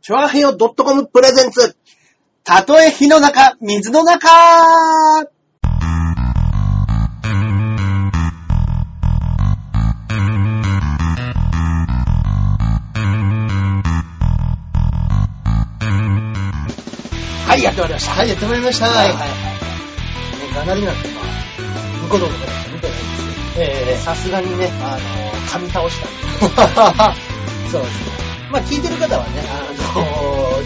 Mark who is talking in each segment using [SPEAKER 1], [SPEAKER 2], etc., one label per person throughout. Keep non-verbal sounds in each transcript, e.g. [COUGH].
[SPEAKER 1] チョアヘヨ .com プレゼンツ。たとえ火の中、水の中はい、やってまいりました。
[SPEAKER 2] はい、やってまいりました。
[SPEAKER 1] はいはいはい。ね、ガナリなんてまあ、向こうのところですよ、向こうのところですよええさすがにね、あの、噛み倒した
[SPEAKER 2] [LAUGHS]
[SPEAKER 1] んで。そうですね。まあ、聞いてる方はね、あの、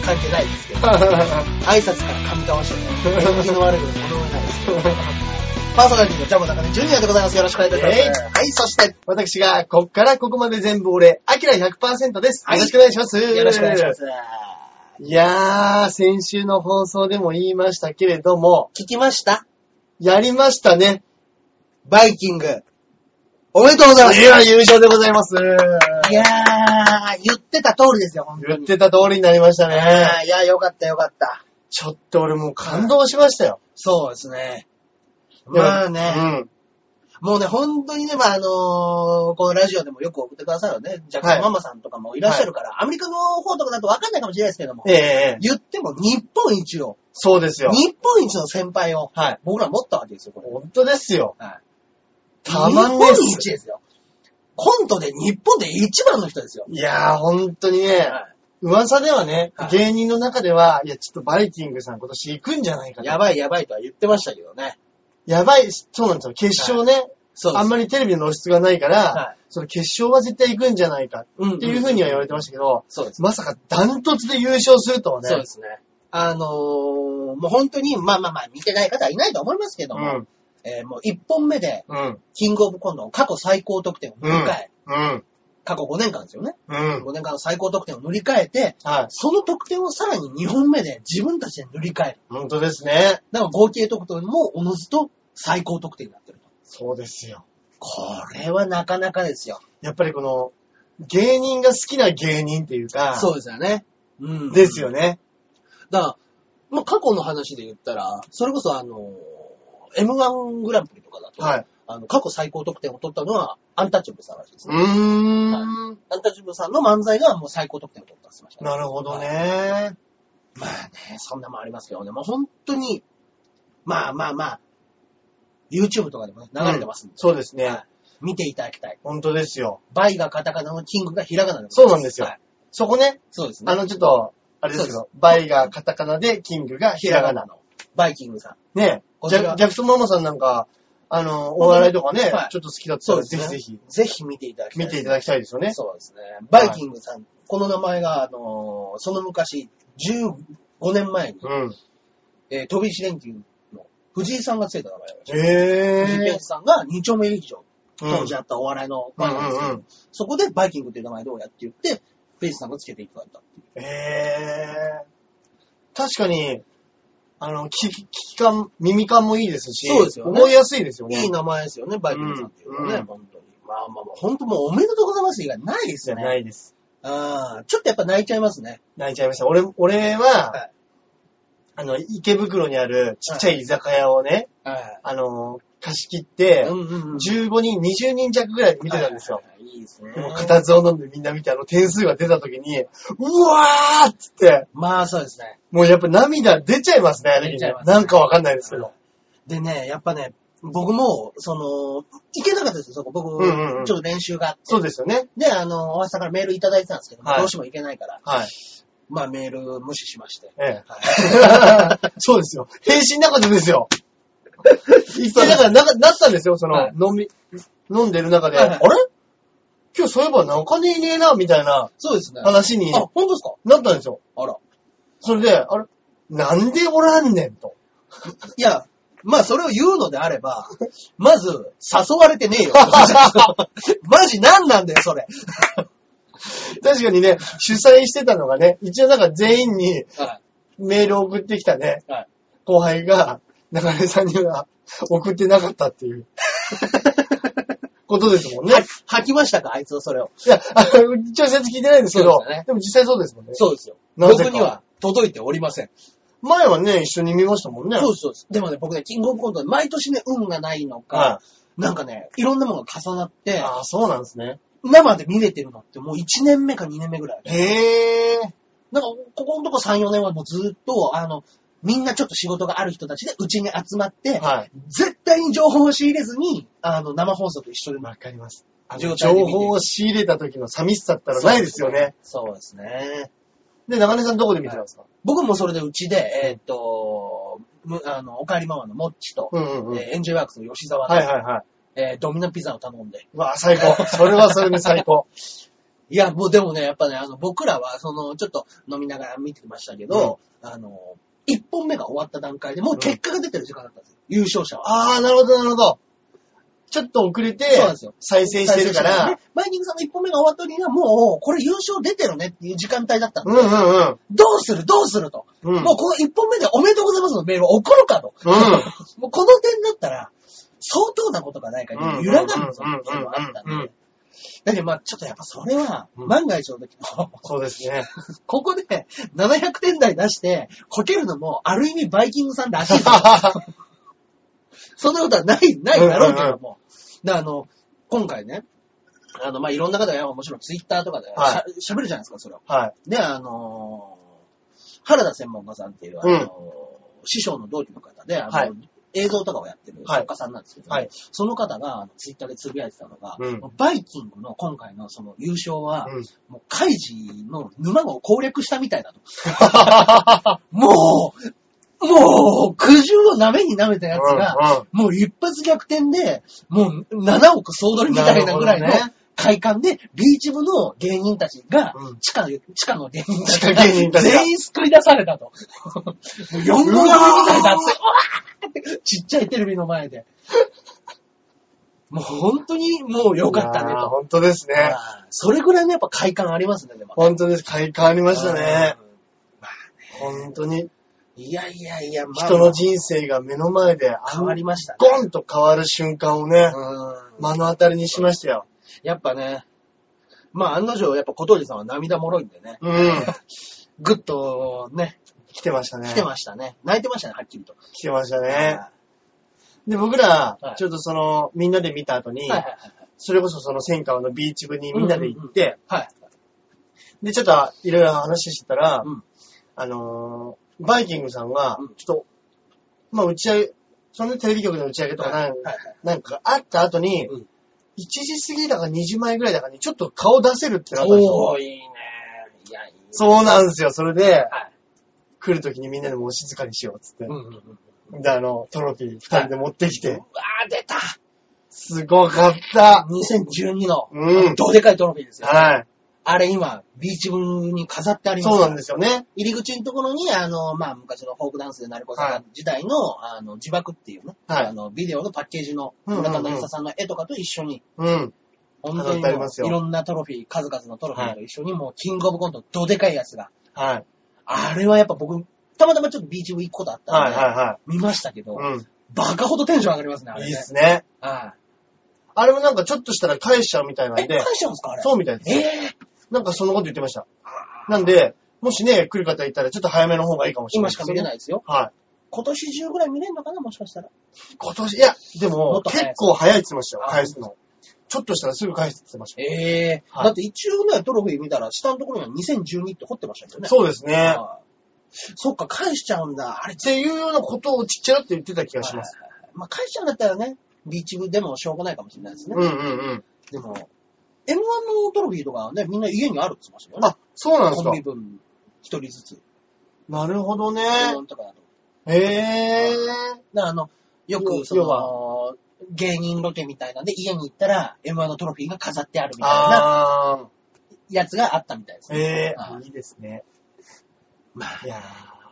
[SPEAKER 1] 関係ないですけど、挨拶から噛み
[SPEAKER 2] [LAUGHS]
[SPEAKER 1] 倒してね、天気の悪いことで物がないですけど。パーソナリティのジャム中根ジュニアでございます。よろしくお願いいたします。
[SPEAKER 2] えい
[SPEAKER 1] はい、そして、
[SPEAKER 2] 私が、こっからここまで全部俺、アキラ100%です。
[SPEAKER 1] はい
[SPEAKER 2] よろしくお願いします。
[SPEAKER 1] よろしくお願いします。。
[SPEAKER 2] いやー、先週の放送でも言いましたけれども、
[SPEAKER 1] 聞きました
[SPEAKER 2] やりましたね。
[SPEAKER 1] バイキング。おめでとうございます。
[SPEAKER 2] いや、優勝でございます。
[SPEAKER 1] いやー、言ってた通りですよ、本当
[SPEAKER 2] 言っ
[SPEAKER 1] に。
[SPEAKER 2] てた通りになりました
[SPEAKER 1] あ
[SPEAKER 2] ね。
[SPEAKER 1] ーいや、よかったよかった。
[SPEAKER 2] ちょっと俺もう感動しましたよ。
[SPEAKER 1] そうですね。まあね、もうね、本当にね、まああのーこのラジオでもよく送ってくださるね、ジャクソンママさんとかもいらっしゃるから、アメリカの方とかだとわかんないかもしれないですけども
[SPEAKER 2] うん。、ええええ
[SPEAKER 1] 言っても日本一を、
[SPEAKER 2] そうですよ。
[SPEAKER 1] 日本一の先輩を、
[SPEAKER 2] はい。
[SPEAKER 1] 僕ら持ったわけですよ、これ。
[SPEAKER 2] 本当ですよ。
[SPEAKER 1] はい
[SPEAKER 2] たまんねえっ
[SPEAKER 1] 日本
[SPEAKER 2] す。
[SPEAKER 1] 一ですよ。コントで日本で一番の人ですよ。
[SPEAKER 2] いやー、本当にね、
[SPEAKER 1] は
[SPEAKER 2] 噂ではね、
[SPEAKER 1] はい
[SPEAKER 2] 芸人の中では、いや、ちょっとバイキングさん今年行くんじゃないかと。
[SPEAKER 1] やばいやばいとは言ってましたけどね。
[SPEAKER 2] やばい、そうなんですよ。決勝ね、
[SPEAKER 1] そうです。
[SPEAKER 2] あんまりテレビの露出がないから、
[SPEAKER 1] はい
[SPEAKER 2] その決勝は絶対行くんじゃないか
[SPEAKER 1] うん
[SPEAKER 2] っていうふうには言われてましたけど、
[SPEAKER 1] そうです。
[SPEAKER 2] まさかダントツで優勝するとはね。
[SPEAKER 1] そうですね。あのー、もう本当に、まあまあまあ、見てない方はいないと思いますけども、
[SPEAKER 2] うん。
[SPEAKER 1] えーもう1本目で、
[SPEAKER 2] うん。
[SPEAKER 1] キングオブコントの過去最高得点を塗り替え、
[SPEAKER 2] うん。
[SPEAKER 1] 過去5年間ですよね。
[SPEAKER 2] うん。
[SPEAKER 1] 5年間の最高得点を塗り替えて、
[SPEAKER 2] はい。
[SPEAKER 1] その得点をさらに2本目で自分たちで塗り替える。
[SPEAKER 2] 本当ですね。
[SPEAKER 1] だから合計得点もおのずと最高得点になってると。
[SPEAKER 2] そうですよ。
[SPEAKER 1] これはなかなかですよ。
[SPEAKER 2] やっぱりこの、芸人が好きな芸人っていうか、
[SPEAKER 1] そうですよね。うん。
[SPEAKER 2] ですよ
[SPEAKER 1] [LAUGHS]
[SPEAKER 2] ね。
[SPEAKER 1] だから、まあ、過去の話で言ったら、それこそあのー、M1 グランプリとかだと、
[SPEAKER 2] はい。
[SPEAKER 1] あの、過去最高得点を取ったのは、アンタッチャブルさんらしいです
[SPEAKER 2] う
[SPEAKER 1] ね。
[SPEAKER 2] ーん。
[SPEAKER 1] アンタッチャブルさんの漫才がもう最高得点を取ったんですよ。
[SPEAKER 2] なるほどね。
[SPEAKER 1] まあね、そんなもんありますけどね、もう本当に、まあまあまあ、YouTube とかでもね流れてますんで、
[SPEAKER 2] そうですね。
[SPEAKER 1] 見ていただきたい。
[SPEAKER 2] 本当ですよ。
[SPEAKER 1] バイがカタカナのキングがひらがなでござ
[SPEAKER 2] そ
[SPEAKER 1] いうま
[SPEAKER 2] なんですよ。そこね、
[SPEAKER 1] そうですね。
[SPEAKER 2] あのちょっと、あれですけ
[SPEAKER 1] そう
[SPEAKER 2] ど、バイがカタカナで、キングがひらがな。
[SPEAKER 1] の。バイキングさん。
[SPEAKER 2] ね
[SPEAKER 1] こ
[SPEAKER 2] ジ
[SPEAKER 1] ち
[SPEAKER 2] ャ
[SPEAKER 1] ら
[SPEAKER 2] ジャクソンママさんなんか、あの、お笑いとかね、
[SPEAKER 1] はい
[SPEAKER 2] ちょっと好きだったら、ぜひぜひ
[SPEAKER 1] ぜひ見ていただきたい。
[SPEAKER 2] 見ていただきたいですよね。
[SPEAKER 1] そうですね。バイキングさん、この名前が、あのーその昔、15年前に、
[SPEAKER 2] うん。
[SPEAKER 1] えー、飛び石連休の藤井さんがついた名前で
[SPEAKER 2] へ
[SPEAKER 1] 藤井健
[SPEAKER 2] ぇ
[SPEAKER 1] 二さんが2丁目劇場、
[SPEAKER 2] うん
[SPEAKER 1] 当時あったお笑いのフ
[SPEAKER 2] う
[SPEAKER 1] ァンなんですけど、
[SPEAKER 2] んうんうん。
[SPEAKER 1] そこでバイキングという名前どうやって言って、ペイジさんがつけていただいた。
[SPEAKER 2] へぇ確かに、あの、聞き、聞き感、耳感もいいですし、
[SPEAKER 1] そうですよね
[SPEAKER 2] 覚えやすいですよね。
[SPEAKER 1] いい名前ですよね、バイキングさんっていうのはね、
[SPEAKER 2] うん
[SPEAKER 1] 本当に。まあまあまあ、本当もうおめでとうございます以外ないです
[SPEAKER 2] じゃ
[SPEAKER 1] よ
[SPEAKER 2] な
[SPEAKER 1] ね。
[SPEAKER 2] いです。
[SPEAKER 1] あーちょっとやっぱ泣いちゃいますね。
[SPEAKER 2] 泣いちゃいました。俺、俺は、
[SPEAKER 1] はい
[SPEAKER 2] あの、池袋にあるちっちゃい居酒屋をね、
[SPEAKER 1] はい。
[SPEAKER 2] あの、貸し切って、
[SPEAKER 1] うんうんうん。
[SPEAKER 2] 15人、20人弱ぐらいで見てたんですよ。
[SPEAKER 1] はいはいはい。いいですね。
[SPEAKER 2] もう固唾を飲んでみんな見て、あの点数が出た時に、うわーっつって、
[SPEAKER 1] まあそうですね。
[SPEAKER 2] もうやっぱ涙出ちゃいますね、あれ
[SPEAKER 1] 出
[SPEAKER 2] に
[SPEAKER 1] ちゃいますね
[SPEAKER 2] なんかわかんないですけど。
[SPEAKER 1] でね、やっぱね、僕も、その、行けなかったですよ、そこ。
[SPEAKER 2] うん
[SPEAKER 1] 僕、
[SPEAKER 2] うんうん
[SPEAKER 1] ちょっと練習があって。
[SPEAKER 2] そうですよね。
[SPEAKER 1] で、あの、大橋さんからメールいただいてたんですけど、
[SPEAKER 2] はい
[SPEAKER 1] どうしても行けないから、
[SPEAKER 2] はい。
[SPEAKER 1] まあメール無視しまして。
[SPEAKER 2] ええ
[SPEAKER 1] は
[SPEAKER 2] [LAUGHS] そうですよ。平身なかったですよ。 [LAUGHS] 一回だからなか、なったんですよ、その、
[SPEAKER 1] はい
[SPEAKER 2] 飲み、飲んでる中で、
[SPEAKER 1] はいはい
[SPEAKER 2] あれ今日そういえば中根いねえな、みたいな
[SPEAKER 1] そうですね。あ、
[SPEAKER 2] 話になっ
[SPEAKER 1] 本当ですか
[SPEAKER 2] たんですよ。
[SPEAKER 1] あら。
[SPEAKER 2] それで、あれなんでおらんねんと。
[SPEAKER 1] いや、まあそれを言うのであれば、まず、誘われてねえよ。
[SPEAKER 2] [LAUGHS]
[SPEAKER 1] マジ何なんだよ、それ。
[SPEAKER 2] 確かにね、主催してたのがね、一応なんか全員に、
[SPEAKER 1] は
[SPEAKER 2] メールを送ってきたね、
[SPEAKER 1] はい
[SPEAKER 2] 後輩が、中根さんには送ってなかったって [LAUGHS] いう、ことですもん
[SPEAKER 1] い
[SPEAKER 2] ね。い、
[SPEAKER 1] 吐きましたか、あいつはそれを。
[SPEAKER 2] や、あの一応説聞いてないんですけど
[SPEAKER 1] そうですよね
[SPEAKER 2] でも実際そうですもんね。
[SPEAKER 1] そうですよ。
[SPEAKER 2] な
[SPEAKER 1] 僕
[SPEAKER 2] ぜか
[SPEAKER 1] には届いておりません。
[SPEAKER 2] 前はね、一緒に見ましたもんね。
[SPEAKER 1] そうですそうです。でもね、僕ね、キングオブコントで毎年ね、運がないのか、
[SPEAKER 2] は
[SPEAKER 1] なんかね、いろんなものが重なって、
[SPEAKER 2] ああ、そうなんですね。
[SPEAKER 1] 生で見れてるのってもう1年目か2年目ぐらい。
[SPEAKER 2] へえ。
[SPEAKER 1] なんか、ここのとこ3、4年はもうずっと、あの、みんなちょっと仕事がある人たちでうちに集まって、
[SPEAKER 2] はい。
[SPEAKER 1] 絶対に情報を仕入れずに、あの、生放送と一緒に
[SPEAKER 2] わかります。
[SPEAKER 1] 状
[SPEAKER 2] 情
[SPEAKER 1] 態で見て
[SPEAKER 2] 報を仕入れた時の寂しさったらないですよね。
[SPEAKER 1] そうですね。
[SPEAKER 2] で、長根さんどこで見てたんですか、
[SPEAKER 1] 僕もそれでうちで、えーっと、むあの、おかえりママのもっちと、
[SPEAKER 2] うんうんうん。
[SPEAKER 1] えーエンジョイワークスの吉沢と、
[SPEAKER 2] はいはいはい。
[SPEAKER 1] えードミノピザを頼んで。
[SPEAKER 2] うわ、最高。それはそれで最
[SPEAKER 1] [LAUGHS]
[SPEAKER 2] 高。
[SPEAKER 1] いや、もうでもね、やっぱね、あの、僕らは、その、ちょっと飲みながら見てましたけど、あの、一本目が終わった段階でもう結果が出てる時間だったんですよ。優勝者は。
[SPEAKER 2] あー、なるほどなるほど。ちょっと遅れて
[SPEAKER 1] そうなんですよ、
[SPEAKER 2] 再生してるから
[SPEAKER 1] で、、マイニングさんの一本目が終わった時には、もう、これ優勝出てるねっていう時間帯だったんで
[SPEAKER 2] うんうんうん。
[SPEAKER 1] どうするどうすると。
[SPEAKER 2] うん
[SPEAKER 1] もうこの一本目でおめでとうございますのメールを送るかと。
[SPEAKER 2] うん
[SPEAKER 1] [LAUGHS] もうこの点だったら、相当なことがない限り揺らがるぞっていうのがあった
[SPEAKER 2] うんうんうん
[SPEAKER 1] ん
[SPEAKER 2] うん
[SPEAKER 1] で。だけどまあちょっとやっぱそれは、
[SPEAKER 2] うん
[SPEAKER 1] 万が一の時の、
[SPEAKER 2] そうです
[SPEAKER 1] [LAUGHS]
[SPEAKER 2] ね。
[SPEAKER 1] ここで700点台出して、こけるのも、ある意味バイキングさん
[SPEAKER 2] [LAUGHS]
[SPEAKER 1] らしいぞ。そんなことはない、ないだろうけども。であの、今回ね、あの、まあ、いろんな方が、もちろんツイッターとかで
[SPEAKER 2] はい
[SPEAKER 1] しゃ喋るじゃないですか、それを。
[SPEAKER 2] はい。
[SPEAKER 1] で、あのー原田専門家さんっていう、あのー師匠の同期の方で、あの
[SPEAKER 2] はい
[SPEAKER 1] 映像とかをやってる
[SPEAKER 2] はい
[SPEAKER 1] 作家さんなんですけど、
[SPEAKER 2] はい
[SPEAKER 1] その方があのツイッターでつぶやいてたのが、
[SPEAKER 2] うん
[SPEAKER 1] バイキングの今回のその優勝は、
[SPEAKER 2] うん
[SPEAKER 1] もうカイジの沼を攻略したみたいだと。
[SPEAKER 2] [LAUGHS]
[SPEAKER 1] もう、もう、苦渋を舐めに舐めたやつが、
[SPEAKER 2] うんうん
[SPEAKER 1] もう一発逆転で、もう7億総取りみたいなぐらいの
[SPEAKER 2] なるほどね
[SPEAKER 1] 快感で、ビーチ部の芸人たちが、
[SPEAKER 2] うん
[SPEAKER 1] 地下の、地下の芸人た
[SPEAKER 2] 地下芸人たちが
[SPEAKER 1] 全員救い出されたと。 [LAUGHS] もう4号組みたいだって、うわーって、ちっちゃいテレビの前で。もう本当にもう良かったね
[SPEAKER 2] いやー
[SPEAKER 1] と。
[SPEAKER 2] 本当ですね。
[SPEAKER 1] はいそれぐらいのやっぱ快感ありますね、でも。
[SPEAKER 2] 本当です。快感ありましたね。
[SPEAKER 1] うん。
[SPEAKER 2] 本当に。
[SPEAKER 1] いやいやいや、まあ
[SPEAKER 2] 人の人生が目の前で、あ
[SPEAKER 1] 変わりましたね。
[SPEAKER 2] ゴンと変わる瞬間をね、
[SPEAKER 1] うん
[SPEAKER 2] 目の当たりにしましたよ。
[SPEAKER 1] やっぱね、まあ案の定、やっぱ小峠さんは涙もろいんでね、
[SPEAKER 2] うん。
[SPEAKER 1] ぐっとね、
[SPEAKER 2] 来てましたね。
[SPEAKER 1] 来てましたね。泣いてましたね、はっきりと。
[SPEAKER 2] 来てましたね。で、僕ら
[SPEAKER 1] は、い
[SPEAKER 2] ちょっとその、みんなで見た後に、
[SPEAKER 1] はいはいはいはい。
[SPEAKER 2] それこそその戦火のビーチ部にみんなで行って、
[SPEAKER 1] はい。
[SPEAKER 2] で、ちょっといろいろ話してたら、
[SPEAKER 1] うん
[SPEAKER 2] あのーバイキングさんが
[SPEAKER 1] うん、
[SPEAKER 2] ちょっと、まあ打ち上げ、そのテレビ局の打ち上げとか
[SPEAKER 1] は
[SPEAKER 2] ないん,、
[SPEAKER 1] はい
[SPEAKER 2] なんかあった後に、
[SPEAKER 1] うん
[SPEAKER 2] 1時過ぎだか2時前ぐらいだかにちょっと顔出せるってなったんですよ。
[SPEAKER 1] おー、いいね。いや、いいね。
[SPEAKER 2] そうなんですよ。それで、
[SPEAKER 1] はい
[SPEAKER 2] 来る時にみんなでもう静かにしようっつって
[SPEAKER 1] うん。うんうん。
[SPEAKER 2] で、あの、トロフィー2人で持ってき
[SPEAKER 1] う
[SPEAKER 2] て
[SPEAKER 1] わ、ー、出た
[SPEAKER 2] すごかった。
[SPEAKER 1] !2012 の、
[SPEAKER 2] うん
[SPEAKER 1] どうでかいトロフィーですよ。
[SPEAKER 2] は
[SPEAKER 1] あれ今、ビーチ部に飾ってあ
[SPEAKER 2] い。
[SPEAKER 1] ります
[SPEAKER 2] そ
[SPEAKER 1] よ。
[SPEAKER 2] うなんですよね。
[SPEAKER 1] 入り口のところに、あの、まあ、昔のフォークダンスで鳴子さん時代の、あの、自爆っていうね、
[SPEAKER 2] はい
[SPEAKER 1] あの、ビデオのパッケージの
[SPEAKER 2] うんうんう
[SPEAKER 1] 村
[SPEAKER 2] ん
[SPEAKER 1] 田渚さんの絵とかと一緒に、
[SPEAKER 2] うん。
[SPEAKER 1] 本
[SPEAKER 2] 飾
[SPEAKER 1] 当
[SPEAKER 2] っ
[SPEAKER 1] に
[SPEAKER 2] てあり
[SPEAKER 1] も
[SPEAKER 2] ます
[SPEAKER 1] う
[SPEAKER 2] よ
[SPEAKER 1] いろんなトロフィー、数々のトロフィーと一緒に、もう、キングオブコント、どでかいやつが。
[SPEAKER 2] はい。
[SPEAKER 1] あれはやっぱ僕、たまたまちょっとビーチ部行くことあったん
[SPEAKER 2] はい
[SPEAKER 1] で、
[SPEAKER 2] は
[SPEAKER 1] 見ましたけど、
[SPEAKER 2] いはい。うん。
[SPEAKER 1] バカほどテンション上がりますね、あれ
[SPEAKER 2] いい
[SPEAKER 1] ね
[SPEAKER 2] っ。すね。
[SPEAKER 1] は。
[SPEAKER 2] あれもなんかちょっとしたら返しちゃうみたいない
[SPEAKER 1] え、
[SPEAKER 2] ん
[SPEAKER 1] 返
[SPEAKER 2] で、
[SPEAKER 1] しちゃうんですか、あれ。
[SPEAKER 2] そうみたいです。
[SPEAKER 1] えー
[SPEAKER 2] なんかそんなこと言ってました。なんで、もしね、来る方いたらちょっと早めの方がいいかもしれな
[SPEAKER 1] 今
[SPEAKER 2] い
[SPEAKER 1] し
[SPEAKER 2] です
[SPEAKER 1] か
[SPEAKER 2] ね。
[SPEAKER 1] 見れないですよ。
[SPEAKER 2] は
[SPEAKER 1] 今年中ぐらい見れるのかな、もしかしたら。
[SPEAKER 2] い。今年、いや、で
[SPEAKER 1] も
[SPEAKER 2] も
[SPEAKER 1] っ、と早い
[SPEAKER 2] 結構早いって言ってましたよ、
[SPEAKER 1] あ
[SPEAKER 2] 返すの。ちょっとしたらすぐ返すって言ってました。
[SPEAKER 1] ええ
[SPEAKER 2] はい
[SPEAKER 1] だって一応ね、トロフィー見たら、下のところには2012って掘ってましたけどね。
[SPEAKER 2] そうですね。っ
[SPEAKER 1] はいそっか、返しちゃうんだ。あれ、
[SPEAKER 2] ていうようなことをちっちゃらって言ってた気がします。
[SPEAKER 1] はいはいはい。まあ、返しちゃうんだったらね、ビーチ部でもしょうがないかもしれないですね。
[SPEAKER 2] うんうんうん。
[SPEAKER 1] でも、M1 のトロフィーとかはね、みんな家にあるって言ってましたよね。
[SPEAKER 2] あ、そうなんですか
[SPEAKER 1] コンビ。分、一人ずつ。
[SPEAKER 2] なるほどね。
[SPEAKER 1] M1 とかだと。
[SPEAKER 2] へえ。
[SPEAKER 1] だからあの、よ
[SPEAKER 2] う
[SPEAKER 1] く、
[SPEAKER 2] ん
[SPEAKER 1] その
[SPEAKER 2] 要、
[SPEAKER 1] 芸人ロケみたいなんで、家に行ったら、M1 のトロフィーが飾ってあるみたいな
[SPEAKER 2] あ
[SPEAKER 1] やつがあったみたいです
[SPEAKER 2] ー。え
[SPEAKER 1] ね。は
[SPEAKER 2] ー、いいですね。
[SPEAKER 1] まあ
[SPEAKER 2] いや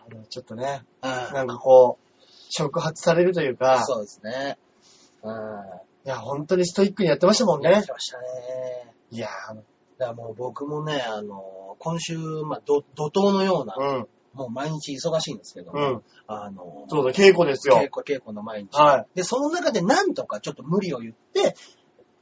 [SPEAKER 2] ー、でもちょっとね、
[SPEAKER 1] あ
[SPEAKER 2] なんかこう、触発されるという
[SPEAKER 1] あ
[SPEAKER 2] か、
[SPEAKER 1] そうですね。うん。
[SPEAKER 2] いや、本当にストイックにやってましたもん
[SPEAKER 1] やっ
[SPEAKER 2] ね
[SPEAKER 1] て。ましたね。
[SPEAKER 2] いや
[SPEAKER 1] だからもう僕もね、あの、今週、まあ、ど怒涛のような、
[SPEAKER 2] ー、うん、
[SPEAKER 1] もう毎日忙しいんですけど
[SPEAKER 2] う
[SPEAKER 1] も、
[SPEAKER 2] ん。
[SPEAKER 1] あの、
[SPEAKER 2] そうだ、稽古ですよ
[SPEAKER 1] 稽。古稽古の毎日。
[SPEAKER 2] は
[SPEAKER 1] で、その中でなんとかちょっと無理を言って、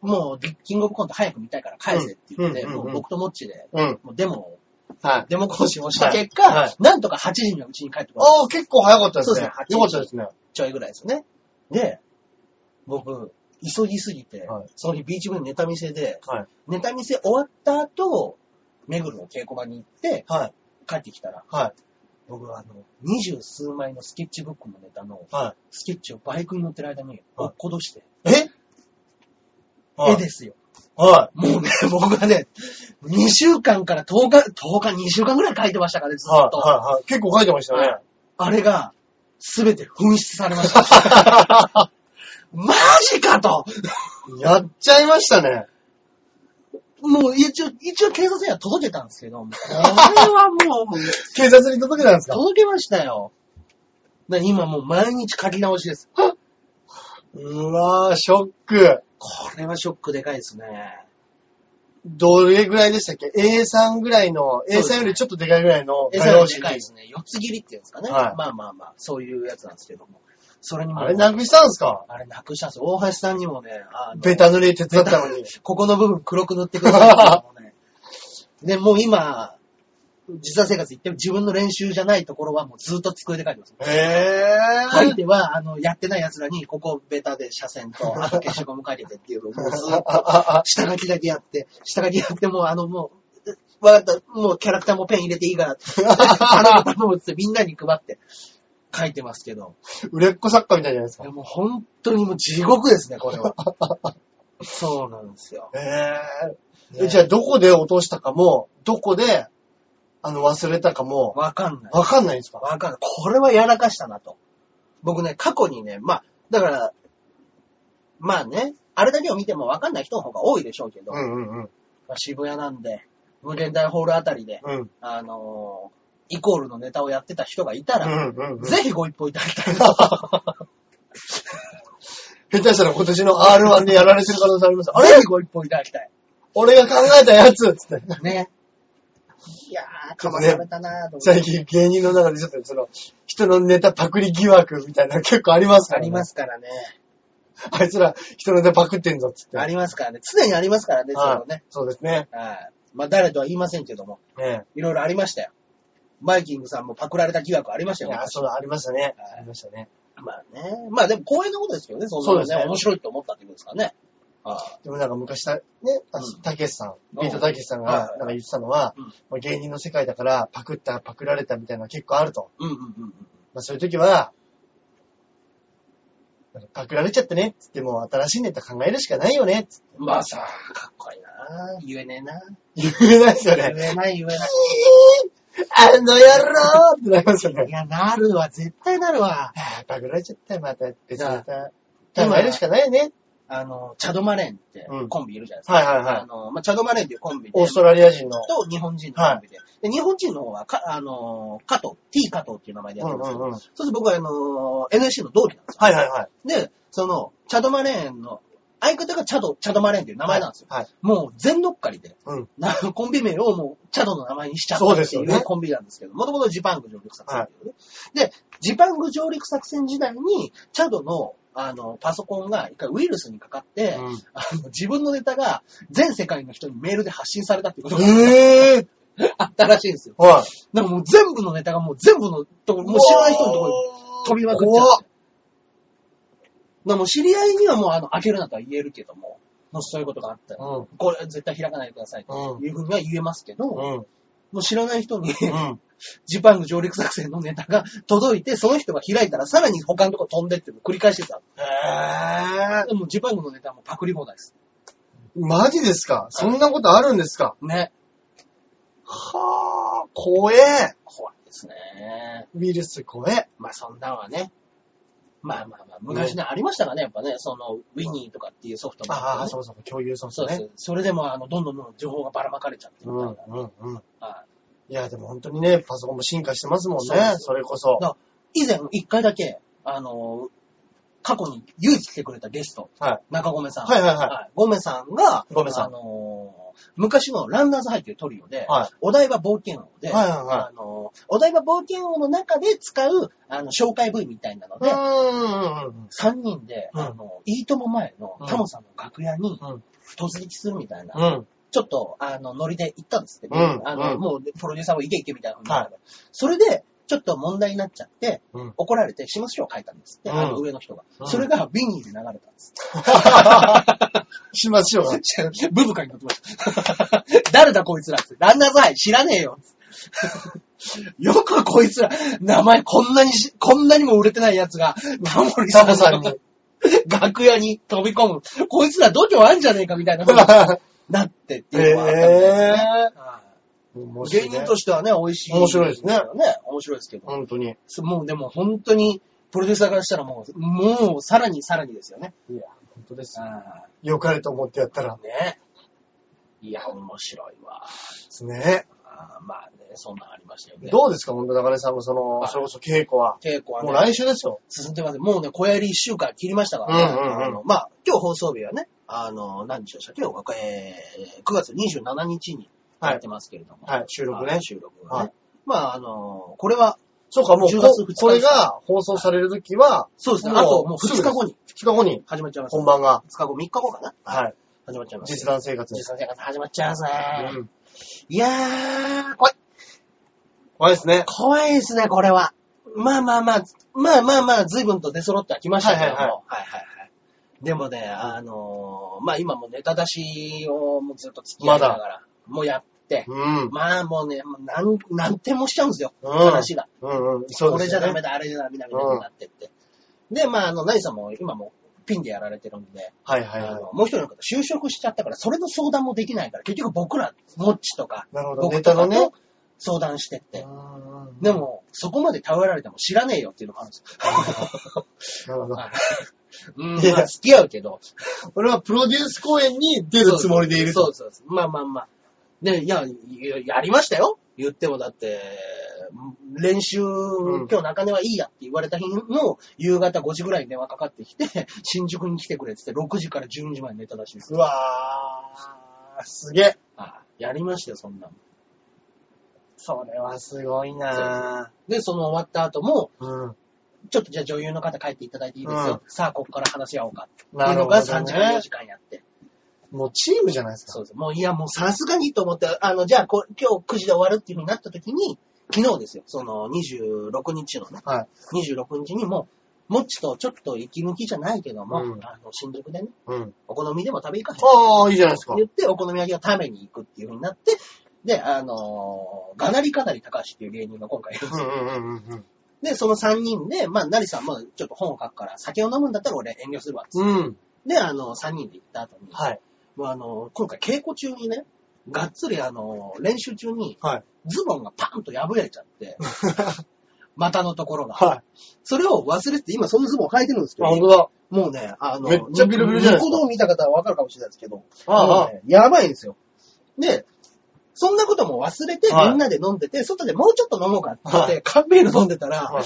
[SPEAKER 1] もう、キングオブコント早く見たいから返せって言って、
[SPEAKER 2] うんうんうんうん
[SPEAKER 1] もう僕とモッチで、
[SPEAKER 2] い。うん。
[SPEAKER 1] もうデモを、
[SPEAKER 2] はい。
[SPEAKER 1] デモ更新をした結果、
[SPEAKER 2] はいはい
[SPEAKER 1] なんとか8時にはうちに帰ってこられ
[SPEAKER 2] ああ、結構早かったですね。
[SPEAKER 1] そうですね
[SPEAKER 2] よかったですね。
[SPEAKER 1] ちゃいぐらいですよね。で、僕、急ぎすぎて、
[SPEAKER 2] はい
[SPEAKER 1] その日ビーチ部のネタ見せで、
[SPEAKER 2] はい。
[SPEAKER 1] ネタ見せ終わった後、目黒の稽古場に行って、
[SPEAKER 2] はい。
[SPEAKER 1] 帰ってきたら、
[SPEAKER 2] は
[SPEAKER 1] 僕はあの、二十数枚のスケッチブックのネタの、
[SPEAKER 2] い。は
[SPEAKER 1] スケッチをバイクに乗ってる間に落っことして、
[SPEAKER 2] い。えは
[SPEAKER 1] 絵
[SPEAKER 2] い。
[SPEAKER 1] ですよ。
[SPEAKER 2] は
[SPEAKER 1] もうね、 [LAUGHS] 僕がね、2週間から10日、10日、2週間ぐらい書いてましたからね、ず
[SPEAKER 2] い。はい。
[SPEAKER 1] っと。
[SPEAKER 2] はいはい。結構書いてましたね。
[SPEAKER 1] あれが、すべて紛失され
[SPEAKER 2] [LAUGHS]
[SPEAKER 1] ました。マジかと
[SPEAKER 2] [LAUGHS] やっちゃいましたね。
[SPEAKER 1] もう一応、一応警察には届けたんです
[SPEAKER 2] [LAUGHS]
[SPEAKER 1] けど、もうこれはもう、もう
[SPEAKER 2] 警察に届けたんですか
[SPEAKER 1] 届けましたよ。な今もう毎日書き直しです。こ
[SPEAKER 2] うわー、ショック。
[SPEAKER 1] れはショックでかいですね。
[SPEAKER 2] どれぐらいでしたっけ ?A3 ぐらいの、
[SPEAKER 1] そうですね
[SPEAKER 2] A3 よりちょっとでかいぐらいの
[SPEAKER 1] 餌がで
[SPEAKER 2] 紙
[SPEAKER 1] かい
[SPEAKER 2] に
[SPEAKER 1] ですね。四つ切りっていうんですかね。
[SPEAKER 2] はい
[SPEAKER 1] まあまあまあ、そういうやつなんですけども。それにも、
[SPEAKER 2] あれなくしたんですか
[SPEAKER 1] あれなくしたんですよ。大橋さんにもね、あの
[SPEAKER 2] ベタ塗り手伝ったの [LAUGHS] に。
[SPEAKER 1] ここの部分黒く塗ってください、ね。で、もう今、実際生活行っても自分の練習じゃないところはもうずっと机で書いてます。
[SPEAKER 2] えぇー。
[SPEAKER 1] 書いては、あの、やってない奴らに、ここベタで斜線 [LAUGHS] と、あと消しゴム書いててっていうのをもう [LAUGHS] ずっと、下書きだけやって、下書きやってもう、あの、もう、うわかった、もうキャラクターもペン入れていいから、あの、頼むっつってみんなに配って書いてますけど、
[SPEAKER 2] 売れっ子作家みたいじゃないです
[SPEAKER 1] い
[SPEAKER 2] か。
[SPEAKER 1] やもう本当にもう地獄ですね、これは。 [LAUGHS] そうなんですよ。
[SPEAKER 2] え
[SPEAKER 1] ね
[SPEAKER 2] じゃあ、どこで落としたかも、どこで、あの、忘れたかも、
[SPEAKER 1] わかんない。
[SPEAKER 2] わかんないんですか
[SPEAKER 1] わかんない。これはやらかしたなと。僕ね、過去にね、まあ、だから、まあね、あれだけを見てもわかんない人の方が多いでしょうけど、
[SPEAKER 2] うんうんうん。
[SPEAKER 1] まあ渋谷なんで、無限大ホールあたりで、
[SPEAKER 2] うん。
[SPEAKER 1] あのーイコールのネタをやってた人がいた
[SPEAKER 2] う
[SPEAKER 1] ら、
[SPEAKER 2] んうんうん。下
[SPEAKER 1] ぜひご一報いただきたいな。
[SPEAKER 2] 手したら今年の R1 でやられてる可能性あります。あれ
[SPEAKER 1] [LAUGHS] ぜひご一報いただきたい。
[SPEAKER 2] 俺が考えたやつつって。
[SPEAKER 1] ね。いやー、かまされたなぁと思っ
[SPEAKER 2] 最
[SPEAKER 1] て
[SPEAKER 2] 近芸人の中でちょっとその、人のネタパクリ疑惑みたいなの結構ありますか
[SPEAKER 1] あ
[SPEAKER 2] ら、ね。。
[SPEAKER 1] りますすからね。
[SPEAKER 2] あいつら人のネタパクってんぞっつって。
[SPEAKER 1] ありますからね。常にありますからね、そ
[SPEAKER 2] は
[SPEAKER 1] れ
[SPEAKER 2] い
[SPEAKER 1] をね。
[SPEAKER 2] そうですね。
[SPEAKER 1] はい。まあ、誰とは言いませんけども、
[SPEAKER 2] ね
[SPEAKER 1] いろいろありましたよ。バイキングさんもパクられた疑惑ありまし
[SPEAKER 2] い
[SPEAKER 1] たよ。
[SPEAKER 2] や、そうだ、ありましたね。
[SPEAKER 1] はい
[SPEAKER 2] ありましたね。
[SPEAKER 1] まあね。まあでも光栄なことですけどね、そんなの
[SPEAKER 2] そうです
[SPEAKER 1] ね。
[SPEAKER 2] ね
[SPEAKER 1] 面白いと思ったってことですからね。ああ
[SPEAKER 2] でもなんか昔た、ね、あ
[SPEAKER 1] うん
[SPEAKER 2] たけしさん、
[SPEAKER 1] うん
[SPEAKER 2] ビートたけしさん
[SPEAKER 1] は
[SPEAKER 2] が
[SPEAKER 1] い
[SPEAKER 2] なんか言ってたのは、
[SPEAKER 1] うん
[SPEAKER 2] もう芸人の世界だからパクった、パクられたみたいなのは結構あると。
[SPEAKER 1] うんうんうんうん。
[SPEAKER 2] まあそういう時は、なんかパクられちゃってねっつってもう新しいネタ考えるしかないよねっつって
[SPEAKER 1] まあさ、かっこいいな言えねえな
[SPEAKER 2] 言えないですよね。
[SPEAKER 1] 言えない言えない。
[SPEAKER 2] あの野郎ってなりますよね
[SPEAKER 1] い。や、なるわ、絶対なるわ。
[SPEAKER 2] ああ、パクられちゃったよ、また。別
[SPEAKER 1] じゃ
[SPEAKER 2] に。考えるしかないよね。
[SPEAKER 1] あの、チャドマレンって
[SPEAKER 2] うん
[SPEAKER 1] コンビいるじゃないですか。
[SPEAKER 2] はいはいは
[SPEAKER 1] あ
[SPEAKER 2] い。
[SPEAKER 1] の、まあ、チャドマレンっていうコンビで。
[SPEAKER 2] オーストラリア人の。
[SPEAKER 1] と日本人のコンビで。で、日本人の方は、か、あの、加藤、T 加藤っていう名前でや
[SPEAKER 2] う
[SPEAKER 1] ってる
[SPEAKER 2] ん
[SPEAKER 1] んですよ。
[SPEAKER 2] うんうん。はい
[SPEAKER 1] そうすると僕はあの、NSC の同期なんです
[SPEAKER 2] はいはい。
[SPEAKER 1] よ。で、その、チャドマレンの、相方がチャド、チャドマレンっていう名前なんですよ。
[SPEAKER 2] はい。
[SPEAKER 1] もう全乗っかりで。
[SPEAKER 2] うん。
[SPEAKER 1] な [LAUGHS] コンビ名をもう、チャドの名前にしちゃった
[SPEAKER 2] そうで
[SPEAKER 1] って
[SPEAKER 2] す
[SPEAKER 1] い
[SPEAKER 2] よね
[SPEAKER 1] うコンビなんですけど、もともとジパング上陸作戦っていうね、で、ジパング上陸作戦時代に、チャドの、あの、パソコンが一回ウイルスにかかって、
[SPEAKER 2] うん
[SPEAKER 1] あの自分のネタが全世界の人にメールで発信されたっていうことが
[SPEAKER 2] ええ
[SPEAKER 1] あったらしいんですよ。
[SPEAKER 2] ーはい。
[SPEAKER 1] だからもう全部のネタがもう全部のところ、もう知らない人のところに飛びまくっちゃって。だからもう知り合いにはもうあの、開けるなとは言えるけども、もしそういうことがあったら、
[SPEAKER 2] う
[SPEAKER 1] これ絶対開かないでくださいと
[SPEAKER 2] ん。
[SPEAKER 1] いうふうには言えますけど、
[SPEAKER 2] うん。うん。
[SPEAKER 1] もう知らない人に、
[SPEAKER 2] うん。
[SPEAKER 1] ジパング上陸作戦のネタが届いて、その人が開いたらさらに他のとこ飛んでっていうのを繰り返してた。
[SPEAKER 2] ええ
[SPEAKER 1] でもジパングのネタはもうパクリ放題です。
[SPEAKER 2] マジですかそんなことあるんですか
[SPEAKER 1] ね。
[SPEAKER 2] はあ、怖え。
[SPEAKER 1] 怖いですね。
[SPEAKER 2] ウイルス怖え。
[SPEAKER 1] まあそんなんはね。まあまあまあ、昔ね、ありましたがね、やっぱね、その、ウィニーとかっていうソフトもってね
[SPEAKER 2] ああ、そうそう、共有ソフ
[SPEAKER 1] そ
[SPEAKER 2] ト
[SPEAKER 1] うです、
[SPEAKER 2] ね。
[SPEAKER 1] それでも、あの、どんどんどんどん情報がばらまかれちゃってる
[SPEAKER 2] う
[SPEAKER 1] み
[SPEAKER 2] ん、
[SPEAKER 1] た
[SPEAKER 2] う
[SPEAKER 1] い
[SPEAKER 2] ん
[SPEAKER 1] な、。
[SPEAKER 2] うん。
[SPEAKER 1] はい
[SPEAKER 2] いや、でも本当にね、パソコンも進化してますもん
[SPEAKER 1] そうで
[SPEAKER 2] ね。
[SPEAKER 1] す
[SPEAKER 2] それこそ。
[SPEAKER 1] だ以前、一回だけ、あの、過去に唯一来てくれたゲスト、
[SPEAKER 2] は
[SPEAKER 1] 中込さん。
[SPEAKER 2] はいはいはい
[SPEAKER 1] ゴメさんが、
[SPEAKER 2] ゴメさん
[SPEAKER 1] あのー昔のランナーズハイというトリオで、
[SPEAKER 2] はい
[SPEAKER 1] お台場冒険王で、
[SPEAKER 2] い。はいは
[SPEAKER 1] あのーお台場冒険王の中で使う、あの、紹介部位みたいなの
[SPEAKER 2] いは
[SPEAKER 1] で、
[SPEAKER 2] い。うん、うん、うん。
[SPEAKER 1] 三3人で、
[SPEAKER 2] うん
[SPEAKER 1] あの、いいとも前のタモさんの楽屋に
[SPEAKER 2] うん、
[SPEAKER 1] 突撃するみたいな、
[SPEAKER 2] うん。
[SPEAKER 1] ちょっと、あの、ノリで行ったんですって、
[SPEAKER 2] うん
[SPEAKER 1] あの、
[SPEAKER 2] うん
[SPEAKER 1] もう、プロデューサーも行け行けみたいな、それで、ちょっと問題になっちゃって、
[SPEAKER 2] うん
[SPEAKER 1] 怒られて、始末書を書いたんですって、あの、
[SPEAKER 2] うん
[SPEAKER 1] 上の人が。
[SPEAKER 2] うん
[SPEAKER 1] それが、ビニーで流れたんです。
[SPEAKER 2] しましょうが。
[SPEAKER 1] [LAUGHS] ブブカになってました。誰だこいつらって。ランナーズハイ知らねえよ。 [LAUGHS] よくこいつら、名前こんなにし、こんなにも売れてない奴が、タモリさん
[SPEAKER 2] タモさん
[SPEAKER 1] の
[SPEAKER 2] に
[SPEAKER 1] 楽屋に飛び込む。こいつら度胸あんじゃねえかみたいなことになってっていうのはあったんですね。はい
[SPEAKER 2] 面白
[SPEAKER 1] 芸
[SPEAKER 2] いね
[SPEAKER 1] 人としてはね、美味しい。
[SPEAKER 2] 面白いですね
[SPEAKER 1] ね、面白いですけど。
[SPEAKER 2] 本当に。
[SPEAKER 1] すもうでも本当に、プロデューサーからしたらもう、もうさらにさらにですよね。
[SPEAKER 2] いや、本当です。
[SPEAKER 1] あ
[SPEAKER 2] 良かれと思ってやったら
[SPEAKER 1] あ、ね。いや、面白いわ。
[SPEAKER 2] ですね。
[SPEAKER 1] ああまあね、そんなんありましたよね。
[SPEAKER 2] どうですか、本当中根さんもその、
[SPEAKER 1] はい
[SPEAKER 2] それこそ稽古は。
[SPEAKER 1] 稽古はね
[SPEAKER 2] もう来週ですよ。
[SPEAKER 1] 進んでます。もうね、小やり一週間切りましたから、ね
[SPEAKER 2] うんうんうん
[SPEAKER 1] あのまあ、今日放送日はね、あの、何日でしたっけ、今日えー、9月27日にやってますけれども。
[SPEAKER 2] はい収録ね
[SPEAKER 1] あの収録はね。
[SPEAKER 2] はい
[SPEAKER 1] まあ、あの、これは、
[SPEAKER 2] そうか、もう
[SPEAKER 1] 10月2日
[SPEAKER 2] こ、これが放送される時は、
[SPEAKER 1] そうですね、
[SPEAKER 2] もう
[SPEAKER 1] あともう
[SPEAKER 2] すぐ
[SPEAKER 1] 2日後に
[SPEAKER 2] 2日後に
[SPEAKER 1] 始まっちゃいます。
[SPEAKER 2] 本番が、
[SPEAKER 1] 2日後、3日後かな
[SPEAKER 2] はい、
[SPEAKER 1] 始まっちゃいます。
[SPEAKER 2] 実弾生活で
[SPEAKER 1] 実
[SPEAKER 2] す。
[SPEAKER 1] 際生活始まっちゃうぜ、
[SPEAKER 2] うん。
[SPEAKER 1] いやー、怖い。
[SPEAKER 2] 怖いですね。
[SPEAKER 1] 怖いですね、これは。まあまあまあ、まあまあまあ、随分と出揃ってはきましたけども。は
[SPEAKER 2] はいい
[SPEAKER 1] は
[SPEAKER 2] はい
[SPEAKER 1] はい。でもね、あのーまあ今もネタ出しをもうずっと付き合いながら、もうやって、
[SPEAKER 2] うん。
[SPEAKER 1] まあもうね、もうなん、なんてもしちゃうんですよ、
[SPEAKER 2] うん
[SPEAKER 1] 話が。
[SPEAKER 2] うんうん。そう
[SPEAKER 1] こ
[SPEAKER 2] で
[SPEAKER 1] れ
[SPEAKER 2] す
[SPEAKER 1] じゃ
[SPEAKER 2] よ
[SPEAKER 1] ダ
[SPEAKER 2] ね。
[SPEAKER 1] メだ、あれじゃダメだ、みたいになってって。で、まああの、何さんも今もピンでやられてるんで、
[SPEAKER 2] はいはい
[SPEAKER 1] あ
[SPEAKER 2] はい。
[SPEAKER 1] のもう一人の方就職しちゃったから、それの相談もできないから、結局僕ら、モッチとか、
[SPEAKER 2] なるほど、
[SPEAKER 1] 僕
[SPEAKER 2] ネ
[SPEAKER 1] と
[SPEAKER 2] タ
[SPEAKER 1] か
[SPEAKER 2] のね
[SPEAKER 1] と。相談してって。
[SPEAKER 2] うんうん
[SPEAKER 1] でも、そこまで頼られても知らねえよっていうのがあるんです
[SPEAKER 2] なるほ [LAUGHS] ど。
[SPEAKER 1] よ。うん、
[SPEAKER 2] いや
[SPEAKER 1] まあ付き合うけど。
[SPEAKER 2] 俺はプロデュース公演に出るつもりでいる
[SPEAKER 1] そう
[SPEAKER 2] と。
[SPEAKER 1] そうそう。まあまあまあ。ね、いや、ややりましたよ。言ってもだって、練習、
[SPEAKER 2] ん
[SPEAKER 1] 今日中根はいいやって言われた日の夕方5時ぐらいに電話かかってきて、新宿に来てくれってって6時から12時まで寝たらしいです
[SPEAKER 2] う。わー、すげえ。
[SPEAKER 1] あやりましたよ、そんなの
[SPEAKER 2] それはすごいな
[SPEAKER 1] で、その終わった後も、
[SPEAKER 2] ぁ。うん。
[SPEAKER 1] ちょっとじゃあ女優の方帰っていただいていいですよ。さあ、ここから話し合おうか。
[SPEAKER 2] なるほど
[SPEAKER 1] っ
[SPEAKER 2] ね
[SPEAKER 1] ていうのが3時間4時間やって。
[SPEAKER 2] もうチームじゃないですか。
[SPEAKER 1] そうです。もう、いや、もうさすがにと思って、あの、じゃあこ、今日9時で終わるっていう風になった時に、昨日ですよ、その26日のね、
[SPEAKER 2] はい。
[SPEAKER 1] 26日にも、もっちとちょっと息抜きじゃないけども、
[SPEAKER 2] うん
[SPEAKER 1] あの、新宿でね、
[SPEAKER 2] うん。
[SPEAKER 1] お好みでも食べ行かへん
[SPEAKER 2] ああ、いいじゃないですか
[SPEAKER 1] って。言って、お好み焼きを食べに行くっていう風になって、で、あのー、がなりかなり高橋っていう芸人が今回いるんですよ。
[SPEAKER 2] うんうんうんうん
[SPEAKER 1] で、その3人で、まあ、なりさんもちょっと本を書くから、酒を飲むんだったら俺遠慮するわっつって。
[SPEAKER 2] うん。うん。
[SPEAKER 1] で、あの、3人で行った後に、
[SPEAKER 2] はい。
[SPEAKER 1] もうあの、今回稽古中にね、がっつりあの、練習中に、
[SPEAKER 2] はい。
[SPEAKER 1] ズボンがパンと破れち
[SPEAKER 2] [LAUGHS]
[SPEAKER 1] ゃって、股のところが。
[SPEAKER 2] は
[SPEAKER 1] それを忘れてて、今そのズボン履いてるんです
[SPEAKER 2] い。
[SPEAKER 1] けど、
[SPEAKER 2] 当だ。
[SPEAKER 1] もうね、あの、
[SPEAKER 2] めっちゃビロビロじゃないですか
[SPEAKER 1] ニコ動見た方はわかるかもしれないですけど、
[SPEAKER 2] あ
[SPEAKER 1] もうねやばいんですよ。で、そんなことも忘れて、
[SPEAKER 2] はい
[SPEAKER 1] みんなで飲んでて、外でもうちょっと飲もうかって言っ
[SPEAKER 2] は
[SPEAKER 1] て、缶ビール飲んでたら、
[SPEAKER 2] はい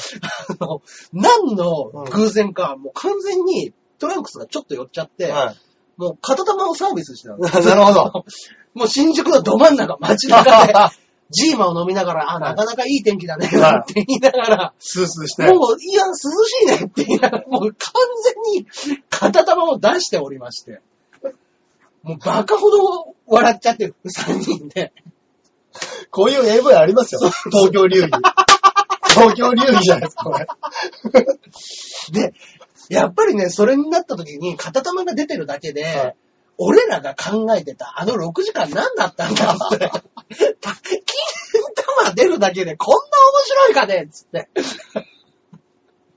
[SPEAKER 1] あの、何の偶然か、もう完全にトランクスがちょっと寄っちゃって、
[SPEAKER 2] あ。はい。
[SPEAKER 1] もう片玉をサービスしてたんです
[SPEAKER 2] [LAUGHS]
[SPEAKER 1] よ
[SPEAKER 2] なるほど。
[SPEAKER 1] もう新宿のど真ん中、街中で、 [LAUGHS] ジーマを飲みながら、あ、なかなかいい天気だね、
[SPEAKER 2] は
[SPEAKER 1] って言いなが
[SPEAKER 2] スースーして。
[SPEAKER 1] ら、もう、いや、涼しいねって言いながら、もう完全に片玉を出しておりまして、もうバカほど笑っちゃってる、3人で。
[SPEAKER 2] こういう AV ありますよ。東京流儀。東京流儀じゃないですか、これ。
[SPEAKER 1] [LAUGHS] で、やっぱりね、それになった時に片玉が出てるだけで、
[SPEAKER 2] はい
[SPEAKER 1] 俺らが考えてたあの6時間何だったんだって。 [LAUGHS] た金玉出るだけでこんな面白いかねっつって。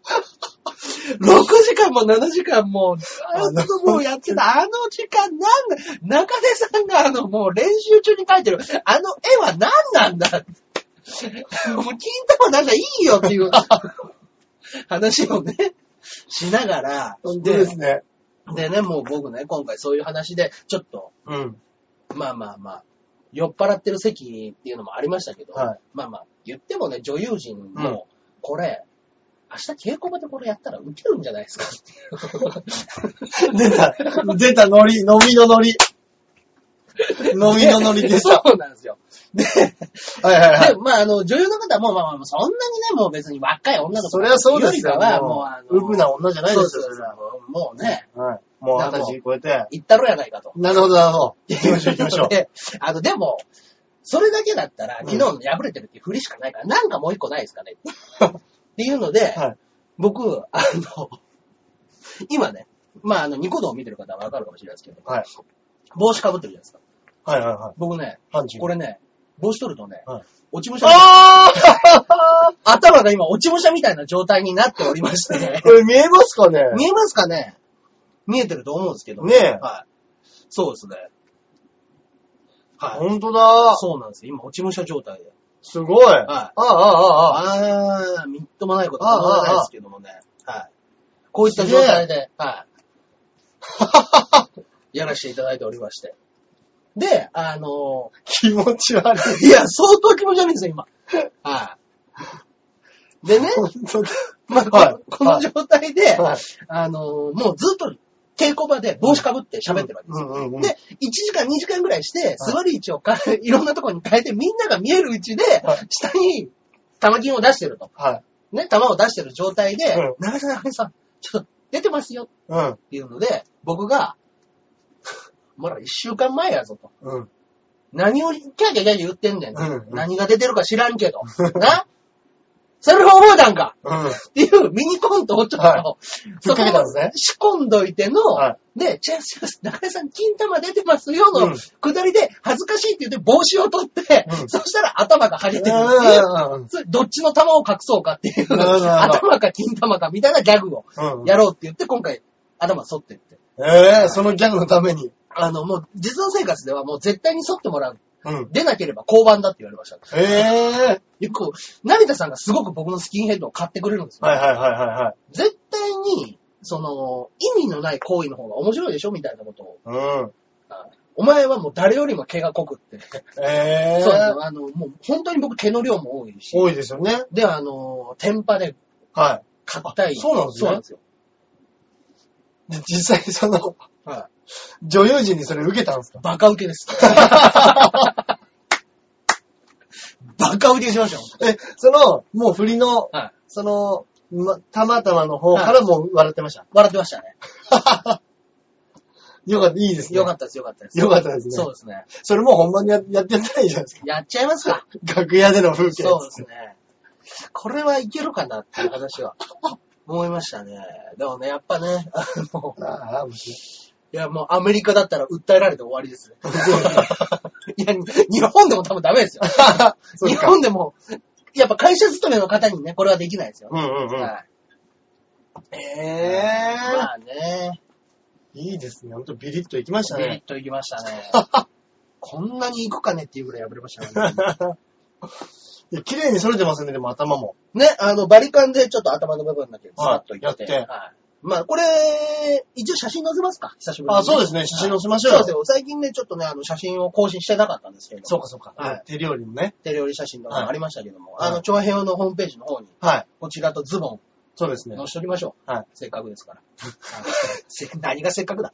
[SPEAKER 1] 6時間も7時間も、ずーっともうやってた、あの時間なんだ、中根さんがあのもう練習中に描いてる、あの絵は何なんだってもう金玉なんかいいよっていう話をね、しながら、
[SPEAKER 2] 本当ですね。
[SPEAKER 1] でね、もう僕ね、今回そういう話で、ちょっと、
[SPEAKER 2] うん。
[SPEAKER 1] まあまあまあ、酔っ払ってる席っていうのもありましたけど、
[SPEAKER 2] はい
[SPEAKER 1] まあまあ、言ってもね、女優陣も、これ、明日稽古場でこれやったらウケるんじゃないですかっていう。
[SPEAKER 2] 出た、出たノリ、飲みのノリ。飲みのノリでした。
[SPEAKER 1] [LAUGHS] そうなんですよ。で、
[SPEAKER 2] はいはいは
[SPEAKER 1] で
[SPEAKER 2] い。
[SPEAKER 1] まああの、女優の方も、まあまあ、そんなにね、もう別に若い女の子
[SPEAKER 2] それはそうです
[SPEAKER 1] よ
[SPEAKER 2] よ。
[SPEAKER 1] りかは、もうあの、
[SPEAKER 2] うぶな女じゃないですよ、
[SPEAKER 1] そ
[SPEAKER 2] そうれ
[SPEAKER 1] そう
[SPEAKER 2] は。
[SPEAKER 1] そうもうね、
[SPEAKER 2] はい。もう二十歳超えて。
[SPEAKER 1] 行ったろやないかと。
[SPEAKER 2] なるほど、なるほど。行きましょう、行きましょう。
[SPEAKER 1] [LAUGHS] で、あの、でも、それだけだったら、
[SPEAKER 2] うん
[SPEAKER 1] 昨日の破れてるっていうふりしかないから、なんかもう一個ないです
[SPEAKER 2] [LAUGHS]
[SPEAKER 1] かねっていうので、
[SPEAKER 2] はい
[SPEAKER 1] 僕、あの、今ね、まあ、あの、ニコ動を見てる方はわかるかもしれないですけど、
[SPEAKER 2] はい。
[SPEAKER 1] 帽子かぶってるじゃないですか。
[SPEAKER 2] はいはいはい。
[SPEAKER 1] 僕ね、
[SPEAKER 2] パンチ。
[SPEAKER 1] こ
[SPEAKER 2] れ。
[SPEAKER 1] れね、帽子取るとね、
[SPEAKER 2] はい
[SPEAKER 1] 落ち武者、
[SPEAKER 2] ああ
[SPEAKER 1] 頭が今落ち武者みたいな状態になっておりまして、
[SPEAKER 2] これ見えますかね
[SPEAKER 1] 見えますかね見えてると思うんですけど。
[SPEAKER 2] ねえ
[SPEAKER 1] はい。そうですね。はい。
[SPEAKER 2] 本当だ。
[SPEAKER 1] そうなんですよ。今落ち武者状態で。
[SPEAKER 2] すごい。あ
[SPEAKER 1] はい。
[SPEAKER 2] あ、ああ、ああ。
[SPEAKER 1] あー、みっともないことは言わないですけどもね。はい。こういった状態で、 [LAUGHS] はい。やらせていただいておりまして。で、あの
[SPEAKER 2] 気持ち悪い。
[SPEAKER 1] [LAUGHS] ー、いや、相当気持ち悪いんですよ、今。 [LAUGHS] はい。でね、
[SPEAKER 2] 本当だ。
[SPEAKER 1] まあ、
[SPEAKER 2] はい
[SPEAKER 1] ここの状態で、
[SPEAKER 2] はい
[SPEAKER 1] あのー、もうずっと稽古場で帽子かぶって喋ってるわけです
[SPEAKER 2] う
[SPEAKER 1] よ。
[SPEAKER 2] んうんうん。
[SPEAKER 1] で、1時間、2時間ぐらいして、座る位置をか、 [LAUGHS] い、ろんなところに変えて、みんなが見えるうちで
[SPEAKER 2] は、
[SPEAKER 1] 下に玉金を出してると。
[SPEAKER 2] はい。
[SPEAKER 1] ね、玉を出してる状態で、
[SPEAKER 2] うん
[SPEAKER 1] 長澤春さん、ちょっと出てますよ
[SPEAKER 2] うん。
[SPEAKER 1] っていうので、僕が、 [LAUGHS] まだ1週間前やぞと。
[SPEAKER 2] うん。
[SPEAKER 1] 何をキャーキャーキャーキャー言ってんねんと、
[SPEAKER 2] うんうん
[SPEAKER 1] 何が出てるか知ら
[SPEAKER 2] [LAUGHS]
[SPEAKER 1] んけど。なそれを覚えたんか
[SPEAKER 2] うん。
[SPEAKER 1] っていうミニコントをちょっと、
[SPEAKER 2] はい
[SPEAKER 1] そ
[SPEAKER 2] ふっ
[SPEAKER 1] こ
[SPEAKER 2] かけたんですね
[SPEAKER 1] 仕込んどいての、
[SPEAKER 2] は
[SPEAKER 1] で、チェス、中井さん、金玉出てますよの、
[SPEAKER 2] うん
[SPEAKER 1] 下りで、恥ずかしいって言って帽子を取って、
[SPEAKER 2] うん
[SPEAKER 1] そしたら頭が腫れてるっていう、
[SPEAKER 2] う
[SPEAKER 1] それどっちの玉を隠そうかっていう、
[SPEAKER 2] なるほどなるほ
[SPEAKER 1] 頭か金玉かみたいなギャグを
[SPEAKER 2] んうん。
[SPEAKER 1] やろうって言って、今回、頭剃ってって。
[SPEAKER 2] ええ、そのギャグのために。
[SPEAKER 1] あの、もう、実存生活ではもう絶対に剃ってもらう。
[SPEAKER 2] うん。
[SPEAKER 1] 出なければ交番だって言われました。
[SPEAKER 2] ええ。
[SPEAKER 1] よく、成田さんがすごく僕のスキンヘッドを買ってくれるんですよ。
[SPEAKER 2] はいはいはいは
[SPEAKER 1] 絶対に、その、意味のない行為の方が面白いでしょみたいなことを。
[SPEAKER 2] いはい。うん。
[SPEAKER 1] お前はもう誰よりも毛が濃くって。
[SPEAKER 2] ええ。
[SPEAKER 1] そうですよ。あの、もう本当に僕毛の量も多いし。
[SPEAKER 2] 多いですよね。
[SPEAKER 1] で、あの、天パで
[SPEAKER 2] は
[SPEAKER 1] 硬い。
[SPEAKER 2] あそうなんですね
[SPEAKER 1] そうなんですよ。
[SPEAKER 2] い。で実際その、
[SPEAKER 1] はい。
[SPEAKER 2] 女優陣にそれ受けたんですか
[SPEAKER 1] バカウケです。 [LAUGHS] バカウケしましたよ。
[SPEAKER 2] え、その、もう振りの、
[SPEAKER 1] はい。
[SPEAKER 2] その、ま、たまたまの方からもう笑ってました。
[SPEAKER 1] 笑ってましたね。
[SPEAKER 2] よかった、いいですね。
[SPEAKER 1] よか
[SPEAKER 2] っ
[SPEAKER 1] ったです、よかったです。
[SPEAKER 2] よかったですね
[SPEAKER 1] そうですね。
[SPEAKER 2] た。それもう本番にややってやったらいいじゃないです
[SPEAKER 1] やっちゃいますか。
[SPEAKER 2] か。楽屋での風景。
[SPEAKER 1] そうですね。これはいけるかなっていう
[SPEAKER 2] [LAUGHS]
[SPEAKER 1] 話は思いましたね。でもね、やっぱね、あの、
[SPEAKER 2] ああ、面白い。
[SPEAKER 1] いやもうアメリカだったら訴えられて終わりですね。 [LAUGHS] いや、日本でも多分ダメですよ。
[SPEAKER 2] [LAUGHS] そう
[SPEAKER 1] 日
[SPEAKER 2] か
[SPEAKER 1] 本でも、やっぱ会社勤めの方にね、これはできないですよ。
[SPEAKER 2] うんうんうん。
[SPEAKER 1] は
[SPEAKER 2] え
[SPEAKER 1] い。
[SPEAKER 2] え
[SPEAKER 1] まあね、
[SPEAKER 2] いいですね。ほんとビリッといきました
[SPEAKER 1] ビリッ
[SPEAKER 2] ね。
[SPEAKER 1] といきましたね。
[SPEAKER 2] [LAUGHS]
[SPEAKER 1] こんなに行くかねっていうぐらい破れましたね。
[SPEAKER 2] [LAUGHS] いや綺麗に揃えてますね、でも頭も。
[SPEAKER 1] ね、あの、バリカンでちょっと頭の部分だけズバッといって。
[SPEAKER 2] はいやって
[SPEAKER 1] はいまあ、これ、一応写真載せますか久しぶりに。
[SPEAKER 2] あそうですね写真載せましょう
[SPEAKER 1] は
[SPEAKER 2] よ
[SPEAKER 1] いそうですよ。最近ね、ちょっとね、あの、写真を更新してなかったんですけれども。
[SPEAKER 2] そうかそうか。
[SPEAKER 1] はい。
[SPEAKER 2] 手料理もね。
[SPEAKER 1] 手料理写真とかもありましたけども、
[SPEAKER 2] はい
[SPEAKER 1] あの、長編のホームページの方に、
[SPEAKER 2] はい。
[SPEAKER 1] こちらとズボン
[SPEAKER 2] そうですね
[SPEAKER 1] 載。せておきましょう。
[SPEAKER 2] はい。
[SPEAKER 1] せっかくですから。せ [LAUGHS] 何がせっかくだ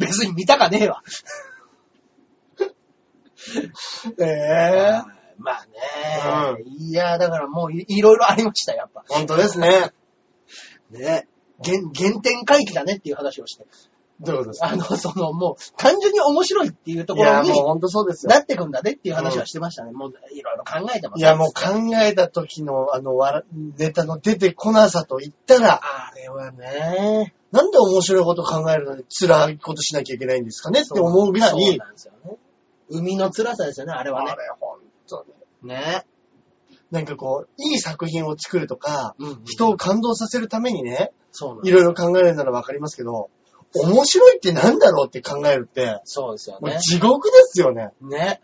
[SPEAKER 1] 別に見たかねえわ。 [LAUGHS]
[SPEAKER 2] ええ
[SPEAKER 1] まあね、いや、だからもういいろいろありました、やっぱ。
[SPEAKER 2] ほんとですね。
[SPEAKER 1] ね。原原点回帰だねっていう話をして。
[SPEAKER 2] どういうことですか
[SPEAKER 1] あの、その、もう、単純に面白いっていうと
[SPEAKER 2] い
[SPEAKER 1] ころ
[SPEAKER 2] や、も
[SPEAKER 1] に
[SPEAKER 2] う、ほんとそうですよ。
[SPEAKER 1] なってくんだねっていう話はしてましたね。もう、いろいろ考えてます。
[SPEAKER 2] いや、もう考えた時の、あの、わらネタの出てこなさと言ったら、
[SPEAKER 1] あれはね、
[SPEAKER 2] なんで面白いこと考えるのに辛いことしなきゃいけないんですかねって思うぐら
[SPEAKER 1] そう
[SPEAKER 2] い、
[SPEAKER 1] なんですよね。海の辛さですよね、あれはね
[SPEAKER 2] あ。れほんとに。
[SPEAKER 1] ね。
[SPEAKER 2] なんかこう、いい作品を作るとか、
[SPEAKER 1] うんうん
[SPEAKER 2] 人を感動させるためにね、
[SPEAKER 1] そうなん
[SPEAKER 2] い
[SPEAKER 1] です。
[SPEAKER 2] ろいろ考えるならわかりますけど、面白いってなんだろうって考えるって、
[SPEAKER 1] そうですよ
[SPEAKER 2] もう
[SPEAKER 1] ね。
[SPEAKER 2] 地獄ですよね。
[SPEAKER 1] ね。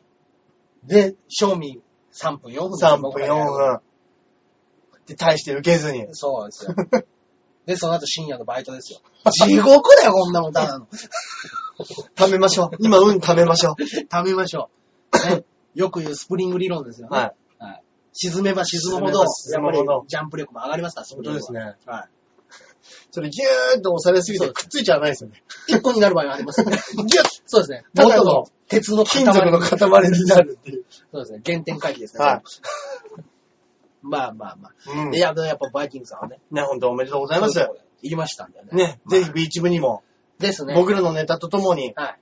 [SPEAKER 1] で、賞味3分4分
[SPEAKER 2] 3分、4
[SPEAKER 1] 分。
[SPEAKER 2] 分。で、大して受けず [LAUGHS] に。
[SPEAKER 1] そうですよ。で、その後深夜のバイトですよ。地獄だよ、こんなも [LAUGHS] ん。ただの。
[SPEAKER 2] 貯めましょう。今、運貯めましょ
[SPEAKER 1] 食べましょう。ね、よく言うスプリング理論ですよ
[SPEAKER 2] う。
[SPEAKER 1] ね。
[SPEAKER 2] はい。
[SPEAKER 1] はい沈めば沈むほど、
[SPEAKER 2] 沈
[SPEAKER 1] や
[SPEAKER 2] めば沈むほど
[SPEAKER 1] っぱりジャンプ力も上がりますから、そ
[SPEAKER 2] 本当です。ね。
[SPEAKER 1] は
[SPEAKER 2] それギューッと押されすぎて
[SPEAKER 1] そう
[SPEAKER 2] くっついちゃわないですよ [LAUGHS] ね。
[SPEAKER 1] い。一個になる場合はあ
[SPEAKER 2] [LAUGHS]
[SPEAKER 1] ります、ね。
[SPEAKER 2] ギュッ
[SPEAKER 1] そうですね。た
[SPEAKER 2] 元の
[SPEAKER 1] だの鉄の塊。
[SPEAKER 2] 金属の塊になるっていう。
[SPEAKER 1] そうですね。原点回帰ですね。
[SPEAKER 2] はい。
[SPEAKER 1] まあまあまあ。
[SPEAKER 2] うん
[SPEAKER 1] いや、でもやっぱバイキングさんはね。
[SPEAKER 2] ね、本当おめでとうございます。
[SPEAKER 1] 言いましたんでね。
[SPEAKER 2] ね、
[SPEAKER 1] まあ
[SPEAKER 2] ぜひビーチ部にも、
[SPEAKER 1] ですね。
[SPEAKER 2] 僕らのネタとともに、
[SPEAKER 1] は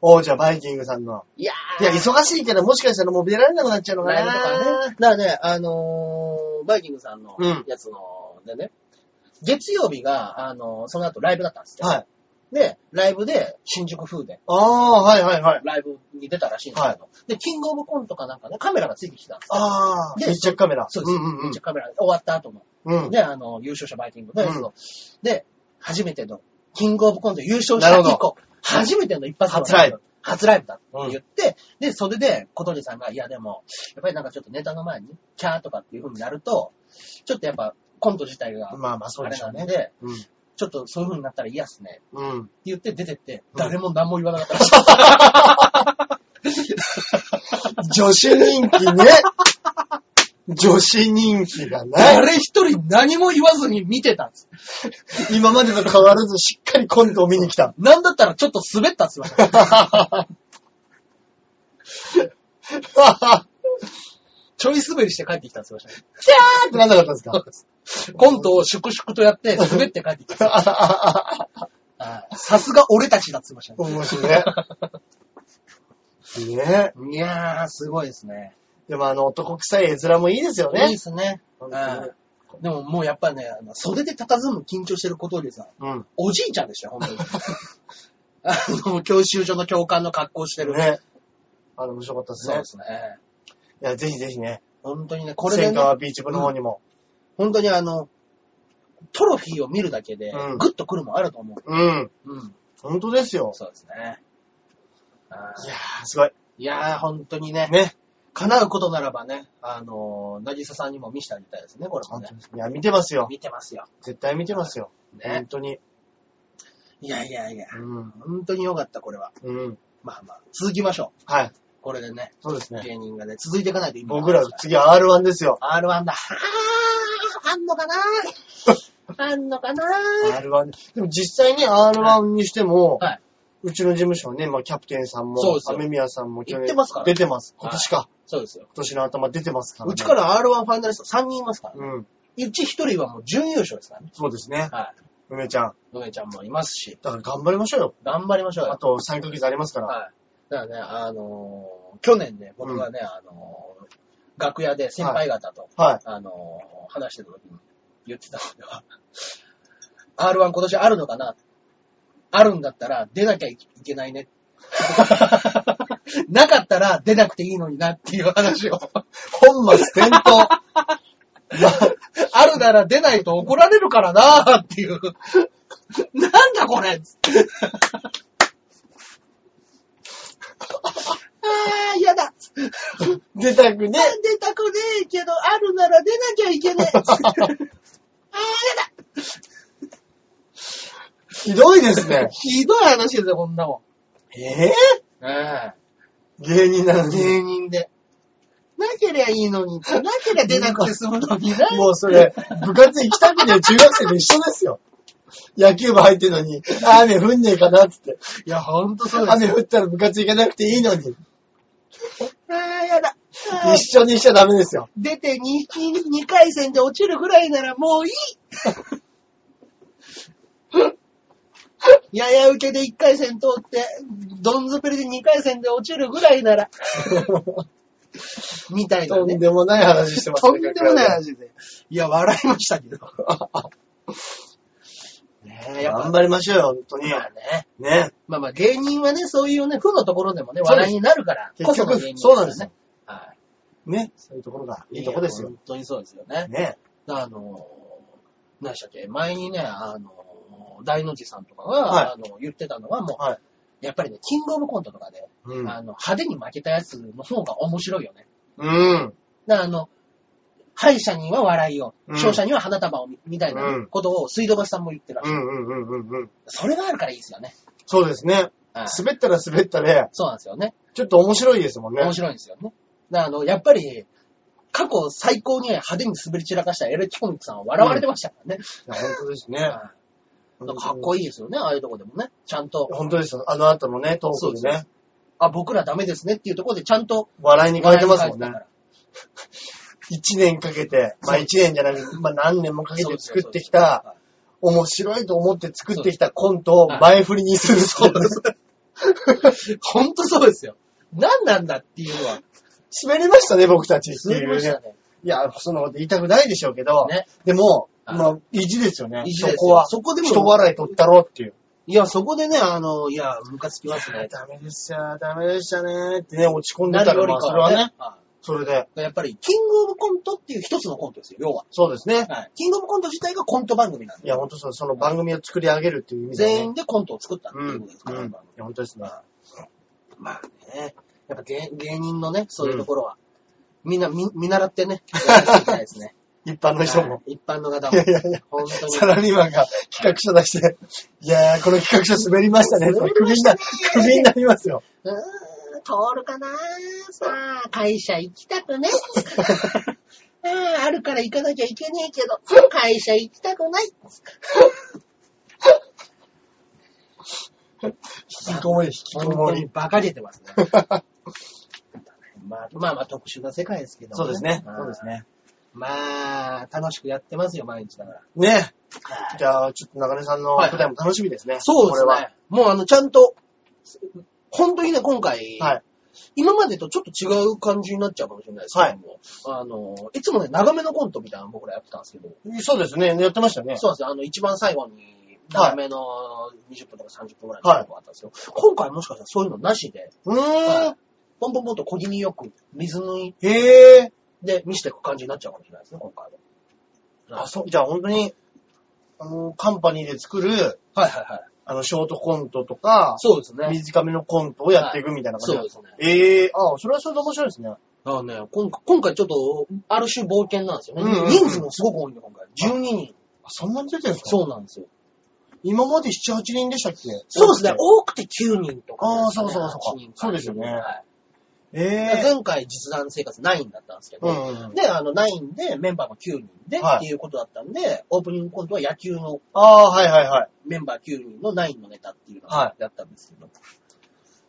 [SPEAKER 2] 王者バイキングさんの、
[SPEAKER 1] い。いや
[SPEAKER 2] い
[SPEAKER 1] ー。
[SPEAKER 2] や、忙しいけど、もしかしたらもう出られなくなっちゃうのか
[SPEAKER 1] ライブとか
[SPEAKER 2] な
[SPEAKER 1] ね。だからね、あのーバイキングさんの
[SPEAKER 2] うん
[SPEAKER 1] やつの、でね、月曜日が、あのーその後ライブだったんですよ。
[SPEAKER 2] はい。
[SPEAKER 1] で、ライブで新宿風で
[SPEAKER 2] ああ、はいはいはい。
[SPEAKER 1] ライブに出たらしいんですけど、で、キングオブコントかなんかね、カメラがついてきたんですよ。
[SPEAKER 2] ああ、
[SPEAKER 1] で
[SPEAKER 2] 密着カメラ。
[SPEAKER 1] そうです。
[SPEAKER 2] んうんうん
[SPEAKER 1] めっちゃカメラ終わった後の、
[SPEAKER 2] うん。
[SPEAKER 1] ね、あの、優勝者バイキングのやつ
[SPEAKER 2] う
[SPEAKER 1] の。で、初めての、キングオブコント優勝した
[SPEAKER 2] な
[SPEAKER 1] 以
[SPEAKER 2] るほ
[SPEAKER 1] 降、初めての一発の
[SPEAKER 2] 初ライブ。
[SPEAKER 1] 初ライブだって言って、で、それで小鳥さんが、いやでも、やっぱりなんかちょっとネタの前に、キャーとかっていう風になると、ちょっとやっぱコント自体が、
[SPEAKER 2] まあまあ、そう
[SPEAKER 1] あ
[SPEAKER 2] で
[SPEAKER 1] れ
[SPEAKER 2] しょ
[SPEAKER 1] な
[SPEAKER 2] うんね。
[SPEAKER 1] で、
[SPEAKER 2] うん。
[SPEAKER 1] ちょっとそういう風になったら嫌っすね。
[SPEAKER 2] うん。
[SPEAKER 1] って言って出てって、
[SPEAKER 2] うん
[SPEAKER 1] 誰も何も言わなかったらしい。
[SPEAKER 2] 女子人気ね。女子人気がない。
[SPEAKER 1] 誰一人何も言わずに見てたんです。
[SPEAKER 2] 今までと変わらずしっかりコントを見に来
[SPEAKER 1] [LAUGHS]
[SPEAKER 2] た。
[SPEAKER 1] なんだったらちょっと滑ったっすよ。
[SPEAKER 2] [LAUGHS]
[SPEAKER 1] ちょい滑りして帰ってきたんですよ。
[SPEAKER 2] キャーってなんなかったんですか [LAUGHS]
[SPEAKER 1] コントを粛々とやって、滑って帰ってきた。さすが俺たちだって言いましたね。
[SPEAKER 2] [LAUGHS] 面白いね。ね
[SPEAKER 1] いやー、すごいですね。
[SPEAKER 2] でもあの男臭い絵面もいいですよ
[SPEAKER 1] いい
[SPEAKER 2] ね
[SPEAKER 1] で。すね。
[SPEAKER 2] 本
[SPEAKER 1] うんでももうやっぱね、あの袖で佇む緊張してる小鳥さん、
[SPEAKER 2] 当にうん。
[SPEAKER 1] おじいちゃんでしたよ、本
[SPEAKER 2] [LAUGHS]
[SPEAKER 1] 当に。あの、教習所の教官の格好してる。
[SPEAKER 2] ね。あの、面白かったです
[SPEAKER 1] そう
[SPEAKER 2] ね
[SPEAKER 1] で。すね。
[SPEAKER 2] いや、ぜひぜひね。
[SPEAKER 1] 本当にね、こ
[SPEAKER 2] こ
[SPEAKER 1] れ
[SPEAKER 2] れで、
[SPEAKER 1] でね、
[SPEAKER 2] ビーチ部の方にも。
[SPEAKER 1] 本当にあの、トロフィーを見るだけで
[SPEAKER 2] う、ん
[SPEAKER 1] グッとくるもんあると思
[SPEAKER 2] うん。
[SPEAKER 1] う。うん。
[SPEAKER 2] 本当ですよ。
[SPEAKER 1] そうですね。あー
[SPEAKER 2] いやー、すごい。
[SPEAKER 1] いやー、本当にね。
[SPEAKER 2] ね。
[SPEAKER 1] 叶うことならばね、あのー、なぎささんにも見せてあげたいですね、これも
[SPEAKER 2] 本
[SPEAKER 1] ね
[SPEAKER 2] 当。ですいや、見てますよ。
[SPEAKER 1] 見てますよ。
[SPEAKER 2] 絶対見てますよ。
[SPEAKER 1] ね
[SPEAKER 2] 本。当に。
[SPEAKER 1] いやいやいや、
[SPEAKER 2] うん。
[SPEAKER 1] 本当に良かった、これは。
[SPEAKER 2] うん。
[SPEAKER 1] まあまあ、続きましょ
[SPEAKER 2] はい。
[SPEAKER 1] う。これでね、
[SPEAKER 2] そうですね。
[SPEAKER 1] 芸人がね、続いていかないと意味ない
[SPEAKER 2] 僕ら、次は R1 ですよ。
[SPEAKER 1] R1 だ。あー、あんのかな
[SPEAKER 2] [LAUGHS]
[SPEAKER 1] あんのかな
[SPEAKER 2] R1。でも実際ね、R1 にしても、
[SPEAKER 1] はいう
[SPEAKER 2] ちの事務所ね、まあ、キャプテンさんも
[SPEAKER 1] そうで、すよ
[SPEAKER 2] 雨宮さんも去
[SPEAKER 1] 行っ
[SPEAKER 2] 年
[SPEAKER 1] てますからね
[SPEAKER 2] 出てます。今年か。
[SPEAKER 1] そうですよ。
[SPEAKER 2] 今年の頭出てますから、ね。
[SPEAKER 1] うちから R1 ファイナリスト3人いますから、ね、
[SPEAKER 2] うん。
[SPEAKER 1] うち1人はもう準優勝ですからね。
[SPEAKER 2] そうですね。
[SPEAKER 1] は
[SPEAKER 2] 梅ちゃん。
[SPEAKER 1] い。梅ちゃんもいますし、
[SPEAKER 2] だから頑張りましょうよ。
[SPEAKER 1] 頑張りましょうよ
[SPEAKER 2] あ。と3ヶ月ありますから。
[SPEAKER 1] はい。だからね、あのー去年ね、僕がね、あのー楽屋で先輩方と、
[SPEAKER 2] はい。
[SPEAKER 1] あのー話してた時に言ってたのが、R1 今年あるのかなあるんだったら出なきゃいけないね。なかったら出なくていいのになっていう話を。
[SPEAKER 2] 本末転倒。
[SPEAKER 1] あるなら出ないと怒られるからなーっていう。なんだこれあー、やだ。
[SPEAKER 2] 出たくね。
[SPEAKER 1] 出たくねえけど、あるなら出なきゃいけね [LAUGHS] え。あー、やだ。。
[SPEAKER 2] ひどいですね
[SPEAKER 1] ひどい話ですよ、こんなも
[SPEAKER 2] え
[SPEAKER 1] ん。え
[SPEAKER 2] ぇ、芸人なのに。
[SPEAKER 1] 芸人で。なけりゃいいのに、なけりゃ出なくて済むのに [LAUGHS] な。
[SPEAKER 2] もうそれ、部活行きたくねえ中学生と一緒ですよ。野球部入ってんのに、あ雨降んねえかなっつって。
[SPEAKER 1] いや、ほんとそうです
[SPEAKER 2] 雨
[SPEAKER 1] よ。
[SPEAKER 2] 降ったら部活行かなくていいのに、
[SPEAKER 1] あー、やだ。あー
[SPEAKER 2] 一緒にしちゃダメです
[SPEAKER 1] [LAUGHS]
[SPEAKER 2] よ。
[SPEAKER 1] 出て 2, 2回戦で落ちるぐらいならもういい [LAUGHS] やや受けで1回戦通って、どんずべりで2回戦で落ちるぐらいなら、みたいな
[SPEAKER 2] とん
[SPEAKER 1] ね。
[SPEAKER 2] でもない話してます
[SPEAKER 1] とんでもない。話で。いや、笑いましたけど。 [LAUGHS] ねえ、やっぱ
[SPEAKER 2] 頑張りましょうよ、本当に。
[SPEAKER 1] まあね。
[SPEAKER 2] ね。
[SPEAKER 1] まあまあ芸人はね、そういうね、負のところでもね、笑いになるから。
[SPEAKER 2] 結
[SPEAKER 1] この
[SPEAKER 2] 局
[SPEAKER 1] 芸、人
[SPEAKER 2] そうなんです
[SPEAKER 1] ね
[SPEAKER 2] よ。。
[SPEAKER 1] はい
[SPEAKER 2] ね。そういうところがいいとこですよ
[SPEAKER 1] 本。当にそうですよね。
[SPEAKER 2] ね。
[SPEAKER 1] あの、何でしたっけ、前にね、あの、大の字さんとかが、
[SPEAKER 2] はい
[SPEAKER 1] あの言ってたのはもう、
[SPEAKER 2] はい
[SPEAKER 1] やっぱりね、キングオブコントとかで、
[SPEAKER 2] うん。
[SPEAKER 1] あの派手に負けたやつの方が面白いよね。
[SPEAKER 2] うん。
[SPEAKER 1] だからあの、敗者には笑いを、
[SPEAKER 2] うん
[SPEAKER 1] 勝者には花束をみ、みたいな
[SPEAKER 2] うん
[SPEAKER 1] ことを水道橋さんも言ってる、
[SPEAKER 2] うんうんうんうんうん。
[SPEAKER 1] それがあるからいいですよね。
[SPEAKER 2] そうですね。
[SPEAKER 1] はい
[SPEAKER 2] 滑ったら滑ったで、
[SPEAKER 1] そうなんですよね。
[SPEAKER 2] ちょっと面白いですもんね。
[SPEAKER 1] 面白いんですよね。だからあの、やっぱり、過去最高に派手に滑り散らかしたエレキコミックさんは笑われてましたからね。
[SPEAKER 2] いや本当ですね。
[SPEAKER 1] はいだからかっこいいですよね、ああいうとこでもね。ちゃんと。
[SPEAKER 2] 本当ですよ。あの後のね、トークでね、
[SPEAKER 1] あ、僕らダメですねっていうところでちゃんと
[SPEAKER 2] 笑いに変えてます
[SPEAKER 1] 笑い
[SPEAKER 2] も
[SPEAKER 1] に
[SPEAKER 2] ん
[SPEAKER 1] 変
[SPEAKER 2] ね
[SPEAKER 1] えてた。から
[SPEAKER 2] 一年かけて、まあ
[SPEAKER 1] そう
[SPEAKER 2] 一年じゃなくて、まあ何年もかけ
[SPEAKER 1] そう
[SPEAKER 2] て
[SPEAKER 1] ですよ
[SPEAKER 2] 作ってきた、、面白いと思って作ってきたコントを
[SPEAKER 1] はい
[SPEAKER 2] 前振りにするって
[SPEAKER 1] そ
[SPEAKER 2] いう
[SPEAKER 1] です。 [LAUGHS] 本当そうですよ。何なんだっていうのは、
[SPEAKER 2] 滑りましたね、僕たちって
[SPEAKER 1] 滑
[SPEAKER 2] い
[SPEAKER 1] り
[SPEAKER 2] う
[SPEAKER 1] まし
[SPEAKER 2] ね
[SPEAKER 1] た。ね。
[SPEAKER 2] いや、そんなこと言いたくないでしょうけど、
[SPEAKER 1] ね
[SPEAKER 2] でも、
[SPEAKER 1] はい
[SPEAKER 2] まあ、意地ですよね。
[SPEAKER 1] 意地
[SPEAKER 2] そ
[SPEAKER 1] ですよ
[SPEAKER 2] こは。
[SPEAKER 1] そこでも
[SPEAKER 2] 人笑い取ったろうっていう。
[SPEAKER 1] いや、そこでね、あの、いや、ムカつきますね。
[SPEAKER 2] ダメでした、ダメでしたねってね、落ち込んで
[SPEAKER 1] な
[SPEAKER 2] た
[SPEAKER 1] るよ
[SPEAKER 2] ら、
[SPEAKER 1] り
[SPEAKER 2] ま
[SPEAKER 1] か
[SPEAKER 2] あ、それはね、
[SPEAKER 1] は
[SPEAKER 2] それで。
[SPEAKER 1] いやっぱり、キングオブコントっていう一つのコントですよ、要は。
[SPEAKER 2] そうですね。
[SPEAKER 1] はい。キングオブコント自体がコント番組なん
[SPEAKER 2] い
[SPEAKER 1] で。
[SPEAKER 2] や、ほんとそう、その番組を作り上げるっていう意味で、ね。
[SPEAKER 1] 全員でコントを作ったって
[SPEAKER 2] うん。。
[SPEAKER 1] いううんこ
[SPEAKER 2] い
[SPEAKER 1] とですから、
[SPEAKER 2] や、ほんとですね。
[SPEAKER 1] まあね。やっぱ芸芸人のね、そういうところは、みんな見見
[SPEAKER 2] [LAUGHS]
[SPEAKER 1] 習ってね、やっていきたいですね。
[SPEAKER 2] 一般の人も。
[SPEAKER 1] はい一般の方も。
[SPEAKER 2] いやいやいや、
[SPEAKER 1] 本当に。
[SPEAKER 2] サラリーマンが企画書出して、 [LAUGHS] いやー、この企画書滑りましたね。ク
[SPEAKER 1] 滑り
[SPEAKER 2] ビ
[SPEAKER 1] ま
[SPEAKER 2] に
[SPEAKER 1] し
[SPEAKER 2] な
[SPEAKER 1] たね、
[SPEAKER 2] クビになりますよ。
[SPEAKER 1] うーん、通るかなさあ、会社行きたくね。
[SPEAKER 2] [LAUGHS]
[SPEAKER 1] ああ、あるから行かなきゃいけねえけど、会社行きたくない。
[SPEAKER 2] 引きこもり、引きこもり。
[SPEAKER 1] 馬鹿げてますね。 [LAUGHS] まあまあまあ特殊な世界ですけど、
[SPEAKER 2] [LAUGHS] そうですね。
[SPEAKER 1] はい
[SPEAKER 2] そうですね。
[SPEAKER 1] まあ、楽しくやってますよ、毎日だから。
[SPEAKER 2] ね。じゃあ、ちょっと中根さんの
[SPEAKER 1] はい
[SPEAKER 2] 舞台も楽しみですね。
[SPEAKER 1] そうです
[SPEAKER 2] これは。
[SPEAKER 1] ね。もうあの、ちゃんと、本当にね、今回、
[SPEAKER 2] はい
[SPEAKER 1] 今までとちょっと違う感じになっちゃうかもしれないですけども、あの、いつもね、長めのコントみたいなの僕らやってたんですけど、
[SPEAKER 2] そうですね。やってましたね。
[SPEAKER 1] そうなんですよ。あの、一番最後に、
[SPEAKER 2] はい
[SPEAKER 1] 長めの20分とか30分ぐらいのコントがあったんですよ。今回もしかしたらそういうのなしで、
[SPEAKER 2] うーん。
[SPEAKER 1] ポンポンポンと小気味よく、水抜い
[SPEAKER 2] へえ。
[SPEAKER 1] て見せていく感じになっちゃうかもしれないですね、今回は。
[SPEAKER 2] あ、そう。じゃあ、本当に、あの、カンパニーで作る、
[SPEAKER 1] はいはいはい。
[SPEAKER 2] あの、ショートコントとか、
[SPEAKER 1] そうですね。
[SPEAKER 2] 短めのコントをやっていくみたいな感じ
[SPEAKER 1] そ
[SPEAKER 2] な
[SPEAKER 1] うんで
[SPEAKER 2] です
[SPEAKER 1] すね。
[SPEAKER 2] ええあ、それはそれで面白いですね。
[SPEAKER 1] だからね、今回、今回ちょっと、ある種冒険なんですよね。
[SPEAKER 2] うんうんうん
[SPEAKER 1] 人数もすごく多いんで、今回。12人。
[SPEAKER 2] あ、そんなに出てるんですか
[SPEAKER 1] そうなんですよ。
[SPEAKER 2] 今まで7、8人でしたっけ
[SPEAKER 1] そうですね。。多くて9人とか、
[SPEAKER 2] あーそうそうそうか
[SPEAKER 1] 8人
[SPEAKER 2] そうですよね
[SPEAKER 1] はい
[SPEAKER 2] え
[SPEAKER 1] で
[SPEAKER 2] え
[SPEAKER 1] 前回実弾生活9だったんですけ
[SPEAKER 2] う
[SPEAKER 1] ど、
[SPEAKER 2] んうんうん。
[SPEAKER 1] で、あの、9でメンバーも9人で
[SPEAKER 2] はい
[SPEAKER 1] っていうことだったんで、オープニングコントは野球の
[SPEAKER 2] ああ、はいはいはい。
[SPEAKER 1] メンバー9人の9のネタっていうの
[SPEAKER 2] は
[SPEAKER 1] をやったんですけ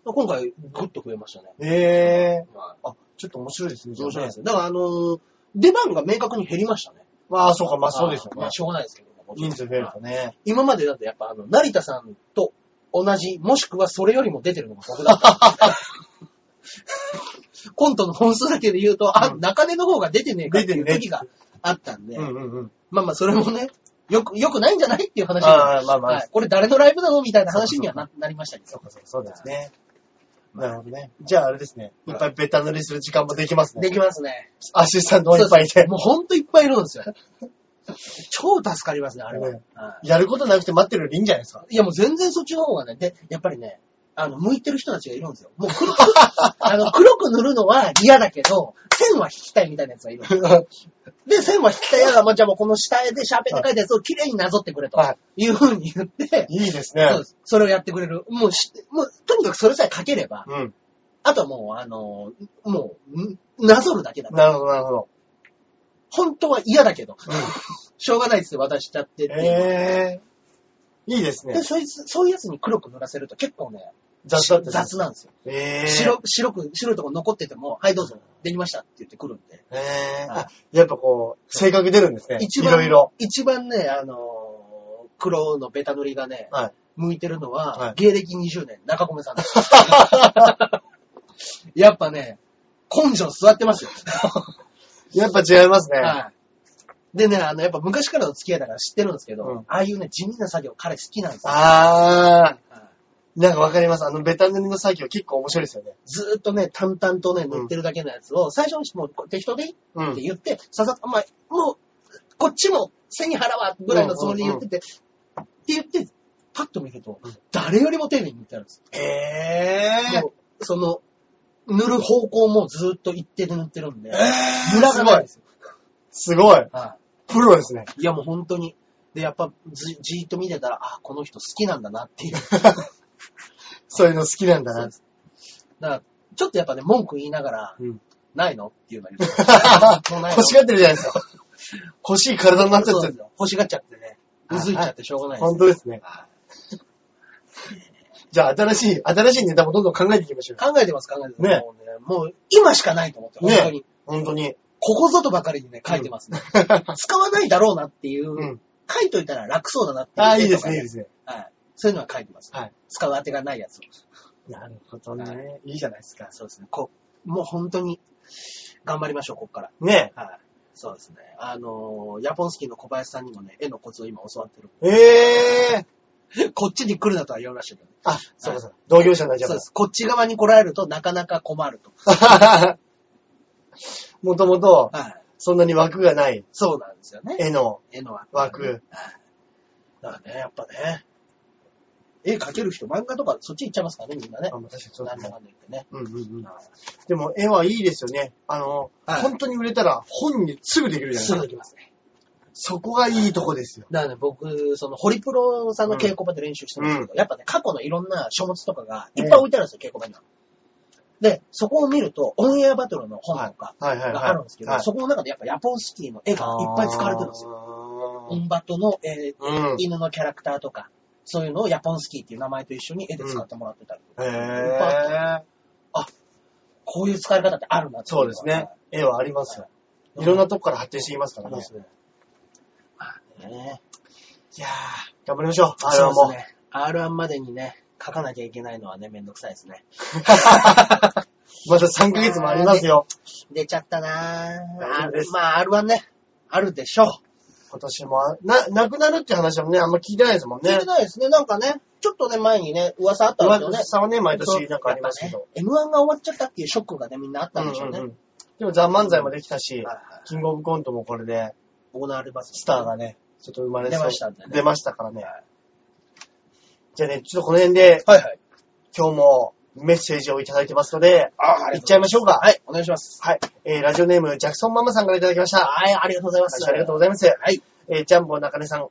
[SPEAKER 1] ど、今回ぐっと増えましたね。
[SPEAKER 2] ええ
[SPEAKER 1] まあ、
[SPEAKER 2] あ、ちょっと面白いですね。
[SPEAKER 1] 面白いです
[SPEAKER 2] ね。
[SPEAKER 1] よ。だから、あのー出番が明確に減りましたね。
[SPEAKER 2] まあ、そうか、まあそうですよ
[SPEAKER 1] ま
[SPEAKER 2] ね
[SPEAKER 1] あ、。しょうがないですけどもちろん
[SPEAKER 2] 人数増えるとね。
[SPEAKER 1] 今までだとやっぱあの、成田さんと同じ、もしくはそれよりも出てるのが僕だった。
[SPEAKER 2] [LAUGHS]
[SPEAKER 1] コントの本数だけで言うと、あ、
[SPEAKER 2] うん
[SPEAKER 1] 中根の方が出てねえかってい
[SPEAKER 2] 出
[SPEAKER 1] う
[SPEAKER 2] てね
[SPEAKER 1] 時があったんで、
[SPEAKER 2] うんうんうん。
[SPEAKER 1] まあまあそれもね、よく、よくないんじゃないっていう話に
[SPEAKER 2] ああ、まあまあ、
[SPEAKER 1] はい、これ誰のライブなのみたいな話には
[SPEAKER 2] [LAUGHS]
[SPEAKER 1] ななりましたけど。
[SPEAKER 2] そうですね。なるほどね。じゃああれですね。いっぱいベタ塗りする時間もできます
[SPEAKER 1] で
[SPEAKER 2] ね。
[SPEAKER 1] きますね。
[SPEAKER 2] アシスタントもいっぱいい
[SPEAKER 1] そ
[SPEAKER 2] て
[SPEAKER 1] うそう。もうほんといっぱいいるんですよ。超助かりますね、あれは。
[SPEAKER 2] ね
[SPEAKER 1] はい
[SPEAKER 2] やることなくて待ってるよりいいんじゃないですか。
[SPEAKER 1] いや、もう全然そっちの方がね、で、やっぱりね、あの、向いてる人たちがいるんですよ。もう
[SPEAKER 2] [LAUGHS]
[SPEAKER 1] 黒く、あの、黒く塗るのは嫌だけど、線は引きたいみたいなやつがいる。
[SPEAKER 2] [LAUGHS]
[SPEAKER 1] で、線は引きたいやら、まあ、じゃあもうこの下絵でシャーペンで描いたやつを綺麗になぞってくれと
[SPEAKER 2] はい。
[SPEAKER 1] いう風に言って、
[SPEAKER 2] いいですね。
[SPEAKER 1] そうですそれをやってくれる。もうし、もう、とにかくそれさえ描ければ、
[SPEAKER 2] うん。
[SPEAKER 1] あとはもう、あの、もう、んなぞるだけだ。
[SPEAKER 2] なるほど、なるほど。
[SPEAKER 1] 本当は嫌だけど、 [LAUGHS] しょうがないっすよ、渡しちゃってっていう。
[SPEAKER 2] ええいいですね
[SPEAKER 1] で、。そいつ、そういうやつに黒く塗らせると結構ね、
[SPEAKER 2] 雑だって。
[SPEAKER 1] 雑なんですよ。
[SPEAKER 2] ええ
[SPEAKER 1] 白、白く、白いとこ残ってても、はいどうぞ、できましたって言ってくるんで。
[SPEAKER 2] ええあ、やっぱこう、性格出るんですね。い
[SPEAKER 1] 一番、
[SPEAKER 2] ろいろ。
[SPEAKER 1] 一番ね、あのー黒のベタ塗りがね、
[SPEAKER 2] はい。
[SPEAKER 1] 向いてるのは、
[SPEAKER 2] はい
[SPEAKER 1] 芸歴20年、中込さん [LAUGHS] です。やっぱね、根性座ってますよ。
[SPEAKER 2] やっぱ違いますね。
[SPEAKER 1] はい。でね、あの、やっぱ昔からの付き合いだから知ってるんですけど、
[SPEAKER 2] うん
[SPEAKER 1] ああいうね、地味な作業彼好きなんですよ。
[SPEAKER 2] ああ、
[SPEAKER 1] はい
[SPEAKER 2] なんかわかります。あの、ベタ塗りの作業結構面白いですよね。
[SPEAKER 1] ずーっとね、淡々とね、塗ってるだけのやつを、最初にもうこれ適当でいいっ
[SPEAKER 2] う
[SPEAKER 1] て。言って、ささ、まあ、もう、こっちも背に腹は、ぐらいのつもりで言ってて、って言って、パッと見ると
[SPEAKER 2] うん、
[SPEAKER 1] 誰よりも丁寧に塗ってあるんです。
[SPEAKER 2] ええ
[SPEAKER 1] もうその、塗る方向もずっと一定で塗ってるんで、
[SPEAKER 2] え
[SPEAKER 1] ムラがないんですよ。
[SPEAKER 2] すごい。
[SPEAKER 1] は
[SPEAKER 2] プロですね。
[SPEAKER 1] い。いやもう本当に。で、やっぱじ、じーっと見てたら、あ、この人好きなんだなっていう。
[SPEAKER 2] そういうの好きなんだ
[SPEAKER 1] そう
[SPEAKER 2] な
[SPEAKER 1] で。すだから、ちょっとやっぱね、文句言いながら、
[SPEAKER 2] うん
[SPEAKER 1] ないのっていうのは
[SPEAKER 2] [LAUGHS]
[SPEAKER 1] 言ってもうないの
[SPEAKER 2] 欲しがってるじゃないです [LAUGHS] か。欲しい体になっちゃ
[SPEAKER 1] そう
[SPEAKER 2] っ
[SPEAKER 1] な
[SPEAKER 2] て
[SPEAKER 1] ん
[SPEAKER 2] る
[SPEAKER 1] です。よ欲しがっちゃってね、うずいちゃってしょうがないです
[SPEAKER 2] 本当ですね。
[SPEAKER 1] はい
[SPEAKER 2] じゃあ、新しい、新しいネタもどんどん考えていきましょう。
[SPEAKER 1] 考えてます、考えてます。
[SPEAKER 2] ね
[SPEAKER 1] もうね、もう今しかないと思って、本当に。
[SPEAKER 2] 本当に。
[SPEAKER 1] ここぞとばかりにね、書いてますね。使わないだろうなっていう、
[SPEAKER 2] うん
[SPEAKER 1] 書いといたら楽そうだなっていう。。
[SPEAKER 2] ああ、いいですね、いいですすね。
[SPEAKER 1] はい。そういうのは書いてます。
[SPEAKER 2] はい。
[SPEAKER 1] 使う当てがないやつを。
[SPEAKER 2] なるほど
[SPEAKER 1] は
[SPEAKER 2] ね。いいじゃないですか。
[SPEAKER 1] そうですね。こう、もう本当に、頑張りましょう、ここから。
[SPEAKER 2] ね
[SPEAKER 1] はい。そうですね。あのー、ヤポンスキーの小林さんにもね、絵のコツを今教わってる。
[SPEAKER 2] え。ええ
[SPEAKER 1] こっちに来るなとは言わましたけどね。
[SPEAKER 2] あ、そうかそうか。同業者になっちゃか
[SPEAKER 1] そうで
[SPEAKER 2] ら
[SPEAKER 1] す。こっち側に来られるとなかなか困ると。
[SPEAKER 2] [LAUGHS] もともと、
[SPEAKER 1] はい。
[SPEAKER 2] そんなに枠がない
[SPEAKER 1] そうなんですよね。
[SPEAKER 2] 絵の
[SPEAKER 1] 絵の枠。
[SPEAKER 2] 枠。
[SPEAKER 1] だからね、やっぱね。絵描ける人、漫画とかそっち行っちゃいますからね、みんなね
[SPEAKER 2] あ、。確かにそう
[SPEAKER 1] な
[SPEAKER 2] だ
[SPEAKER 1] んだ
[SPEAKER 2] ね
[SPEAKER 1] か。んだ言ってね。
[SPEAKER 2] うんうんうん。でも絵はいいですよね。あの、
[SPEAKER 1] はい
[SPEAKER 2] 本当に売れたら本にすぐできるじゃないです
[SPEAKER 1] す
[SPEAKER 2] か。
[SPEAKER 1] ぐできますね。
[SPEAKER 2] そこがいいとこですよ。
[SPEAKER 1] だからね、僕、その、ホリプロさんの稽古場で練習してるんですけど、やっぱね、過去のいろんな書物とかがいっぱい置いてあるんですよ、稽古場には。で、そこを見ると、オンエアバトルの本とか
[SPEAKER 2] はいはいはい。
[SPEAKER 1] があるんですけど、
[SPEAKER 2] はい
[SPEAKER 1] そこの中でやっぱヤポンスキーの絵がいっぱい使われてるんですよ。
[SPEAKER 2] よ
[SPEAKER 1] オンバトの、えー
[SPEAKER 2] うん。
[SPEAKER 1] 犬のキャラクターとか、そういうのをヤポンスキーっていう名前と一緒に絵で使ってもらってたりとか、
[SPEAKER 2] へぇ
[SPEAKER 1] こういう使い方ってあるなってい
[SPEAKER 2] そう
[SPEAKER 1] の
[SPEAKER 2] う
[SPEAKER 1] は
[SPEAKER 2] ですね。。絵はありますよ。
[SPEAKER 1] うん
[SPEAKER 2] いろんなとこから発展していきますから
[SPEAKER 1] そう
[SPEAKER 2] ね
[SPEAKER 1] で。すね。まあね。
[SPEAKER 2] いやー、頑張りましょう。あれ
[SPEAKER 1] そ
[SPEAKER 2] はもう。
[SPEAKER 1] うですね。R1 までにね、書かなきゃいけないのはね、めんどくさいですね。
[SPEAKER 2] まだ3ヶ月もありますよ。
[SPEAKER 1] 出ちゃったなぁ。
[SPEAKER 2] 大丈夫です
[SPEAKER 1] まあ、R1 ね、あるでしょう。
[SPEAKER 2] 今年もあ、な、なくなるって話もね、あんま聞いてないですもん
[SPEAKER 1] 聞い
[SPEAKER 2] ね
[SPEAKER 1] て。ないですね。なんかね、ちょっとね、前にね、噂あったんですよね。
[SPEAKER 2] 噂はね、毎年なんかありますけど。
[SPEAKER 1] そう。やっぱね M1 が終わっちゃったっていうショックがね、みんなあったんでしょうね。
[SPEAKER 2] うんうんうんでも、ザ・漫才もできたし
[SPEAKER 1] はい、はい
[SPEAKER 2] キングオブコントもこれで、
[SPEAKER 1] 行われます、
[SPEAKER 2] スターがね、ちょっと生まれそう
[SPEAKER 1] 出ましたんでね
[SPEAKER 2] 出ましたからね
[SPEAKER 1] はい。
[SPEAKER 2] じゃあね、ちょっとこの辺で、
[SPEAKER 1] はいはい。
[SPEAKER 2] 今日もメッセージをいただいてますので、
[SPEAKER 1] あ
[SPEAKER 2] いっちゃいましょうか。
[SPEAKER 1] はい、お願いします。
[SPEAKER 2] はい。えー、ラジオネーム、ジャクソンママさんからいただきました。
[SPEAKER 1] はい、ありがとうございま
[SPEAKER 2] 最
[SPEAKER 1] す。
[SPEAKER 2] 初ありがとうございます。
[SPEAKER 1] はい。
[SPEAKER 2] えー、ジャンボ中根さん、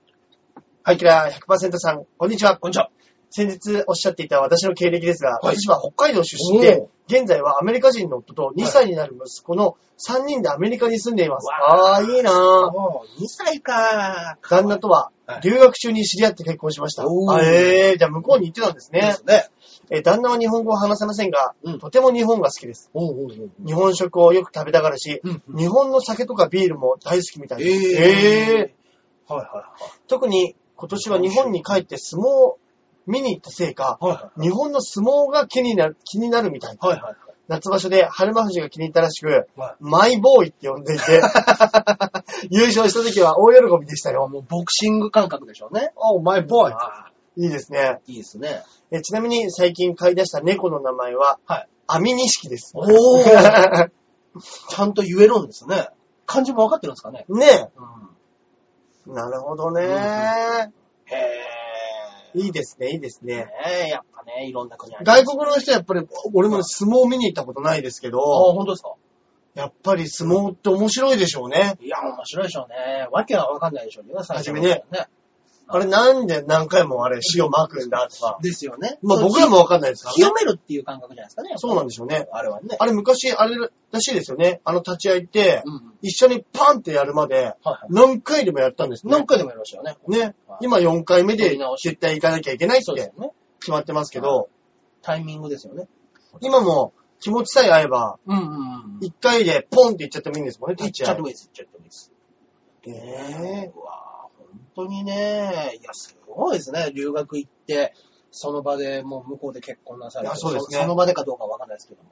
[SPEAKER 2] ハイキラー100%さん、こんにちは。
[SPEAKER 1] こんにちは。
[SPEAKER 2] 先日おっしゃっていた私の経歴ですが、
[SPEAKER 1] はい
[SPEAKER 2] 私は北海道出身で
[SPEAKER 1] お、
[SPEAKER 2] 現在はアメリカ人の夫と2歳になる息子の3人でアメリカに住んでいます。
[SPEAKER 1] わ
[SPEAKER 2] あー、いいなぁ。
[SPEAKER 1] もう、2歳か
[SPEAKER 2] 旦那とは
[SPEAKER 1] はい
[SPEAKER 2] 留学中に知り合って結婚しました。
[SPEAKER 1] おー
[SPEAKER 2] あえー、じゃあ向こうに行ってたんです
[SPEAKER 1] で
[SPEAKER 2] ね。
[SPEAKER 1] すね。
[SPEAKER 2] えー旦那は日本語を話せませんが、
[SPEAKER 1] うん
[SPEAKER 2] とても日本が好きです。
[SPEAKER 1] おうおうおう
[SPEAKER 2] 日本食をよく食べたがるし、
[SPEAKER 1] うんうん
[SPEAKER 2] 日本の酒とかビールも大好きみたいです。え
[SPEAKER 1] ー。はいはい
[SPEAKER 2] ー特に今年は日本に帰って相撲を見に行ったせいか、
[SPEAKER 1] はい。はいはい。
[SPEAKER 2] 日本の相撲が気になる、気になるみたい。
[SPEAKER 1] はいはいはい。
[SPEAKER 2] 夏場所で春馬富士が気に入ったらしく、
[SPEAKER 1] は
[SPEAKER 2] マイボーイって呼んでい [LAUGHS] て、優勝した時は大喜びでしたよ。
[SPEAKER 1] もうボクシング感覚でしょうね。
[SPEAKER 2] おマイボ
[SPEAKER 1] ああ、
[SPEAKER 2] いいですね。
[SPEAKER 1] いいですね。
[SPEAKER 2] えちなみに最近買い出した猫の名前は、
[SPEAKER 1] はい
[SPEAKER 2] アミニシキです。
[SPEAKER 1] おーちゃんと言えるんですね。漢字もわかってるんですかね。
[SPEAKER 2] [LAUGHS] ねえ。
[SPEAKER 1] うん。
[SPEAKER 2] なるほどね、
[SPEAKER 1] へえ。
[SPEAKER 2] いいですね、いいですね
[SPEAKER 1] ね。え、やっぱね、いろんな国あります
[SPEAKER 2] 外国の人やっぱり、俺もね相撲見に行ったことないですけ
[SPEAKER 1] あ
[SPEAKER 2] ど、
[SPEAKER 1] あ、本当ですか
[SPEAKER 2] やっぱり相撲って面白いでしょうね。
[SPEAKER 1] いや、面白いでしょうね。わけはわかんないでしょうね、最初の頃はね。
[SPEAKER 2] あれなんで何回もあれ、死をまくんだとか。
[SPEAKER 1] ですよね。
[SPEAKER 2] まあ僕らもわかんないですから
[SPEAKER 1] 清
[SPEAKER 2] ね。
[SPEAKER 1] めるっていう感覚じゃないですかね。
[SPEAKER 2] そうなんでしょうね。
[SPEAKER 1] あれはね。
[SPEAKER 2] あれ昔、あれらしいですよね。あの立ち合いって
[SPEAKER 1] う、んうん。
[SPEAKER 2] 一緒にパンってやるまで、
[SPEAKER 1] はいはい。
[SPEAKER 2] 何回でもやったんですね
[SPEAKER 1] 何。回でもやりましたよね。
[SPEAKER 2] ね
[SPEAKER 1] はい。
[SPEAKER 2] 今4回目
[SPEAKER 1] や
[SPEAKER 2] で
[SPEAKER 1] り直し
[SPEAKER 2] 絶対行かなきゃいけないっ
[SPEAKER 1] そうです
[SPEAKER 2] て
[SPEAKER 1] よね。
[SPEAKER 2] 決まってますけど、
[SPEAKER 1] タイミングですよね。
[SPEAKER 2] 今も気持ちさえ合えば、
[SPEAKER 1] うんうん
[SPEAKER 2] 1回でポンって行っちゃってもいいんですもんね、
[SPEAKER 1] いっ
[SPEAKER 2] 立ち
[SPEAKER 1] ちゃ
[SPEAKER 2] 合
[SPEAKER 1] って
[SPEAKER 2] い
[SPEAKER 1] も。いいです、いっちゃってもいいです。
[SPEAKER 2] ねえ
[SPEAKER 1] うわぁ、本当にね、いや、すごいですね。留学行って、その場でもう向こうで結婚なされ
[SPEAKER 2] い
[SPEAKER 1] て、
[SPEAKER 2] やそうですね
[SPEAKER 1] その場でかどうかわかんないですけども。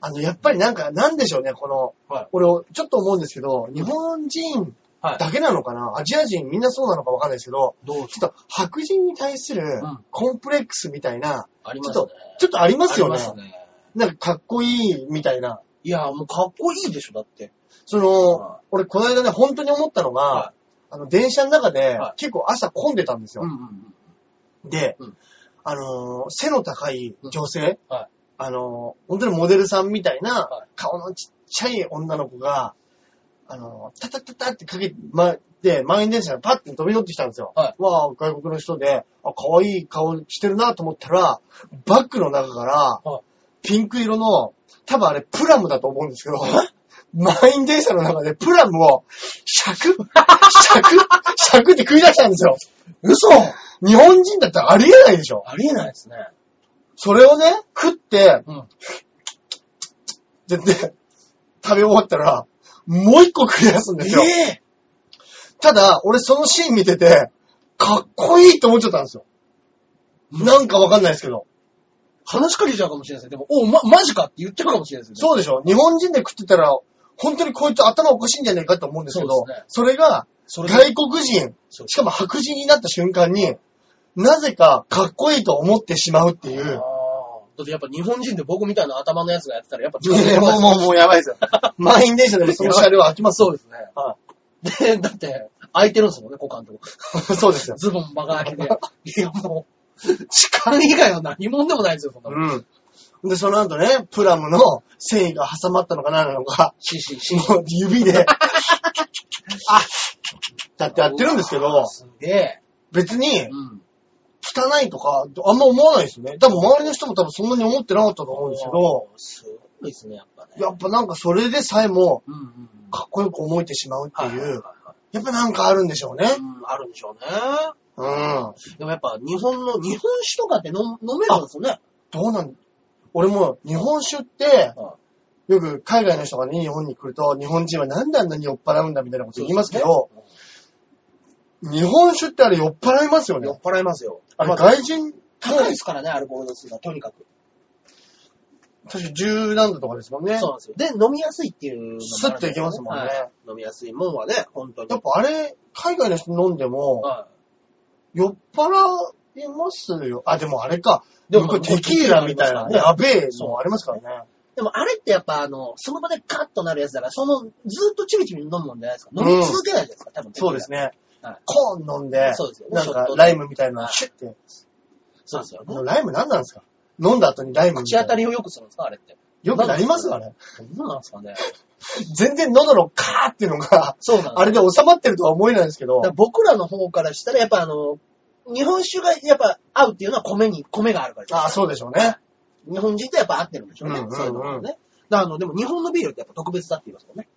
[SPEAKER 2] あの、やっぱりなんか、なんでしょうね、この、
[SPEAKER 1] はい
[SPEAKER 2] 俺、ちょっと思うんですけど、日本人
[SPEAKER 1] はい
[SPEAKER 2] だけなのかな、アジア人みんなそうなのかわかんないですけど、
[SPEAKER 1] どう
[SPEAKER 2] ちょっと白人に対する
[SPEAKER 1] ん
[SPEAKER 2] コンプレックスみたいな、
[SPEAKER 1] あり
[SPEAKER 2] ちょ
[SPEAKER 1] ま
[SPEAKER 2] っ
[SPEAKER 1] すね
[SPEAKER 2] と。、ちょっとありますよ
[SPEAKER 1] あ
[SPEAKER 2] ね
[SPEAKER 1] り。ますね。
[SPEAKER 2] なんかかっこいいみたいな。
[SPEAKER 1] いや、もうかっこいいでしょ、だって。
[SPEAKER 2] その、
[SPEAKER 1] はい
[SPEAKER 2] 俺この間ね、本当に思ったのが、
[SPEAKER 1] は
[SPEAKER 2] あの、電車の中で、
[SPEAKER 1] はい
[SPEAKER 2] 結構朝混んでたんですよ。
[SPEAKER 1] んうん。
[SPEAKER 2] で、
[SPEAKER 1] うん
[SPEAKER 2] あのー背の高い女性、
[SPEAKER 1] うんはい
[SPEAKER 2] あのー本当にモデルさんみたいな
[SPEAKER 1] はい、
[SPEAKER 2] 顔のちっちゃい女の子が、あのータタタタってかけ、ま、で、満員電車がパッて飛び乗ってきたんですよ。
[SPEAKER 1] はい
[SPEAKER 2] わあ、外国の人で、あ、可愛い顔してるなと思ったら、バッグの中から、
[SPEAKER 1] はい
[SPEAKER 2] ピンク色の、多分あれプラムだと思うんですけど、 [LAUGHS] 満員電車の中でプラムを、シャクシャクシャクって食い出したんですよ。嘘日本人だったらありえないでしょ
[SPEAKER 1] ありえないですね。
[SPEAKER 2] それをね、食って、
[SPEAKER 1] うん。
[SPEAKER 2] で、で食べ終わったら、もう一個食い出すんですよ。
[SPEAKER 1] ええ
[SPEAKER 2] ただ、俺そのシーン見てて、かっこいいって思っちゃったんですよ。なんかわかんないですけど。
[SPEAKER 1] 話しかけちゃうかもしれないですね。でも、おう、ま、マジかって言っちゃうかもしれないですね。
[SPEAKER 2] そうでしょ日本人で食ってたら、本当にこいつ頭おかしいんじゃないかって思うんですけど、
[SPEAKER 1] そ
[SPEAKER 2] そう
[SPEAKER 1] ですね
[SPEAKER 2] れが、
[SPEAKER 1] それが
[SPEAKER 2] 外国人、
[SPEAKER 1] そう
[SPEAKER 2] しかも白人になった瞬間に、なぜかかっこいいと思ってしまうってい
[SPEAKER 1] あー
[SPEAKER 2] う。
[SPEAKER 1] だってやっぱ日本人で僕みたいな頭のやつがやってたらやっぱ
[SPEAKER 2] いやもうもうもうやばいですよ。 [LAUGHS] 満員電車でその車両は飽きます。
[SPEAKER 1] そうですね。
[SPEAKER 2] は
[SPEAKER 1] で、だって、空いてるんですもんね、股間とか。
[SPEAKER 2] [LAUGHS] そうですよ。
[SPEAKER 1] ズボンバカ開
[SPEAKER 2] [LAUGHS]
[SPEAKER 1] けて。いや、もう、痴漢以外は何もんでもないですよ、そんなもん。
[SPEAKER 2] うん。で、その後ね、プラムの繊維が挟まったのか何なのか、
[SPEAKER 1] ししし
[SPEAKER 2] もう指 [LAUGHS] で、あだってやってるんですけど、
[SPEAKER 1] すげえ。
[SPEAKER 2] 別に
[SPEAKER 1] うん。
[SPEAKER 2] 汚いとか、あんま思わないですね。多分周りの人も多分そんなに思ってなかったと思うんですけど、
[SPEAKER 1] すごいですね、やっぱね。
[SPEAKER 2] やっぱなんかそれでさえも、
[SPEAKER 1] うんうんうん。
[SPEAKER 2] かっこよく思えてしまうって、
[SPEAKER 1] はいいはいうは
[SPEAKER 2] やっぱなんかあるんでしょうね
[SPEAKER 1] い。うん、あるんでしょうね。
[SPEAKER 2] うん。
[SPEAKER 1] でもやっぱ日本の、日本酒とかって飲飲めるんですよね。
[SPEAKER 2] どうなん、俺も日本酒って、
[SPEAKER 1] は
[SPEAKER 2] よく海外の人がね、日本に来ると、日本人はなんであんなに酔っ払うんだみたいなこと言いますけど、日本酒ってあれ酔っ払いますよ
[SPEAKER 1] 酔
[SPEAKER 2] ね
[SPEAKER 1] っ。払いますよ。
[SPEAKER 2] あれ
[SPEAKER 1] まあ
[SPEAKER 2] 外人、
[SPEAKER 1] 高いですからね、アルコール度数が、とにかく。
[SPEAKER 2] 確か10何度とかですもんね。
[SPEAKER 1] そうなんですよ。で、飲みやすいっていうのもあるんですよ
[SPEAKER 2] スッといけますもんね
[SPEAKER 1] はい飲みやすいもんはね、本当に。
[SPEAKER 2] やっぱあれ、海外の人飲んでも、
[SPEAKER 1] は
[SPEAKER 2] 酔っ払いますよ。あ、でもあれか。
[SPEAKER 1] いで
[SPEAKER 2] で
[SPEAKER 1] も
[SPEAKER 2] もテキーラみたいなね、
[SPEAKER 1] あ
[SPEAKER 2] やべえのありますからね。
[SPEAKER 1] でもあれってやっぱあの、その場でガッとなるやつだから、その、ずっとチビチビ飲むもんじゃないですか。飲み続けないじゃないですか、多分。
[SPEAKER 2] そうですね
[SPEAKER 1] はい。
[SPEAKER 2] コーン飲んで、
[SPEAKER 1] そうですよね
[SPEAKER 2] なん
[SPEAKER 1] ショッ
[SPEAKER 2] か
[SPEAKER 1] トで
[SPEAKER 2] ライムみたいなのシュッて。
[SPEAKER 1] そうですよね。
[SPEAKER 2] ライム何なんですか飲んだ後にライムみ
[SPEAKER 1] 口
[SPEAKER 2] たいな
[SPEAKER 1] 当たりを良くするんですか、あれって。
[SPEAKER 2] よくなりますあれ。
[SPEAKER 1] どうなんですかね。
[SPEAKER 2] 全然喉のカーっていうのが、
[SPEAKER 1] そうなんです
[SPEAKER 2] あれで収まってるとは思えないんですけど
[SPEAKER 1] だか、ら僕らの方からしたら、やっぱあの、日本酒がやっぱ合うっていうのは米に、米があるからです
[SPEAKER 2] ああ、そうでしょうね。
[SPEAKER 1] 日本人とやっぱ合ってるんでしょうね。
[SPEAKER 2] うんうんうん
[SPEAKER 1] そういうのもね。だからあの、でも日本のビールってやっぱ特別だって言いますもんね。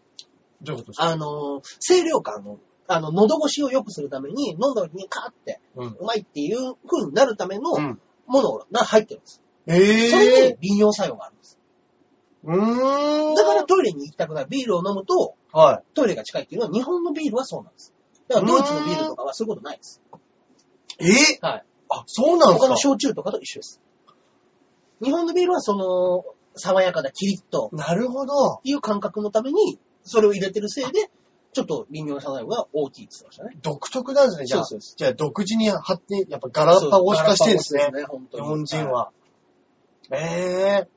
[SPEAKER 2] どういうことで
[SPEAKER 1] あの、清涼感の、あの、喉越しを良くするために、飲んだ時にカーって、
[SPEAKER 2] うん
[SPEAKER 1] うまいっていう風になるための
[SPEAKER 2] うん
[SPEAKER 1] ものが入ってるんです。そ
[SPEAKER 2] え
[SPEAKER 1] れ
[SPEAKER 2] え
[SPEAKER 1] に微妙作用があるんです。
[SPEAKER 2] うーん。
[SPEAKER 1] だから、トイレに行きたくなるビールを飲むと、
[SPEAKER 2] はい。
[SPEAKER 1] トイレが近いっていうのは日本のビールはそうなんです。だからドイツのビールとかはそういうことないです。
[SPEAKER 2] ええ
[SPEAKER 1] はい。
[SPEAKER 2] あ、そうなんで
[SPEAKER 1] 他の
[SPEAKER 2] すか
[SPEAKER 1] 焼酎とかと一緒です。日本のビールはその、爽やかなキリッとっ
[SPEAKER 2] なるほど。
[SPEAKER 1] ていう感覚のために、それを入れてるせいで、ちょっと微妙な作用が大きいって言ってましたね。
[SPEAKER 2] 独特なんですね、じゃあ。
[SPEAKER 1] そうです
[SPEAKER 2] じゃあ、独自に発展、やっぱガラパゴス化してるんですね。
[SPEAKER 1] ガラパゴスですね
[SPEAKER 2] 日
[SPEAKER 1] 本
[SPEAKER 2] 本
[SPEAKER 1] 当に
[SPEAKER 2] 人。は。ええ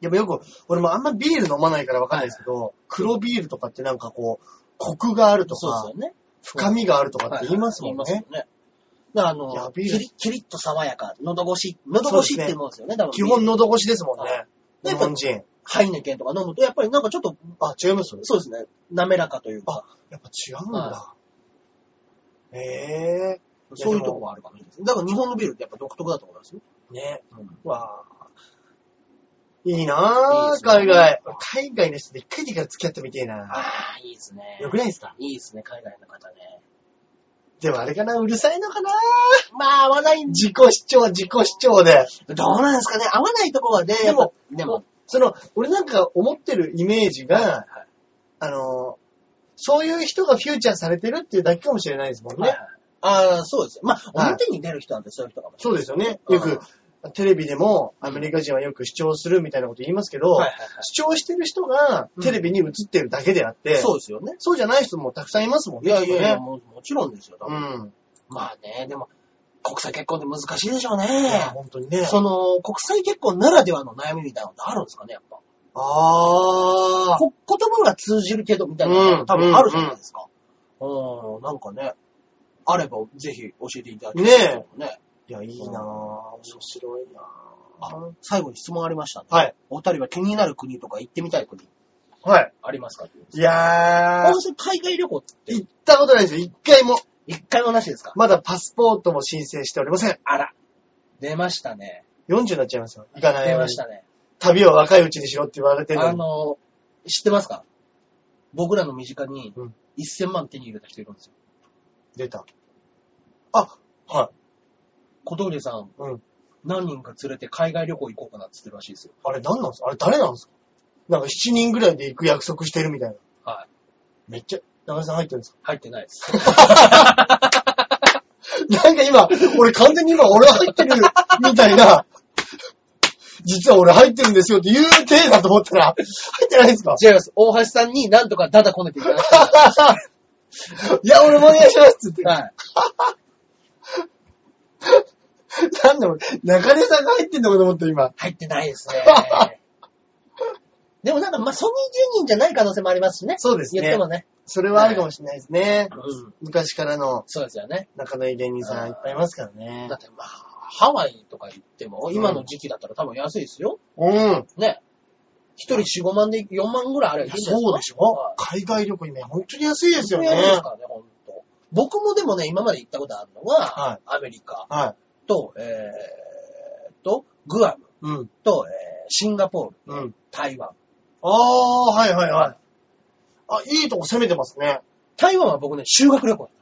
[SPEAKER 2] やっぱよく、俺もあんまビール飲まないからわかんないですけど、黒ビールとかってなんかこう、コクがあると
[SPEAKER 1] そう
[SPEAKER 2] か
[SPEAKER 1] で、すよね。
[SPEAKER 2] 深みがあるとかって言いますもんね。
[SPEAKER 1] はいはい言いますよね。だからあ
[SPEAKER 2] いや
[SPEAKER 1] の、キ
[SPEAKER 2] ビール
[SPEAKER 1] リキリッと爽やか、喉越し、喉越しっていうもんですよね。だから
[SPEAKER 2] 基本喉越しですもん
[SPEAKER 1] は
[SPEAKER 2] ね。
[SPEAKER 1] で
[SPEAKER 2] 日本人。
[SPEAKER 1] ハイネケンとか飲むと、やっぱりなんかちょっと、
[SPEAKER 2] あ、違います
[SPEAKER 1] そうですね、滑らかというか、
[SPEAKER 2] やっぱ違うんだ。ええ
[SPEAKER 1] そういうとこもあるかもしれないです。だから日本のビールってやっぱ独特だと思いますよ。
[SPEAKER 2] ね。
[SPEAKER 1] うん
[SPEAKER 2] わあ。いいなぁ、
[SPEAKER 1] いいですね
[SPEAKER 2] 海外。海外の人で一回でから付き合ってみてえな
[SPEAKER 1] ああ、いいですね
[SPEAKER 2] よくないですか
[SPEAKER 1] いいですね、海外の方ね。
[SPEAKER 2] でもあれかな、うるさいのかな
[SPEAKER 1] まあ、話題に、
[SPEAKER 2] 自己主張、自己主張で。
[SPEAKER 1] どうなんですかね、合わないとこはね、
[SPEAKER 2] でも
[SPEAKER 1] やっぱでも、
[SPEAKER 2] その、俺なんか思ってるイメージが、あの、そういう人がフューチャーされてるっていうだけかもしれないですもんね。
[SPEAKER 1] ね。ああ、そうですよ。まあ、
[SPEAKER 2] はい
[SPEAKER 1] 表に出る人なんてそういう人かもしれ
[SPEAKER 2] そうですよね。よく、テレビでもアメリカ人はよく主張するみたいなこと言いますけど、
[SPEAKER 1] ない。はいはいはい。
[SPEAKER 2] 主張してる人がテレビに映ってるだけであって、
[SPEAKER 1] そうですよね。
[SPEAKER 2] そうじゃない人もたくさんいますもん
[SPEAKER 1] い
[SPEAKER 2] ね。
[SPEAKER 1] やいやい
[SPEAKER 2] きっ
[SPEAKER 1] や、
[SPEAKER 2] とね
[SPEAKER 1] ももちろんですよ。
[SPEAKER 2] うん。
[SPEAKER 1] まあね、でも、国際結婚って難しいでしょうね
[SPEAKER 2] い。や本当にね。
[SPEAKER 1] その、国際結婚ならではの悩みみたいなのってあるんですかね、やっぱ。
[SPEAKER 2] あー。
[SPEAKER 1] こ言葉が通じるけど、みたいなのが多分あるじゃないですか。うん、んなんかね、あればぜひ教えていただきたいですね。ね
[SPEAKER 2] いや、いいなぁ。面白いなぁ。
[SPEAKER 1] 最後に質問ありましたね。
[SPEAKER 2] はい。
[SPEAKER 1] お二人は気になる国とか行ってみたい国
[SPEAKER 2] はい。
[SPEAKER 1] ありますか
[SPEAKER 2] いや
[SPEAKER 1] 本
[SPEAKER 2] ー。
[SPEAKER 1] 当に海外旅行って
[SPEAKER 2] 行ったことないですよ。一回も。
[SPEAKER 1] 一回もなしですか
[SPEAKER 2] まだパスポートも申請しておりません。
[SPEAKER 1] あら。出ましたね。
[SPEAKER 2] 40になっちゃいますよ。行かない。
[SPEAKER 1] 出まし。たね。
[SPEAKER 2] 旅を若いうちにしろって言われてるの
[SPEAKER 1] あ
[SPEAKER 2] に。
[SPEAKER 1] の、知ってますか僕らの身近に
[SPEAKER 2] うん
[SPEAKER 1] 1000万手に入れた人いるんですよ。
[SPEAKER 2] 出た。あ、はい。
[SPEAKER 1] 小峠さん、
[SPEAKER 2] うん
[SPEAKER 1] 何人か連れて海外旅行行こうかなって言ってるらしいですよ。
[SPEAKER 2] あれ何なんですかあれ誰なんですかなんか7人ぐらいで行く約束してるみたいな。
[SPEAKER 1] はい。
[SPEAKER 2] めっちゃ、中井さん入ってるんですか [LAUGHS]
[SPEAKER 1] 入ってないです。 [LAUGHS]
[SPEAKER 2] なんか今、俺完全に今俺入ってる [LAUGHS] みたいな。実は俺入ってるんですよって言う体だと思ったら、入ってないんですか [LAUGHS]
[SPEAKER 1] 違います。大橋さんになんとかダダこねていただきたい。
[SPEAKER 2] いや、俺もお願いしますっつって。
[SPEAKER 1] はい。
[SPEAKER 2] なんだろう、中根さんが入ってんのかと思った、今。
[SPEAKER 1] 入ってないですね。 [LAUGHS] でもなんか、まあ、ソニー10人じゃない可能性もありますしね。
[SPEAKER 2] そうで
[SPEAKER 1] 言ってもね。
[SPEAKER 2] それはあるかもしれないですね。
[SPEAKER 1] うん。
[SPEAKER 2] 昔からの
[SPEAKER 1] そうですよね。
[SPEAKER 2] 仲のいい芸人さんいっぱいいますからね
[SPEAKER 1] だ。ってまあ、ハワイとか行っても、今の時期だったら多分安いですよ。
[SPEAKER 2] うん。
[SPEAKER 1] ね。一人4、5万で4万ぐらいあればいいんじゃない
[SPEAKER 2] そうでしょ
[SPEAKER 1] は
[SPEAKER 2] 海外旅行今、本当に安いで
[SPEAKER 1] い
[SPEAKER 2] すよね。
[SPEAKER 1] そうですからね、ほんと。僕もでもね、今まで行ったことあるのは、
[SPEAKER 2] は
[SPEAKER 1] アメリカ
[SPEAKER 2] はい。
[SPEAKER 1] と、えーっと、グアム
[SPEAKER 2] うん。
[SPEAKER 1] と、えーシンガポール、
[SPEAKER 2] うん。
[SPEAKER 1] 台湾。
[SPEAKER 2] ああ、はいはいはい。あ、いいとこ攻めてますね。
[SPEAKER 1] 台湾は僕ね、修学旅行だったん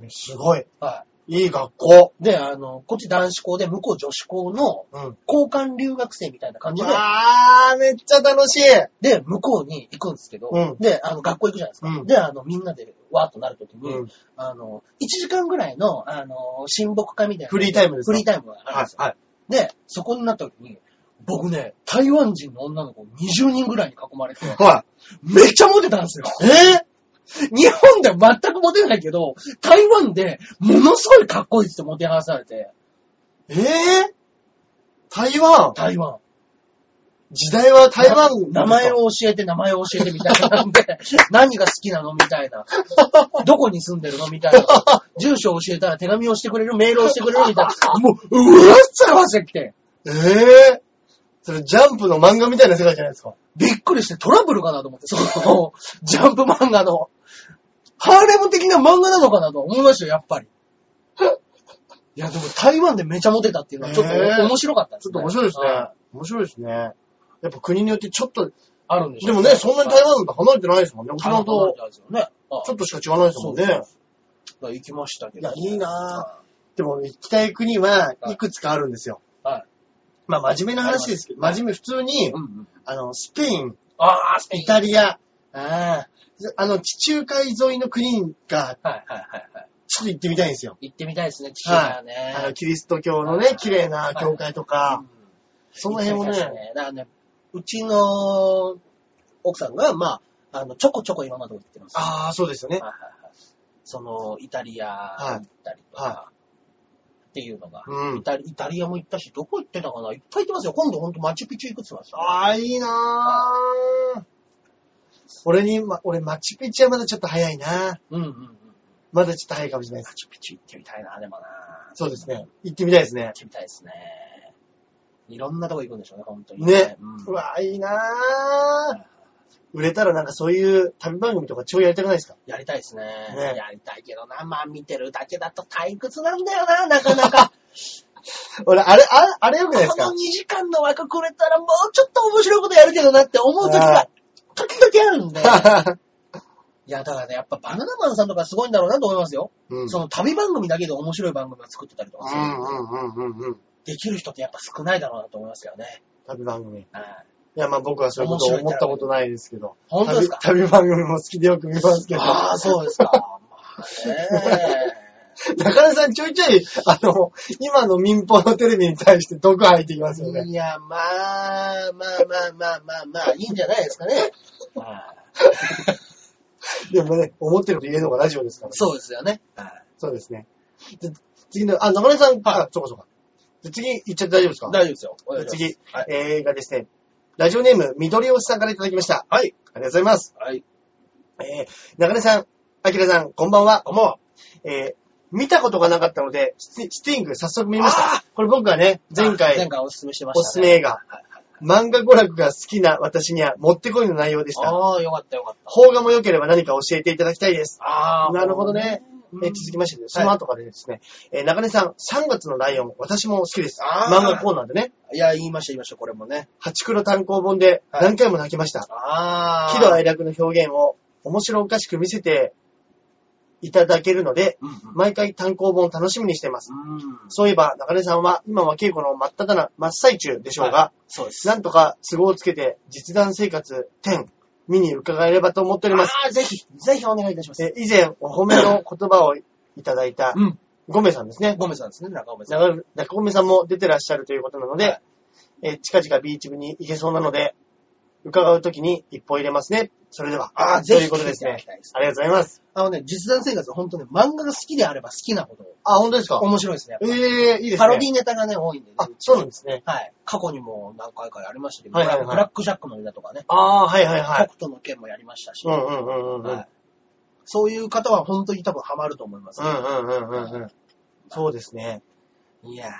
[SPEAKER 1] ですよ。
[SPEAKER 2] すごい。
[SPEAKER 1] はい
[SPEAKER 2] い学校。
[SPEAKER 1] い。で、あの、こっち男子校で、向こう女子校の
[SPEAKER 2] うん。
[SPEAKER 1] 交換留学生みたいな感じで、
[SPEAKER 2] あー、めっちゃ楽しい。
[SPEAKER 1] で、向こうに行くんですけど、
[SPEAKER 2] うん
[SPEAKER 1] で、あの、学校行くじゃないですか。
[SPEAKER 2] うん
[SPEAKER 1] で、あの、みんなで、わーっとなるときに、
[SPEAKER 2] うん。
[SPEAKER 1] あの、1時間ぐらいの、あの、親睦会みたいな。
[SPEAKER 2] フリータイムですか
[SPEAKER 1] フリータイムがあるん
[SPEAKER 2] は
[SPEAKER 1] で
[SPEAKER 2] い
[SPEAKER 1] すよ。
[SPEAKER 2] はい。
[SPEAKER 1] で、そこになったときに、僕ね、台湾人の女の子20人ぐらいに囲まれて、 [LAUGHS]
[SPEAKER 2] は
[SPEAKER 1] めっちゃモテたん
[SPEAKER 2] [LAUGHS]
[SPEAKER 1] ですよ。
[SPEAKER 2] い。え
[SPEAKER 1] 日本では全くモテないけど、台湾でものすごいかっこいいってモテはされて、
[SPEAKER 2] ー、えー、台湾
[SPEAKER 1] 台湾。
[SPEAKER 2] 時代は台湾ですか
[SPEAKER 1] 名前を教えて、名前を教えてみたい [LAUGHS] なんで、何が好きなのみたい [LAUGHS] な。どこに住んでるのみたい [LAUGHS] な。住所を教えたら手紙をしてくれる、メールをしてくれるみたいな。もう、うわっさわせてきて。
[SPEAKER 2] ええそれジャンプの漫画みたいな世界じゃないですか。
[SPEAKER 1] びっくりしてトラブルかなと思って、その、ジャンプ漫画の、ハーレム的な漫画なのかなと思いましたよ、やっぱり。いや、でも台湾でめちゃモテたっていうのはちょっと
[SPEAKER 2] ねえ
[SPEAKER 1] 面白かったで
[SPEAKER 2] ち
[SPEAKER 1] す
[SPEAKER 2] ょ
[SPEAKER 1] ね。
[SPEAKER 2] っと面白いですね
[SPEAKER 1] は。
[SPEAKER 2] 面白いですね。やっぱ国によってちょっと、
[SPEAKER 1] あるんでしょ
[SPEAKER 2] でもね、そんなに台湾と離れてないですもんね。沖
[SPEAKER 1] あ
[SPEAKER 2] 縄
[SPEAKER 1] そ
[SPEAKER 2] と
[SPEAKER 1] うなんですよね。あ
[SPEAKER 2] ちょっとしか違わないですもんね。
[SPEAKER 1] 行きましたけ
[SPEAKER 2] い
[SPEAKER 1] ど
[SPEAKER 2] や、
[SPEAKER 1] ね。
[SPEAKER 2] いいなぁ。でも行きたい国はいくつかあるんですよ。
[SPEAKER 1] はい。
[SPEAKER 2] まあ真面目な話ですけど、真面目普通に
[SPEAKER 1] う、んうん。
[SPEAKER 2] あの、スペイン、
[SPEAKER 1] ああ、スペイン
[SPEAKER 2] イ。タリア、あの、地中海沿いの国が
[SPEAKER 1] はいはいはいはい。
[SPEAKER 2] ちょっと行ってみたいんですよ。
[SPEAKER 1] 行ってみたいですね、父
[SPEAKER 2] は
[SPEAKER 1] 親
[SPEAKER 2] い
[SPEAKER 1] ね。
[SPEAKER 2] あの、キリスト教のね、綺麗な教会とか、
[SPEAKER 1] うん
[SPEAKER 2] その辺を
[SPEAKER 1] 行ってみたい
[SPEAKER 2] ね、
[SPEAKER 1] ですだからね、うちの奥さんが、まあ、あの、ちょこちょこ今まで行ってます。
[SPEAKER 2] ああ、そうですよね
[SPEAKER 1] はい。はいはいその、イタリア行ったりとか、
[SPEAKER 2] は
[SPEAKER 1] っていうのが、
[SPEAKER 2] うん
[SPEAKER 1] イ。タリ。イタリアも行ったし、どこ行ってたかないっぱい行ってますよ。今度ほんとマチュピチュ行くって言ってまし
[SPEAKER 2] ああ、いいなぁ。俺に、ま、俺、マチュピチュはまだちょっと早いな
[SPEAKER 1] た。うんうんうん。
[SPEAKER 2] まだちょっと早いかもしれないで
[SPEAKER 1] マ
[SPEAKER 2] す。
[SPEAKER 1] チュピチュ行ってみたいな、でもな。
[SPEAKER 2] そうですね。行ってみたいですね
[SPEAKER 1] 行っ。てみたいですね。いろんなとこ行くんでしょうね、本当に
[SPEAKER 2] ね
[SPEAKER 1] うん。
[SPEAKER 2] うわぁ、いいなぁ。売れたらなんかそういう旅番組とか超やりたくないですか
[SPEAKER 1] やりたいですね
[SPEAKER 2] ね
[SPEAKER 1] やりたいけどな。まあ見てるだけだと退屈なんだよな、なか
[SPEAKER 2] [LAUGHS]
[SPEAKER 1] なか。
[SPEAKER 2] 俺、あれ、あれ、あれよくないです
[SPEAKER 1] こ
[SPEAKER 2] か
[SPEAKER 1] の2時間の枠くれたらもうちょっと面白いことやるけどなって思う時が、時々あるん
[SPEAKER 2] [LAUGHS]
[SPEAKER 1] で。いや、だからね、やっぱバナナマンさんとかすごいんだろうなと思いますよ。
[SPEAKER 2] うん。
[SPEAKER 1] その旅番組だけで面白い番組を作ってたりとかす
[SPEAKER 2] う
[SPEAKER 1] る、
[SPEAKER 2] んうんうんうんうん。
[SPEAKER 1] できる人ってやっぱ少ないだろうなと思いますけどね。
[SPEAKER 2] 旅番組。い
[SPEAKER 1] はい
[SPEAKER 2] や、まあ僕はそういうこと思ったことないですけど。
[SPEAKER 1] 本当ですか
[SPEAKER 2] 旅旅番組も好きでよく見ますけど。
[SPEAKER 1] ああ、そうですか。まあね。
[SPEAKER 2] 中根さんちょいちょい、あの、今の民放のテレビに対して毒吐いてきますよね。
[SPEAKER 1] いや、まあ、まあまあまあまあまあ、いいんじゃないですかね。
[SPEAKER 2] でもね、思ってると言えるのがラジオですから。
[SPEAKER 1] そうですよね。
[SPEAKER 2] そうですね。で次の、あ、中根さん、あ、そうかそうか。で次、行っちゃって大丈夫ですか
[SPEAKER 1] 大丈夫ですよ。
[SPEAKER 2] で次、
[SPEAKER 1] はい
[SPEAKER 2] えーがですね、ラジオネーム、緑おじさんからいただきました。はい。ありがとうございます。
[SPEAKER 1] はい。
[SPEAKER 2] えー、中根さん、あきらさん、こんばんは。こんばんは。えー、見たことがなかったので、ステスティング早速見ました。これ僕はね、前
[SPEAKER 1] 前
[SPEAKER 2] 回、
[SPEAKER 1] 回おすすめしてま
[SPEAKER 2] お
[SPEAKER 1] し
[SPEAKER 2] すす
[SPEAKER 1] た、
[SPEAKER 2] め
[SPEAKER 1] ね。
[SPEAKER 2] 映画、漫画娯楽が好きな私にはもってこいの内容でした。
[SPEAKER 1] ああ、よかったよかった。
[SPEAKER 2] 邦画も良ければ何か教えていただきたいです。
[SPEAKER 1] ああ、
[SPEAKER 2] なるほどね。
[SPEAKER 1] うん。
[SPEAKER 2] えー続きまして、その後からですね、えー中根さん、3月のライオン、私も好きです。
[SPEAKER 1] あー
[SPEAKER 2] 漫画コーナーでね、
[SPEAKER 1] いや、言いました言いました、これもね。
[SPEAKER 2] ハチクロ単行本で何回も泣きました。
[SPEAKER 1] ああ。
[SPEAKER 2] 喜怒哀楽の表現を面白おかしく見せていただけるので、
[SPEAKER 1] うんうん。
[SPEAKER 2] 毎回単行本を楽しみにしています。
[SPEAKER 1] うん。
[SPEAKER 2] そういえば、中根さんは今は稽古の真っ只な、真っ最中でしょうが、
[SPEAKER 1] そうです。
[SPEAKER 2] なんとか都合をつけて実弾生活10見に伺えればと思っております。
[SPEAKER 1] ああ、ぜひ、ぜひお願いいたします。
[SPEAKER 2] え以前、お褒めの言葉をいただいた
[SPEAKER 1] うん。
[SPEAKER 2] ゴメさんですね。
[SPEAKER 1] ごめんさんですね、中尾さん。
[SPEAKER 2] 中中込さんも出てらっしゃるということなので、
[SPEAKER 1] はい
[SPEAKER 2] えー近々ビーチ部に行けそうなので、
[SPEAKER 3] 伺うときに一本入れますね。それでは、
[SPEAKER 1] あー
[SPEAKER 3] と
[SPEAKER 1] ぜひ
[SPEAKER 3] いうことです
[SPEAKER 1] 聞い
[SPEAKER 3] ね
[SPEAKER 1] ていただきたいです。
[SPEAKER 3] ありがとうございます。
[SPEAKER 1] あのね、実弾生活は本当ね、漫画が好きであれば好きなほど
[SPEAKER 2] あ、本当ですか
[SPEAKER 1] 面白いですね。
[SPEAKER 2] ええいいですね。
[SPEAKER 1] パロディネタがね、多いんでね。
[SPEAKER 2] あ、そうなんですね。
[SPEAKER 1] はい。過去にも何回かやりましたけど、
[SPEAKER 3] はいはいはい
[SPEAKER 1] ブラックジャックのネタとかね、
[SPEAKER 3] ああ、はいはいは
[SPEAKER 1] 北
[SPEAKER 3] い。
[SPEAKER 1] 斗の剣もやりましたし、
[SPEAKER 3] うんうんうんうんうん。
[SPEAKER 1] はいそういう方は本当に多分ハマると思います
[SPEAKER 3] う。んうんうんうんうん。そうですね。
[SPEAKER 1] いや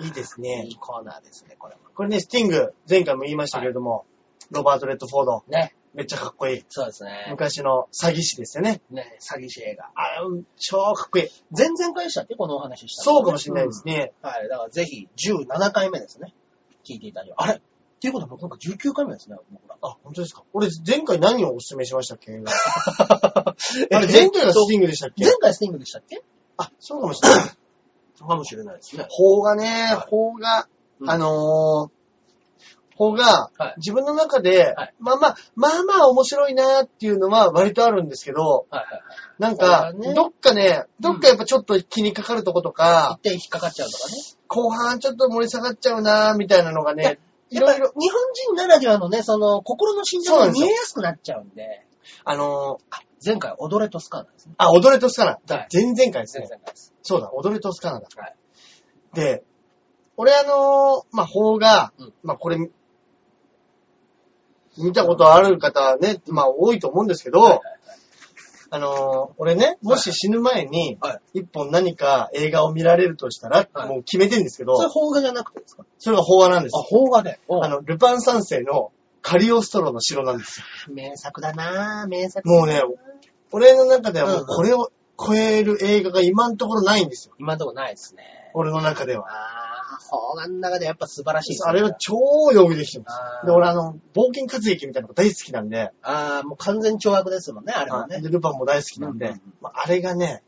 [SPEAKER 3] いいです
[SPEAKER 1] ー、
[SPEAKER 3] ね
[SPEAKER 1] い。いコーナーですね、これも。
[SPEAKER 3] これね、スティング、前回も言いましたけれども、ロバート・レッド・フォード、
[SPEAKER 1] ね。
[SPEAKER 3] めっちゃかっこいい。
[SPEAKER 1] そうですね。
[SPEAKER 3] 昔の詐欺師ですよね。
[SPEAKER 1] ね、詐欺師映画。
[SPEAKER 3] あー超かっこいい。
[SPEAKER 1] 前々回でしたっけこのお話ししたのね、
[SPEAKER 3] そうかもしれないですね。
[SPEAKER 1] うん。はい。だからぜひ、17回目ですね。聞いていただきあれっていうことはもう今回19回目ですね、僕ら。
[SPEAKER 3] あ、本当ですか俺、前回何をお勧めしましたっ
[SPEAKER 2] [LAUGHS]
[SPEAKER 3] けあ
[SPEAKER 1] あ
[SPEAKER 3] れ、前回がスティングでしたっけ
[SPEAKER 1] 前回スティングでしたっけ
[SPEAKER 3] あ、そうかもしれない。
[SPEAKER 1] かもしれないですね。
[SPEAKER 2] 法がね、法が、
[SPEAKER 1] うん
[SPEAKER 2] あのー、法が
[SPEAKER 1] はい、
[SPEAKER 2] 自分の中で
[SPEAKER 1] はい、
[SPEAKER 2] まあまあ、まあまあ面白いなっていうのは割とあるんですけど、
[SPEAKER 1] はいはいはい。
[SPEAKER 2] なんか、
[SPEAKER 1] そうだね
[SPEAKER 2] どっかね、どっかやっぱちょっと気にかかるとことか
[SPEAKER 1] 一、点引っかかっちゃうとかね。
[SPEAKER 2] 後半ちょっと盛り下がっちゃうなみたいなのがね、
[SPEAKER 1] やっぱり日本人ならではのね、その心の心情
[SPEAKER 2] そうな
[SPEAKER 1] が
[SPEAKER 2] んです
[SPEAKER 1] 見
[SPEAKER 2] よ
[SPEAKER 1] えやすくなっちゃうんで、
[SPEAKER 2] あのー、
[SPEAKER 1] 前回踊れとスカーナですね。
[SPEAKER 2] あ、踊れとスカナ。
[SPEAKER 1] はい
[SPEAKER 2] 前々回です
[SPEAKER 1] 前
[SPEAKER 2] ね。
[SPEAKER 1] 々回です。
[SPEAKER 2] そうだ、踊れとスカナだ。
[SPEAKER 1] はい
[SPEAKER 2] で、俺あのー、まあ、法が、
[SPEAKER 1] うん
[SPEAKER 2] まあ、これ、見たことある方はね、まあ、多いと思うんですけど、
[SPEAKER 1] はいはい
[SPEAKER 2] あのー、俺ね、もし死ぬ前に
[SPEAKER 1] は、
[SPEAKER 2] 一本何か映画を見られるとしたら、
[SPEAKER 1] はい
[SPEAKER 2] もう決めてんですけど、
[SPEAKER 1] それ邦画じゃなくてですか
[SPEAKER 2] それが法話なんです
[SPEAKER 1] あ、
[SPEAKER 2] よ。
[SPEAKER 1] 邦画で。
[SPEAKER 2] あ
[SPEAKER 1] あの、
[SPEAKER 2] の、ルパン三世のカリオストロの城なんですよ。
[SPEAKER 1] 名作だなぁ、名作。
[SPEAKER 2] もうね、俺の中ではもううんこれを超える映画が今のところないんですよ。
[SPEAKER 1] 今のとこないですね。
[SPEAKER 2] 俺の中では。
[SPEAKER 1] あー、邦画の中でやっぱ素晴らしいですね
[SPEAKER 2] あれは超よくできてます。
[SPEAKER 1] あー
[SPEAKER 2] で、俺あの、冒険活劇みたいなのが大好きなんで、
[SPEAKER 1] あー、もう完全懲悪ですもんね、あれはね。い
[SPEAKER 2] でルパンも大好きなん
[SPEAKER 1] うん
[SPEAKER 2] で
[SPEAKER 1] うんうん、
[SPEAKER 2] まああれがね、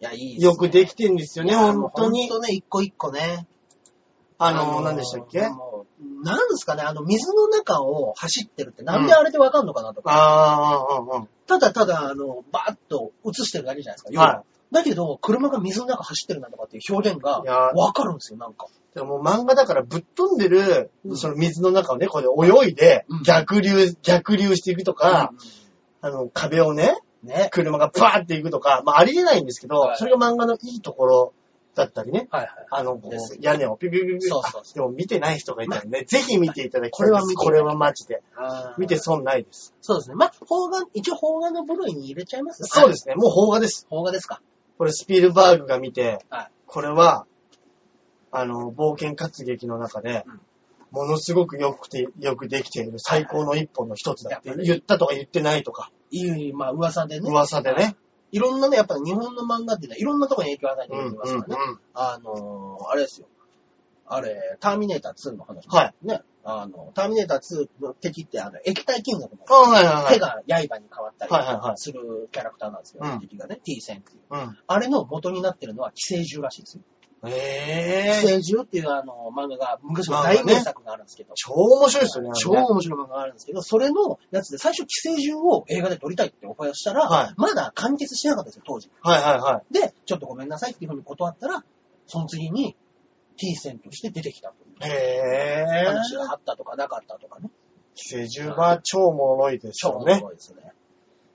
[SPEAKER 1] や、いい
[SPEAKER 2] よくでき
[SPEAKER 1] て
[SPEAKER 2] てるんですよね、本当に。
[SPEAKER 1] 本当ね、一個一個ね。
[SPEAKER 2] あの、何でしたっけ
[SPEAKER 1] もうなんですかね、あの、水の中を走ってるって、なんであれでわかんのかなとか。
[SPEAKER 2] あー、うんうんうん。
[SPEAKER 1] ただただ、あの、バーッと映してるだけじゃないですか。要
[SPEAKER 2] は
[SPEAKER 1] だけど、車が水の中走ってるなとかっていう表現が
[SPEAKER 2] いやー
[SPEAKER 1] わかるんですよ、なんか。
[SPEAKER 2] でももう漫画だからぶっ飛んでる
[SPEAKER 1] う、ん
[SPEAKER 2] その水の中をね、こうやって泳いで
[SPEAKER 1] うん、
[SPEAKER 2] 逆流、逆流していくとか、あの、壁をね、
[SPEAKER 1] ね。
[SPEAKER 2] 車がバーっていくとか、まあありえないんですけど
[SPEAKER 1] は、い
[SPEAKER 2] それが漫画のいいところだったりね、
[SPEAKER 1] はいはい。
[SPEAKER 2] あの、こう
[SPEAKER 1] です
[SPEAKER 2] 屋根をピュピュピュピュ。
[SPEAKER 1] そうそうそ
[SPEAKER 2] でも見てない人がいたらね、 [LAUGHS] ぜひ見ていただきた
[SPEAKER 1] こ
[SPEAKER 2] い
[SPEAKER 1] れ
[SPEAKER 2] で
[SPEAKER 1] は見
[SPEAKER 2] す。
[SPEAKER 1] ていただきたい
[SPEAKER 2] これはマジで。
[SPEAKER 1] あー
[SPEAKER 2] 見て損ないです。
[SPEAKER 1] そうですね。まあ、邦画、一応邦画の部類に入れちゃいます。
[SPEAKER 2] そうですすね。もう邦画です。
[SPEAKER 1] 邦画ですか。
[SPEAKER 2] これスピルバーグが見て
[SPEAKER 1] はい、
[SPEAKER 2] これは、あの、冒険活劇の中で
[SPEAKER 1] うん、
[SPEAKER 2] ものすごくよくて、よくできている最高の一本の一つだって
[SPEAKER 1] やっぱり
[SPEAKER 2] 言ったとか言ってないとか、
[SPEAKER 1] いい、まあ、噂でね。
[SPEAKER 2] 噂でね。
[SPEAKER 1] いろんなね、やっぱ日本の漫画っていうのはいろんなところに影響を与えて
[SPEAKER 2] う
[SPEAKER 1] く
[SPEAKER 2] んう
[SPEAKER 1] れ
[SPEAKER 2] ん
[SPEAKER 1] てま
[SPEAKER 2] う
[SPEAKER 1] すからね。
[SPEAKER 2] ん。
[SPEAKER 1] あのー、あれですよ。あれ、ターミネーター2の話。
[SPEAKER 2] はい。
[SPEAKER 1] ね。あの、ターミネーター2の敵って、あの、液体金属の
[SPEAKER 2] あはいはい
[SPEAKER 1] 手
[SPEAKER 2] はい。
[SPEAKER 1] が刃に変わったり
[SPEAKER 2] はいはいはい
[SPEAKER 1] するキャラクターなんですけど、
[SPEAKER 2] うん
[SPEAKER 1] 敵がね、T 戦っていう。
[SPEAKER 2] うん。
[SPEAKER 1] あれの元になってるのは、寄生獣らしいですよ。寄
[SPEAKER 2] ええ。
[SPEAKER 1] 生獣っていうあの漫画が、昔の大名作があるんですけど、
[SPEAKER 2] 超面白いですよね。
[SPEAKER 1] 超
[SPEAKER 2] あれね
[SPEAKER 1] 面白い漫画があるんですけど、それのやつで最初寄生獣を映画で撮りたいってオファーをしたら、
[SPEAKER 2] はい
[SPEAKER 1] まだ完結してなかったんですよ、当時。
[SPEAKER 2] はいはいはい。
[SPEAKER 1] で、ちょっとごめんなさいっていうふうに断ったら、その次に T 戦として出てきたという
[SPEAKER 2] へえ。
[SPEAKER 1] 話があったとかなかったとかね。
[SPEAKER 2] 寄生獣は超おもろいです
[SPEAKER 1] 超
[SPEAKER 2] よ
[SPEAKER 1] 面
[SPEAKER 2] ね。
[SPEAKER 1] 白いですね。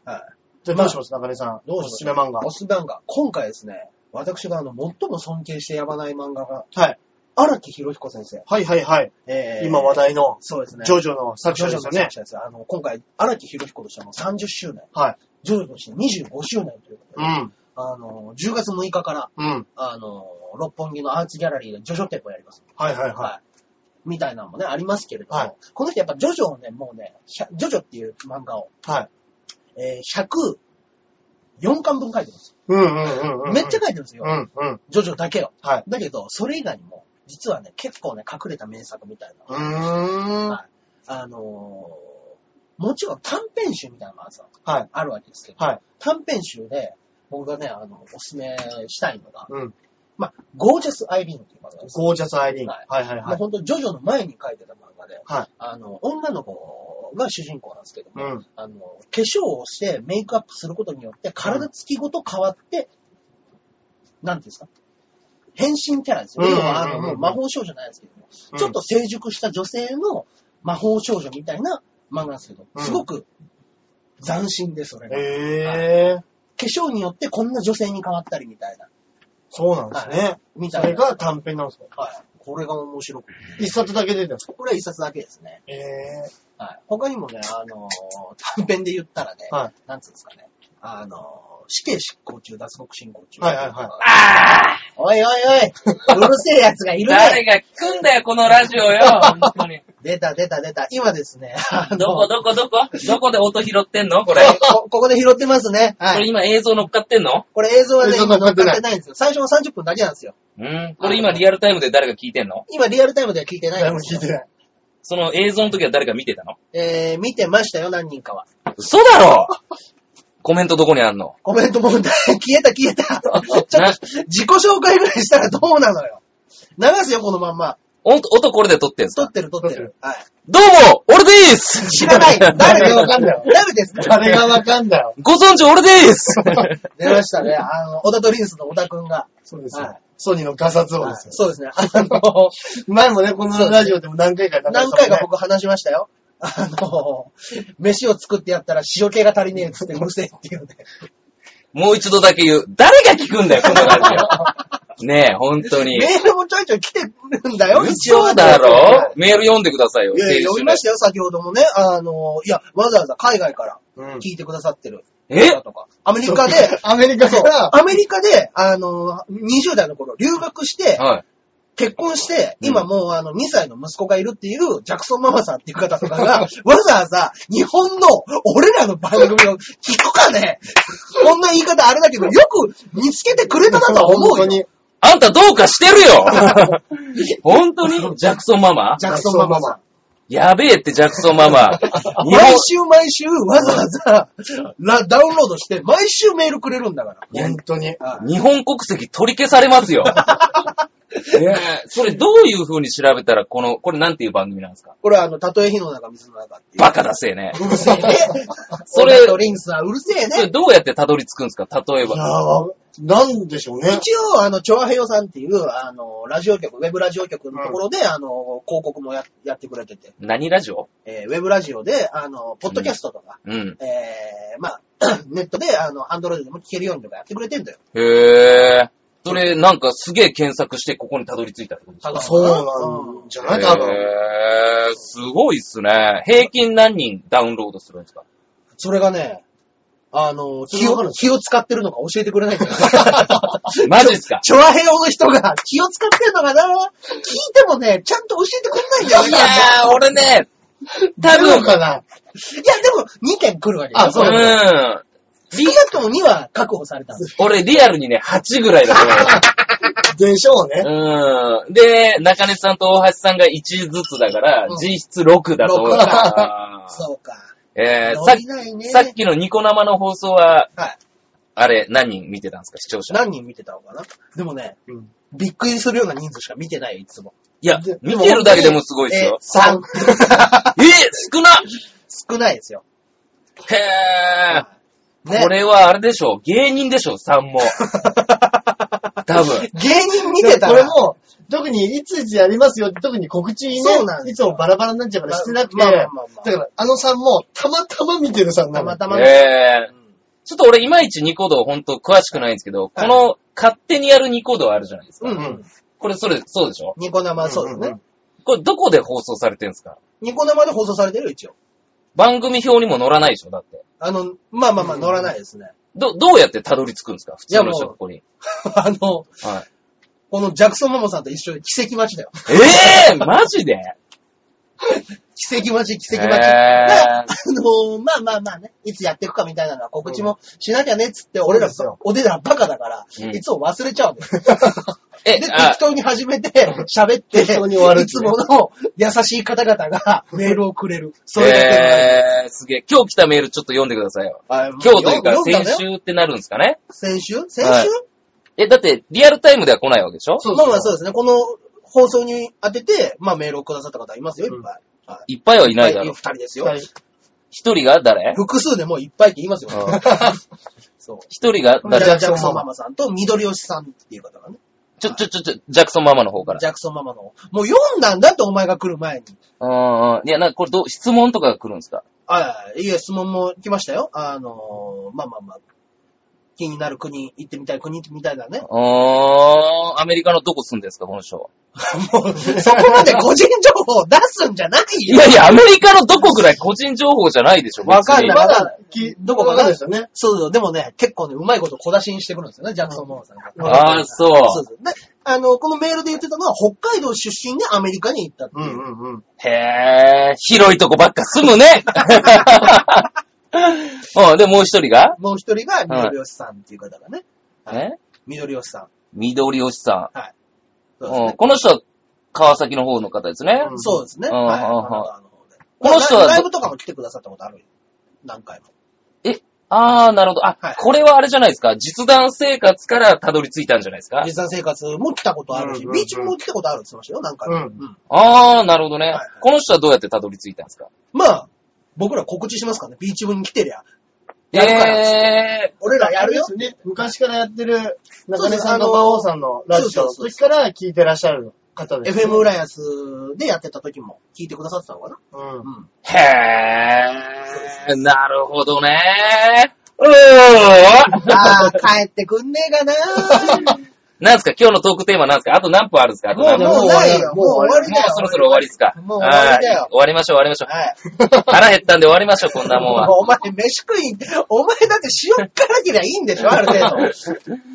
[SPEAKER 1] はい。
[SPEAKER 2] じゃあどうします中根さん。
[SPEAKER 1] どうします
[SPEAKER 2] おすすめ漫画。
[SPEAKER 1] おすすめ漫画。今回ですね、私があの、最も尊敬してやまない漫画が、
[SPEAKER 2] はい。
[SPEAKER 1] 荒木博彦先生。
[SPEAKER 2] はいはいはい。
[SPEAKER 1] え
[SPEAKER 2] 今話題の、
[SPEAKER 1] そうですね。
[SPEAKER 2] ジョジョの作者ですよ
[SPEAKER 1] ジョジ
[SPEAKER 2] ね
[SPEAKER 1] ョの作。者です。あの、今回、荒木博彦としてはもう30周年。
[SPEAKER 2] はい。
[SPEAKER 1] ジョジョとして25周年というこ
[SPEAKER 2] う
[SPEAKER 1] とで、
[SPEAKER 2] ん。
[SPEAKER 1] あの、10月6日から、
[SPEAKER 2] うん。
[SPEAKER 1] あの、六本木のアーツギャラリーでジョジョ展をやります。
[SPEAKER 2] はいはいはい。
[SPEAKER 1] みたいなのもね、ありますけれども、
[SPEAKER 2] はい
[SPEAKER 1] この人やっぱジョジョをね、もうね、ひゃジョジョっていう漫画を、
[SPEAKER 2] はい。
[SPEAKER 1] えー、104巻分書いてます。
[SPEAKER 2] うんうんうんうんうん。
[SPEAKER 1] めっちゃ書いてるんですよ。
[SPEAKER 2] うんうん。
[SPEAKER 1] ジョジョだけよ。
[SPEAKER 2] はい。
[SPEAKER 1] だけど、それ以外にも、実はね、結構ね、隠れた名作みたいな。
[SPEAKER 2] うーん。
[SPEAKER 1] はいあのーもちろん短編集みたいなのもあるんですよ
[SPEAKER 2] はい。
[SPEAKER 1] あるわけですけど、
[SPEAKER 2] はい
[SPEAKER 1] 短編集で、僕がね、あの、おすすめしたいのが、
[SPEAKER 2] うん。
[SPEAKER 1] まあ、ゴージャスアイリーンっていう漫画です。
[SPEAKER 2] ゴージャスアイリーン。は
[SPEAKER 1] はいい
[SPEAKER 2] はい
[SPEAKER 1] も
[SPEAKER 2] は
[SPEAKER 1] う
[SPEAKER 2] い。
[SPEAKER 1] ほんと、ジョジョの前に書いてた漫画で、
[SPEAKER 2] はい
[SPEAKER 1] あの、女の子が主人公なんですけど
[SPEAKER 2] う
[SPEAKER 1] も、
[SPEAKER 2] ん。
[SPEAKER 1] あの、化粧をしてメイクアップすることによって、体つきごと変わって、なんていうんですか変身キャラですよね。
[SPEAKER 2] うん
[SPEAKER 1] 要
[SPEAKER 2] うんうんうん
[SPEAKER 1] は、あの、もう魔法少女じゃないですけども、
[SPEAKER 2] うん
[SPEAKER 1] ちょっと成熟した女性の魔法少女みたいな漫画なんですけど、
[SPEAKER 2] うん
[SPEAKER 1] すごく斬新で、それが。
[SPEAKER 2] ええ
[SPEAKER 1] 化粧によってこんな女性に変わったりみたいな。
[SPEAKER 2] そうなんですね。
[SPEAKER 1] みた
[SPEAKER 2] そ
[SPEAKER 1] い
[SPEAKER 2] れ
[SPEAKER 1] な。
[SPEAKER 2] が短編なんですか
[SPEAKER 1] はい。これが面白くて。
[SPEAKER 2] 一冊だけ出てるんですか
[SPEAKER 1] これは一冊だけですね。
[SPEAKER 2] ええ
[SPEAKER 1] はい。他にもね、あのー短編で言ったらね、
[SPEAKER 2] はい
[SPEAKER 1] なんつうんですかね、あのー死刑執行中、脱獄進行中。
[SPEAKER 2] はいはいはい
[SPEAKER 4] あ
[SPEAKER 1] おいおいおい、うるせえ奴がいる
[SPEAKER 4] ー誰
[SPEAKER 1] ね。
[SPEAKER 4] が聞くんだよ、このラジオ [LAUGHS] よ、本当に。
[SPEAKER 1] 出た出た出た。今ですね、あの
[SPEAKER 4] どこどこどこどこで音拾ってんのこれ。
[SPEAKER 1] こ、ここで拾ってますね。は
[SPEAKER 4] これ
[SPEAKER 1] い。
[SPEAKER 4] 今映像乗っかってんの
[SPEAKER 1] これ映像はね、
[SPEAKER 2] 映像が
[SPEAKER 1] 今
[SPEAKER 2] 載ってない
[SPEAKER 1] 載ってないんですよ。最初の30分だけなんですよ。
[SPEAKER 4] うん。これ今リアルタイムで誰が聞いてんの
[SPEAKER 1] 今リアルタイムでは聞いてない
[SPEAKER 2] 誰
[SPEAKER 1] ん
[SPEAKER 2] も
[SPEAKER 1] です
[SPEAKER 2] 聞い
[SPEAKER 1] よ
[SPEAKER 2] て。ない。
[SPEAKER 4] その映像の時は誰か見てたの
[SPEAKER 1] えー、見てましたよ、何人かは。
[SPEAKER 4] 嘘だろ [LAUGHS] コメントどこにあんの
[SPEAKER 1] コメント問題、 [LAUGHS] 消えた消えた。ちょ
[SPEAKER 4] な
[SPEAKER 1] っと、自己紹介ぐらいしたらどうなのよ。流すよ、このまんま。
[SPEAKER 4] 音、音これで撮ってんす
[SPEAKER 1] 撮っ
[SPEAKER 4] か
[SPEAKER 1] てる撮ってる。はい。
[SPEAKER 4] [LAUGHS] どうも俺でーす
[SPEAKER 1] 知らない。誰
[SPEAKER 2] 誰
[SPEAKER 1] が
[SPEAKER 2] が
[SPEAKER 1] わ
[SPEAKER 2] わ
[SPEAKER 1] か
[SPEAKER 2] か
[SPEAKER 1] ん
[SPEAKER 2] ん
[SPEAKER 1] な
[SPEAKER 2] ないい。
[SPEAKER 1] [LAUGHS] 誰ですか
[SPEAKER 2] 誰がわかんだよ。
[SPEAKER 4] [LAUGHS] ご存知俺でーす [LAUGHS]
[SPEAKER 1] 出ましたね。あの、小田とリンスの小田くんが。
[SPEAKER 2] そうです
[SPEAKER 1] は
[SPEAKER 2] よ
[SPEAKER 1] い。
[SPEAKER 2] ソニーのガサツ音
[SPEAKER 1] はい
[SPEAKER 2] ですよ。
[SPEAKER 1] そうですね。あの、
[SPEAKER 2] [LAUGHS] 前もね、このラジオでも何回か流れたも
[SPEAKER 1] 何
[SPEAKER 2] んね
[SPEAKER 1] 回か僕話しましたよ。あの、飯を作ってやったら塩気が足りねえっつってうるせえっていうね。
[SPEAKER 4] もう一度だけ言う。誰が聞くんだよ、このラ [LAUGHS] ジオ。ねえ、本当に。
[SPEAKER 1] メールもちょいちょい来てるんだよ、
[SPEAKER 4] 嘘だろメール読んでくださいよ。
[SPEAKER 1] いやいや、
[SPEAKER 4] 青
[SPEAKER 1] 読
[SPEAKER 4] 春
[SPEAKER 1] み
[SPEAKER 4] の
[SPEAKER 1] ましたよ、先ほどもね。あの、いや、わざわざ海外から
[SPEAKER 2] うん。
[SPEAKER 1] 聞いてくださってる。
[SPEAKER 4] え
[SPEAKER 1] とか。アメリカで、
[SPEAKER 2] アメリカから、
[SPEAKER 1] アメリカで、あの、20代の頃、留学して、
[SPEAKER 4] はい。
[SPEAKER 1] 結婚して、
[SPEAKER 4] うん
[SPEAKER 1] 今もうあの、2歳の息子がいるっていう、ジャクソンママさんっていう方とかが、
[SPEAKER 4] [LAUGHS]
[SPEAKER 1] わざわざ、日本の、俺らの番組を聞くかねこんな言い方あれだけど、よく見つけてくれたなとは思う
[SPEAKER 2] 本当
[SPEAKER 1] よ。
[SPEAKER 2] に、
[SPEAKER 4] あんたどうかしてるよ本当にジャクソンママ
[SPEAKER 1] ジャクソンママさん。
[SPEAKER 4] やべえって、ジャクソンママ。日
[SPEAKER 1] 毎週毎週、わざわざ、ラダウンロードして、毎週メールくれるんだから。
[SPEAKER 2] 本当に。
[SPEAKER 1] あ
[SPEAKER 4] 本、日本国籍取り消されますよ。ねえそれどういう風に調べたら、この、これなんていう番組なんですか
[SPEAKER 1] これはあの、たとえ火の中、水の中っていう。
[SPEAKER 4] バカだせえね。
[SPEAKER 1] うる
[SPEAKER 4] [LAUGHS]
[SPEAKER 1] せえね。
[SPEAKER 4] それ
[SPEAKER 1] 俺とリンスはうるせえ
[SPEAKER 4] それ
[SPEAKER 1] ね。
[SPEAKER 4] どうやってたどり着くんですか例え
[SPEAKER 2] いや
[SPEAKER 4] ば。
[SPEAKER 2] ーなんでしょうね。
[SPEAKER 1] 一応、あの、チョアヘヨさんっていう、あの、ラジオ局、ウェブラジオ局のところで、あの、広告もややってくれてて、
[SPEAKER 4] 何ラジオ
[SPEAKER 1] えーウェブラジオで、あの、ポッドキャストとか、
[SPEAKER 4] うん。
[SPEAKER 1] えー、まあ、 [COUGHS] ネットで、あの、アンドロイドでも聞けるようにとかやってくれてんだよ。
[SPEAKER 4] へえ。それ、なんかすげえ検索して、ここにたどり着いたってことですか
[SPEAKER 1] ただ
[SPEAKER 2] そうなんじゃない多分。
[SPEAKER 4] へーすごいっすね。平均何人ダウンロードするんですか
[SPEAKER 1] それがね、あの、
[SPEAKER 2] それ
[SPEAKER 1] 気
[SPEAKER 2] わかる
[SPEAKER 1] を、気を使ってるのか [LAUGHS] 教えてくれないんだよ。
[SPEAKER 4] マジっすか
[SPEAKER 1] チョアヘヨの人が気を使ってんのかな聞いてもね、ちゃんと教えてくれないんだよ。
[SPEAKER 4] いやー、俺ね、多
[SPEAKER 2] 多分
[SPEAKER 4] 分、
[SPEAKER 2] かない
[SPEAKER 1] や、でも、2件来るわけ。
[SPEAKER 2] あそう
[SPEAKER 4] うん。
[SPEAKER 1] 少なくとも2は確保されたんです。
[SPEAKER 4] 俺リアルにね、8ぐらいだと思
[SPEAKER 2] でしょうね。
[SPEAKER 4] う。うん。で、中根さんと大橋さんが1ずつだから
[SPEAKER 1] う、ん
[SPEAKER 4] 実質6だと思う。
[SPEAKER 1] 六
[SPEAKER 4] あー
[SPEAKER 1] そうか。
[SPEAKER 4] [LAUGHS] えー、
[SPEAKER 1] 伸
[SPEAKER 4] さっ
[SPEAKER 1] び
[SPEAKER 4] き、
[SPEAKER 1] ないね。
[SPEAKER 4] さっきのニコ生の放送は、
[SPEAKER 1] はい
[SPEAKER 4] あれ、何人見てたんですか視聴者。
[SPEAKER 1] 何人見てたのかなでもね、
[SPEAKER 2] うん
[SPEAKER 1] びっくりするような人数しか見てない、いつも。
[SPEAKER 4] いや
[SPEAKER 2] で、
[SPEAKER 4] 見てるだけでもすごいです
[SPEAKER 1] え
[SPEAKER 4] よ。
[SPEAKER 1] 3。
[SPEAKER 4] [LAUGHS] えー、少な
[SPEAKER 1] [LAUGHS] 少ないですよ。
[SPEAKER 4] へー。
[SPEAKER 1] [LAUGHS] ね
[SPEAKER 4] こ。れはあれでしょ芸人でしょ ?3 も。多分。
[SPEAKER 1] 芸人見てた
[SPEAKER 2] これ
[SPEAKER 1] ら、
[SPEAKER 2] も、特にいついつやりますよって、特に告知ね
[SPEAKER 1] そうなん、で
[SPEAKER 2] いつもバラバラになっちゃうからしてなくて、
[SPEAKER 1] まあまあ
[SPEAKER 2] だ
[SPEAKER 1] まあまあ
[SPEAKER 2] からあのさんも、たまたま見てるさんな
[SPEAKER 1] た
[SPEAKER 2] の
[SPEAKER 1] ま。たまね、
[SPEAKER 4] ええ
[SPEAKER 1] うん
[SPEAKER 4] ちょっと俺いまいちニコ動ほんと詳しくないんですけど、この勝手にやるニコ動あるじゃないですか。
[SPEAKER 1] うんうん。
[SPEAKER 4] これそれ、そうでしょ
[SPEAKER 1] ニコ生、そうですね、
[SPEAKER 2] うんうん
[SPEAKER 4] これどこで放送されてるんですか
[SPEAKER 1] ニコ生で放送されてる、一応。
[SPEAKER 4] 番組表にも載らないでしょだって。
[SPEAKER 1] あの、まあまあまあ、乗らないですね。 [LAUGHS]
[SPEAKER 4] ど、どうやってたどり着くんですか普通の
[SPEAKER 1] いや
[SPEAKER 4] 人
[SPEAKER 1] もう
[SPEAKER 4] ここに。
[SPEAKER 1] あの、
[SPEAKER 4] はい、
[SPEAKER 1] このジャクソンママさんと一緒に奇跡待ちだよ。
[SPEAKER 4] ええ
[SPEAKER 1] [LAUGHS]
[SPEAKER 4] マジで
[SPEAKER 1] 奇跡待ち、奇跡待ち。
[SPEAKER 4] ええ
[SPEAKER 1] あのーまあまあまあね、いつやっていくかみたいなのは告知もしなきゃねっつって、俺ら
[SPEAKER 2] そうですよ、
[SPEAKER 1] おでらバカだから、
[SPEAKER 4] うん
[SPEAKER 1] いつも忘れちゃうのよ。
[SPEAKER 4] え
[SPEAKER 1] で、、
[SPEAKER 4] あ
[SPEAKER 1] 適、当に始めて、喋って、い
[SPEAKER 2] 適当に終わる
[SPEAKER 1] つもの優しい方々がメールをくれる。それだけの話
[SPEAKER 4] ええすげえ。今日来たメールちょっと読んでくださいよ。
[SPEAKER 1] あ
[SPEAKER 4] 今日というか
[SPEAKER 1] 読んだ
[SPEAKER 4] 先
[SPEAKER 1] のよ
[SPEAKER 4] 週ってなるんですかね
[SPEAKER 1] 先週先週、
[SPEAKER 4] はいえ、だってリアルタイムでは来ないわけでしょ
[SPEAKER 2] そう
[SPEAKER 1] まあまあそうですね。この放送に当てて、まあメールをくださった方いますよ、いっぱい。
[SPEAKER 4] いっぱいはいないだ
[SPEAKER 1] い
[SPEAKER 4] ろ
[SPEAKER 1] っ。ぱい二人ですよ
[SPEAKER 2] 二。人
[SPEAKER 4] 一人が誰
[SPEAKER 1] 複数で [LAUGHS] もういっぱいって言いますよ。
[SPEAKER 4] うん
[SPEAKER 1] そう。
[SPEAKER 4] 一人が
[SPEAKER 1] ジャ
[SPEAKER 4] 誰
[SPEAKER 1] ジャクソンママさんと緑吉さんっていう方がね。
[SPEAKER 4] ちょ、ちょ、ちょ、ちょ、ジャクソンママの方から。
[SPEAKER 1] ジャクソンママの。もう読んだんだってお前が来る前に。
[SPEAKER 4] うんうん。いや、なんかこれどう、質問とかが来るんですか
[SPEAKER 1] あいや、質問も来ましたよ。あのー、まあまあまあ。気になる国、行ってみたい国みたいな
[SPEAKER 4] [LAUGHS]
[SPEAKER 1] ね。
[SPEAKER 4] あー、アメリカのどこ住んでるんですか、この人は。
[SPEAKER 1] もう、そこまで個人情報を出すんじゃない
[SPEAKER 4] い
[SPEAKER 1] よ。
[SPEAKER 4] やいや、アメリカのどこぐらい個人情報じゃないでしょ、
[SPEAKER 2] わかんない。
[SPEAKER 4] 別に
[SPEAKER 1] ま
[SPEAKER 2] ま
[SPEAKER 1] だ
[SPEAKER 2] だ、き
[SPEAKER 1] どこか
[SPEAKER 2] わ
[SPEAKER 1] な
[SPEAKER 2] かんないですよね。
[SPEAKER 1] そうそう、でもね、結構ね、うまいこと小出しにしてくるんですよね、ジャクソン・モーさんが。
[SPEAKER 4] あー、そう。
[SPEAKER 1] そうそう。で、あの、このメールで言ってたのは、北海道出身でアメリカに行ったって
[SPEAKER 2] う
[SPEAKER 1] い
[SPEAKER 2] ん
[SPEAKER 1] う。
[SPEAKER 2] うんうん。
[SPEAKER 4] へー、広いとこばっか住
[SPEAKER 1] [LAUGHS]
[SPEAKER 4] むね。うん、で、もう一人が
[SPEAKER 1] もう一人が、緑吉さんっていう方がね。
[SPEAKER 4] え
[SPEAKER 1] 緑吉さん。
[SPEAKER 4] 緑吉さん。
[SPEAKER 1] そうです
[SPEAKER 4] うん
[SPEAKER 1] ね。
[SPEAKER 4] この人は川崎の方の方ですね。
[SPEAKER 2] うん
[SPEAKER 1] そうですね。
[SPEAKER 4] うん
[SPEAKER 1] はい。
[SPEAKER 4] うん
[SPEAKER 1] 神奈川の方で
[SPEAKER 4] この人は
[SPEAKER 1] ライライブとかも来てくださったことあるよ。何回も。
[SPEAKER 4] あー、なるほど。あ、
[SPEAKER 1] はい
[SPEAKER 4] これはあれじゃないですか。実弾生活からたどり着いたんじゃないですか
[SPEAKER 1] 実。際生活も来たことあるし、
[SPEAKER 2] うんうんうん
[SPEAKER 1] ビーチも来たことあるって言ってましたよ、何回も。
[SPEAKER 2] うん
[SPEAKER 4] あー、なるほどね
[SPEAKER 1] はいはい。
[SPEAKER 4] この人はどうやってたどり着いたんですか
[SPEAKER 1] まあ、僕ら告知しますからね、ビーチ部に来てりゃ。やるから
[SPEAKER 4] え
[SPEAKER 1] 俺らやるよ。
[SPEAKER 2] あれですね。昔からやってる、中根さんと馬王さんのラジオの
[SPEAKER 1] そうそうそう
[SPEAKER 2] 時から聞いてらっしゃる方です。
[SPEAKER 1] FM 浦安でやってた時も聞いてくださってたのかな
[SPEAKER 2] うん。
[SPEAKER 1] うん。
[SPEAKER 4] ー、へー、なるほどね。うー
[SPEAKER 1] あー、帰ってくんねえかな
[SPEAKER 4] なんですか今日のトークテーマなんですかあと何分あるんですかあ
[SPEAKER 1] [LAUGHS]
[SPEAKER 4] と
[SPEAKER 1] もう、
[SPEAKER 4] 何分
[SPEAKER 1] もうないよ。もう終わりだ
[SPEAKER 4] もう
[SPEAKER 1] よ。
[SPEAKER 4] そろそろ終わりですか。
[SPEAKER 1] もう終わりだよ
[SPEAKER 4] はい終わりましょう、終わりましょう。
[SPEAKER 1] はい。
[SPEAKER 4] 腹減ったんで終わりましょう、こんなもんは。
[SPEAKER 1] お前、飯食い、お前だって塩辛けりゃいいんでしょある程 [LAUGHS] 度。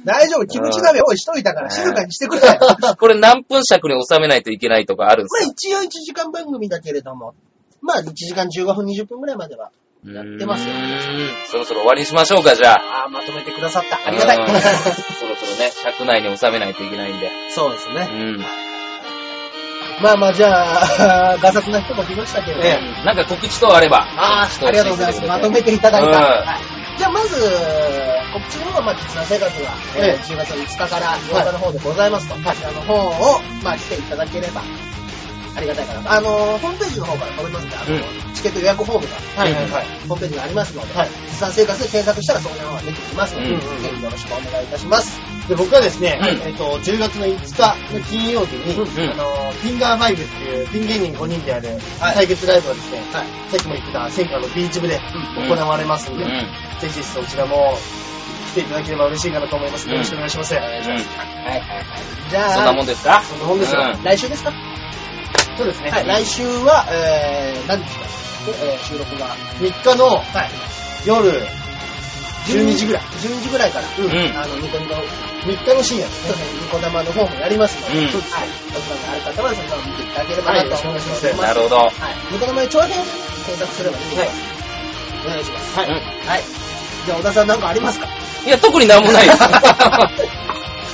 [SPEAKER 1] 大丈夫、キムチ鍋用意しといたから静かにしてくれ。まあ [LAUGHS]
[SPEAKER 4] これ何分尺に収めないといけないとかあるんですか
[SPEAKER 1] 一応1時間番組だけれども、まあ1時間15分20分ぐらいまではやってますよ
[SPEAKER 4] う。ーんそろそろ終わりにしましょうか、じゃあ。
[SPEAKER 1] ああ、まとめてくださった。ありがた
[SPEAKER 4] う
[SPEAKER 1] い。
[SPEAKER 4] んそろそろね、尺内に収めないといけないんで。
[SPEAKER 1] そうです
[SPEAKER 4] う
[SPEAKER 1] ね。
[SPEAKER 4] ん。
[SPEAKER 1] まあまあ、じゃあ、 [LAUGHS] ガサツな人も来ましたけどね。
[SPEAKER 4] なんか告知等あれば。
[SPEAKER 1] ああ、ありがとうございます。まとめていただいた。
[SPEAKER 4] うん
[SPEAKER 1] はいじゃあ、まず、告知の方は、まあ、実際生活は、えー
[SPEAKER 2] ええ
[SPEAKER 1] 10月5日から8日の方でございますと。こちらの方を、まあ、来ていただければ、ありがたいかなと。あのー、ホームページの方から飛べますんで、あのチケット予約フォームが、
[SPEAKER 2] はいはいはい。
[SPEAKER 1] ホームページにありますので、実際生活で検索したら、その辺は出てきますので、
[SPEAKER 4] うん
[SPEAKER 1] ぜひよろしくお願いいたします。
[SPEAKER 2] で、僕はですね、
[SPEAKER 4] うん
[SPEAKER 2] えっと、10月の5日の金曜日に、
[SPEAKER 4] うん
[SPEAKER 2] あの、フィンガーバイブっていう、ピン芸人5人でやる
[SPEAKER 1] はい
[SPEAKER 2] 対決ライブがですね、
[SPEAKER 1] はい
[SPEAKER 2] さっきも言ってた、戦火のビーチ部で
[SPEAKER 4] うん
[SPEAKER 2] 行われますんで、
[SPEAKER 4] うん
[SPEAKER 2] ぜひそちらも来ていただければ嬉しいかなと思います。
[SPEAKER 4] うん
[SPEAKER 2] よろしくお願いします。
[SPEAKER 4] うん
[SPEAKER 1] はいはいはい。じ
[SPEAKER 4] そんな
[SPEAKER 1] ゃ
[SPEAKER 4] も
[SPEAKER 1] あ、
[SPEAKER 4] んですか
[SPEAKER 2] そんなもんですよ。
[SPEAKER 4] うん
[SPEAKER 1] 来週ですか
[SPEAKER 2] そうですね。
[SPEAKER 1] はい、来週は、えー、何日か、えー収録が、
[SPEAKER 2] 3日の
[SPEAKER 1] はい。
[SPEAKER 2] 夜12時ぐらい。
[SPEAKER 1] 12時ぐらいから、
[SPEAKER 2] うん
[SPEAKER 1] あの、ニコニコ、そう
[SPEAKER 2] 3日の深夜ですね。
[SPEAKER 1] ですねニコ生の方もやりますので、
[SPEAKER 4] うん
[SPEAKER 1] そうですはい。お時間がある方は、そちらを見ていただければなと
[SPEAKER 2] はいよろ
[SPEAKER 1] 思います。
[SPEAKER 2] しくお願いします
[SPEAKER 4] なるほど。
[SPEAKER 1] はい。ニコ生で長編をね検索すれば出てきます。お願いします。
[SPEAKER 2] は
[SPEAKER 4] うん
[SPEAKER 1] はい。じゃあ、小田さんなんかありますか
[SPEAKER 4] いや、特になんもないです。 [LAUGHS]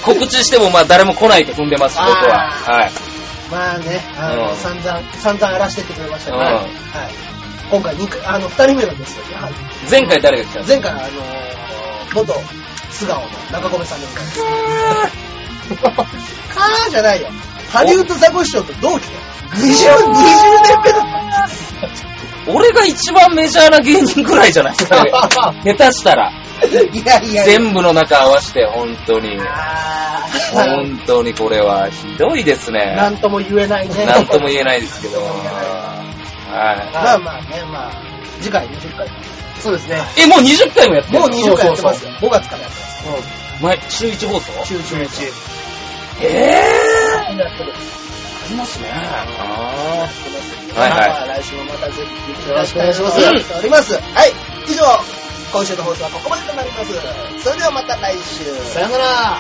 [SPEAKER 4] 告知してもまあ誰も来ないと踏んでますし、僕は。はい。
[SPEAKER 1] まあね、あの、
[SPEAKER 4] うん
[SPEAKER 1] 散々、散々荒らしてってくれましたから、
[SPEAKER 4] うん
[SPEAKER 1] はい。今回二回、あの、二人目なんですよ。はい。
[SPEAKER 4] 前回誰が来たんです
[SPEAKER 1] 前回、あのー、元素顔の中込さんでございます。かーじゃないよ。ハリウッドザコシショウと同期だよ。20、20年目だっ
[SPEAKER 4] か俺が一番メジャーな芸人ぐらいじゃないですかね。
[SPEAKER 1] [LAUGHS]
[SPEAKER 4] 下手したら。
[SPEAKER 1] た。 [LAUGHS] いやいやいや。
[SPEAKER 4] 全部の中合わせて、本当に。
[SPEAKER 1] あー
[SPEAKER 4] 本当にこれはひどいですね。
[SPEAKER 1] なんとも言えないね。
[SPEAKER 4] なんとも言えないですけど。
[SPEAKER 1] なんとも言え
[SPEAKER 4] は
[SPEAKER 1] まあまあね、まあ、次回20回。
[SPEAKER 2] そうですね。
[SPEAKER 4] い。え、もう20回もやってる
[SPEAKER 1] もう
[SPEAKER 4] の
[SPEAKER 1] 20回やってますよ。5月からやってます。
[SPEAKER 4] 毎週1放送
[SPEAKER 2] 中1。
[SPEAKER 4] え
[SPEAKER 1] はいやってる
[SPEAKER 4] ー、ありますね。
[SPEAKER 1] や
[SPEAKER 4] あ
[SPEAKER 1] ってますよ
[SPEAKER 4] はいはい
[SPEAKER 1] まあ来週もまたぜひ聞いて
[SPEAKER 2] よ
[SPEAKER 1] や
[SPEAKER 4] ろ
[SPEAKER 1] っ
[SPEAKER 4] して
[SPEAKER 1] おります。はい。以上、今週の放送はここまでとなります。それではまた来週。
[SPEAKER 2] さよなら